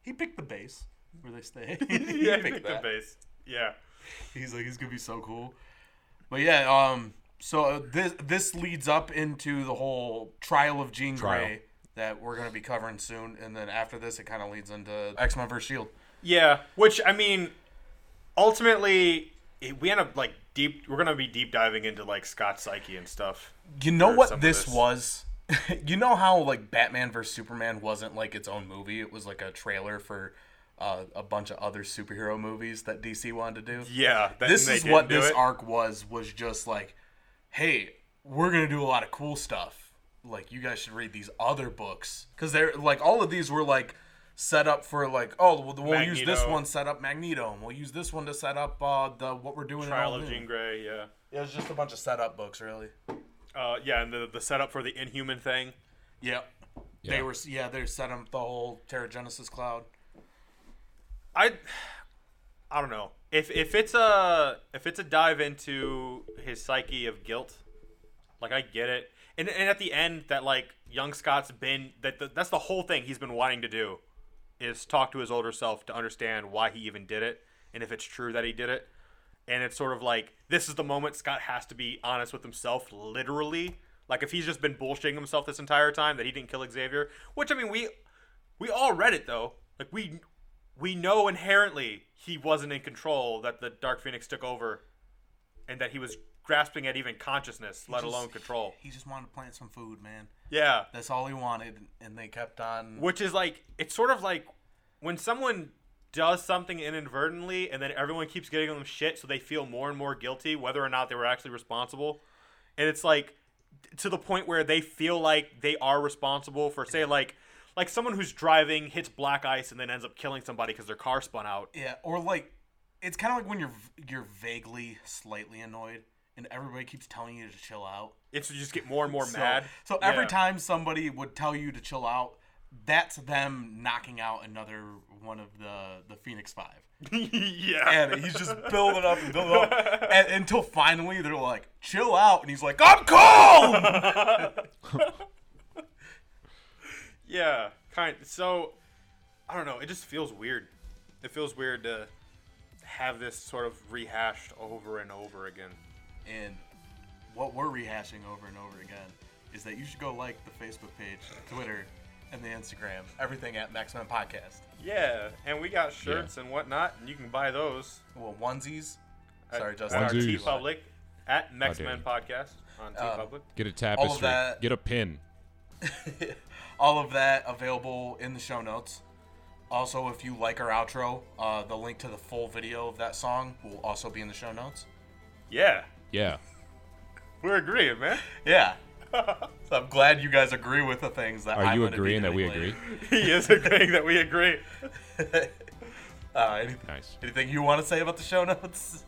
S5: He picked the base where they
S3: <laughs>
S5: stay.
S2: <laughs> yeah,
S5: he
S2: he picked
S5: picked
S2: <laughs> the
S5: that.
S2: base. Yeah.
S3: He's like, he's gonna be so cool. But yeah, um, so uh, this this leads up into the whole trial of Jean
S4: Trial.
S3: Grey that we're gonna be covering soon, and then after this, it kind of leads into X Men vs Shield.
S2: Yeah, which I mean, ultimately, it, we end up like deep. We're gonna be deep diving into like Scott's psyche and stuff.
S3: You know
S2: Heard some
S3: what
S2: of
S3: this,
S2: this.
S3: was? <laughs> you know how like Batman vs Superman wasn't like its own movie; it was like a trailer for uh, a bunch of other superhero movies that DC wanted to do.
S2: Yeah, that,
S3: this
S2: they
S3: is
S2: didn't
S3: what
S2: do
S3: this
S2: it.
S3: arc was was just like hey we're gonna do a lot of cool stuff like you guys should read these other books because they're like all of these were like set up for like oh well, we'll use this
S2: Magneto.
S3: one set up magneto and we'll use this one to set up uh the what we're doing in
S2: Trial
S3: all
S2: of
S3: New.
S2: Jean Grey. Yeah,
S3: it was just a bunch of setup books really
S2: uh, yeah, and the the setup for the Inhuman thing.
S3: yep
S4: Yeah.
S3: they were yeah they set up the whole terra genesis cloud
S2: I, I don't know if if it's a if it's a dive into his psyche of guilt, like I get it, and and at the end that like young Scott's been that the, that's the whole thing he's been wanting to do, is talk to his older self to understand why he even did it and if it's true that he did it, and it's sort of like this is the moment Scott has to be honest with himself, literally. Like if he's just been bullshitting himself this entire time that he didn't kill Xavier, which I mean we we all read it though. Like we we know inherently he wasn't in control that the dark phoenix took over and that he was grasping at even consciousness let
S3: just-
S2: alone control
S3: he just wanted to plant some food man
S2: yeah
S3: that's all he wanted and they kept on
S2: which is like it's sort of like when someone does something inadvertently and then everyone keeps giving them shit so they feel more and more guilty whether or not they were actually responsible and it's like to the point where they feel like they are responsible for say like like someone who's driving hits black ice and then ends up killing somebody because their car spun out
S3: Yeah, or like it's kind of like when you're you're vaguely slightly annoyed and everybody keeps telling you to chill out.
S2: it's you just get more and more
S3: So-
S2: mad
S3: So every
S2: Yeah.
S3: time somebody would tell you to chill out, that's them knocking out another one of the the Phoenix 5.
S2: <laughs> yeah.
S3: And he's just building up and building up <laughs> and, until finally they're like, "Chill out." And he's like, "I'm calm."
S2: yeah, kind. So I don't know. It just feels weird. It feels weird to have this sort of rehashed over and over again.
S3: and what we're rehashing over and over again is that you should go like the Facebook page, Twitter, and the Instagram, everything at Maximum Podcast.
S2: Yeah, and we got shirts and whatnot, and you can buy those
S3: well onesies.
S2: at,
S3: Sorry,
S2: at
S3: Justin. Um,
S2: our T
S4: Onesies.
S2: Public at Mex
S4: dare
S2: Men
S4: you.
S2: Podcast on T Public.
S4: Get a tapestry.
S3: that-
S4: Get a pin.
S3: <laughs> All of that available in the show notes. Also, if you like our outro, uh, the link to the full video of that song will also be in the show notes.
S2: Yeah,
S4: Yeah.
S2: we're agreeing,
S3: <laughs>
S2: man.
S3: Yeah. so I'm glad you guys agree with the things that.
S4: Are
S3: I'm
S4: you
S3: gonna be
S4: agreeing that
S3: doing
S4: we
S3: later.
S4: agree?
S2: he is agreeing that we agree.
S3: <laughs> Uh, anything,
S4: Nice.
S3: anything you want to say about the show notes?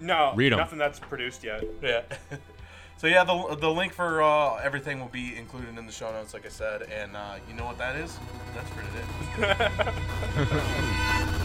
S2: No,
S4: Read 'em.
S2: nothing that's produced yet.
S3: Yeah. <laughs> so yeah, the, the link for uh, everything will be included in the show notes, like I said. And uh, you know what that is? That's pretty it.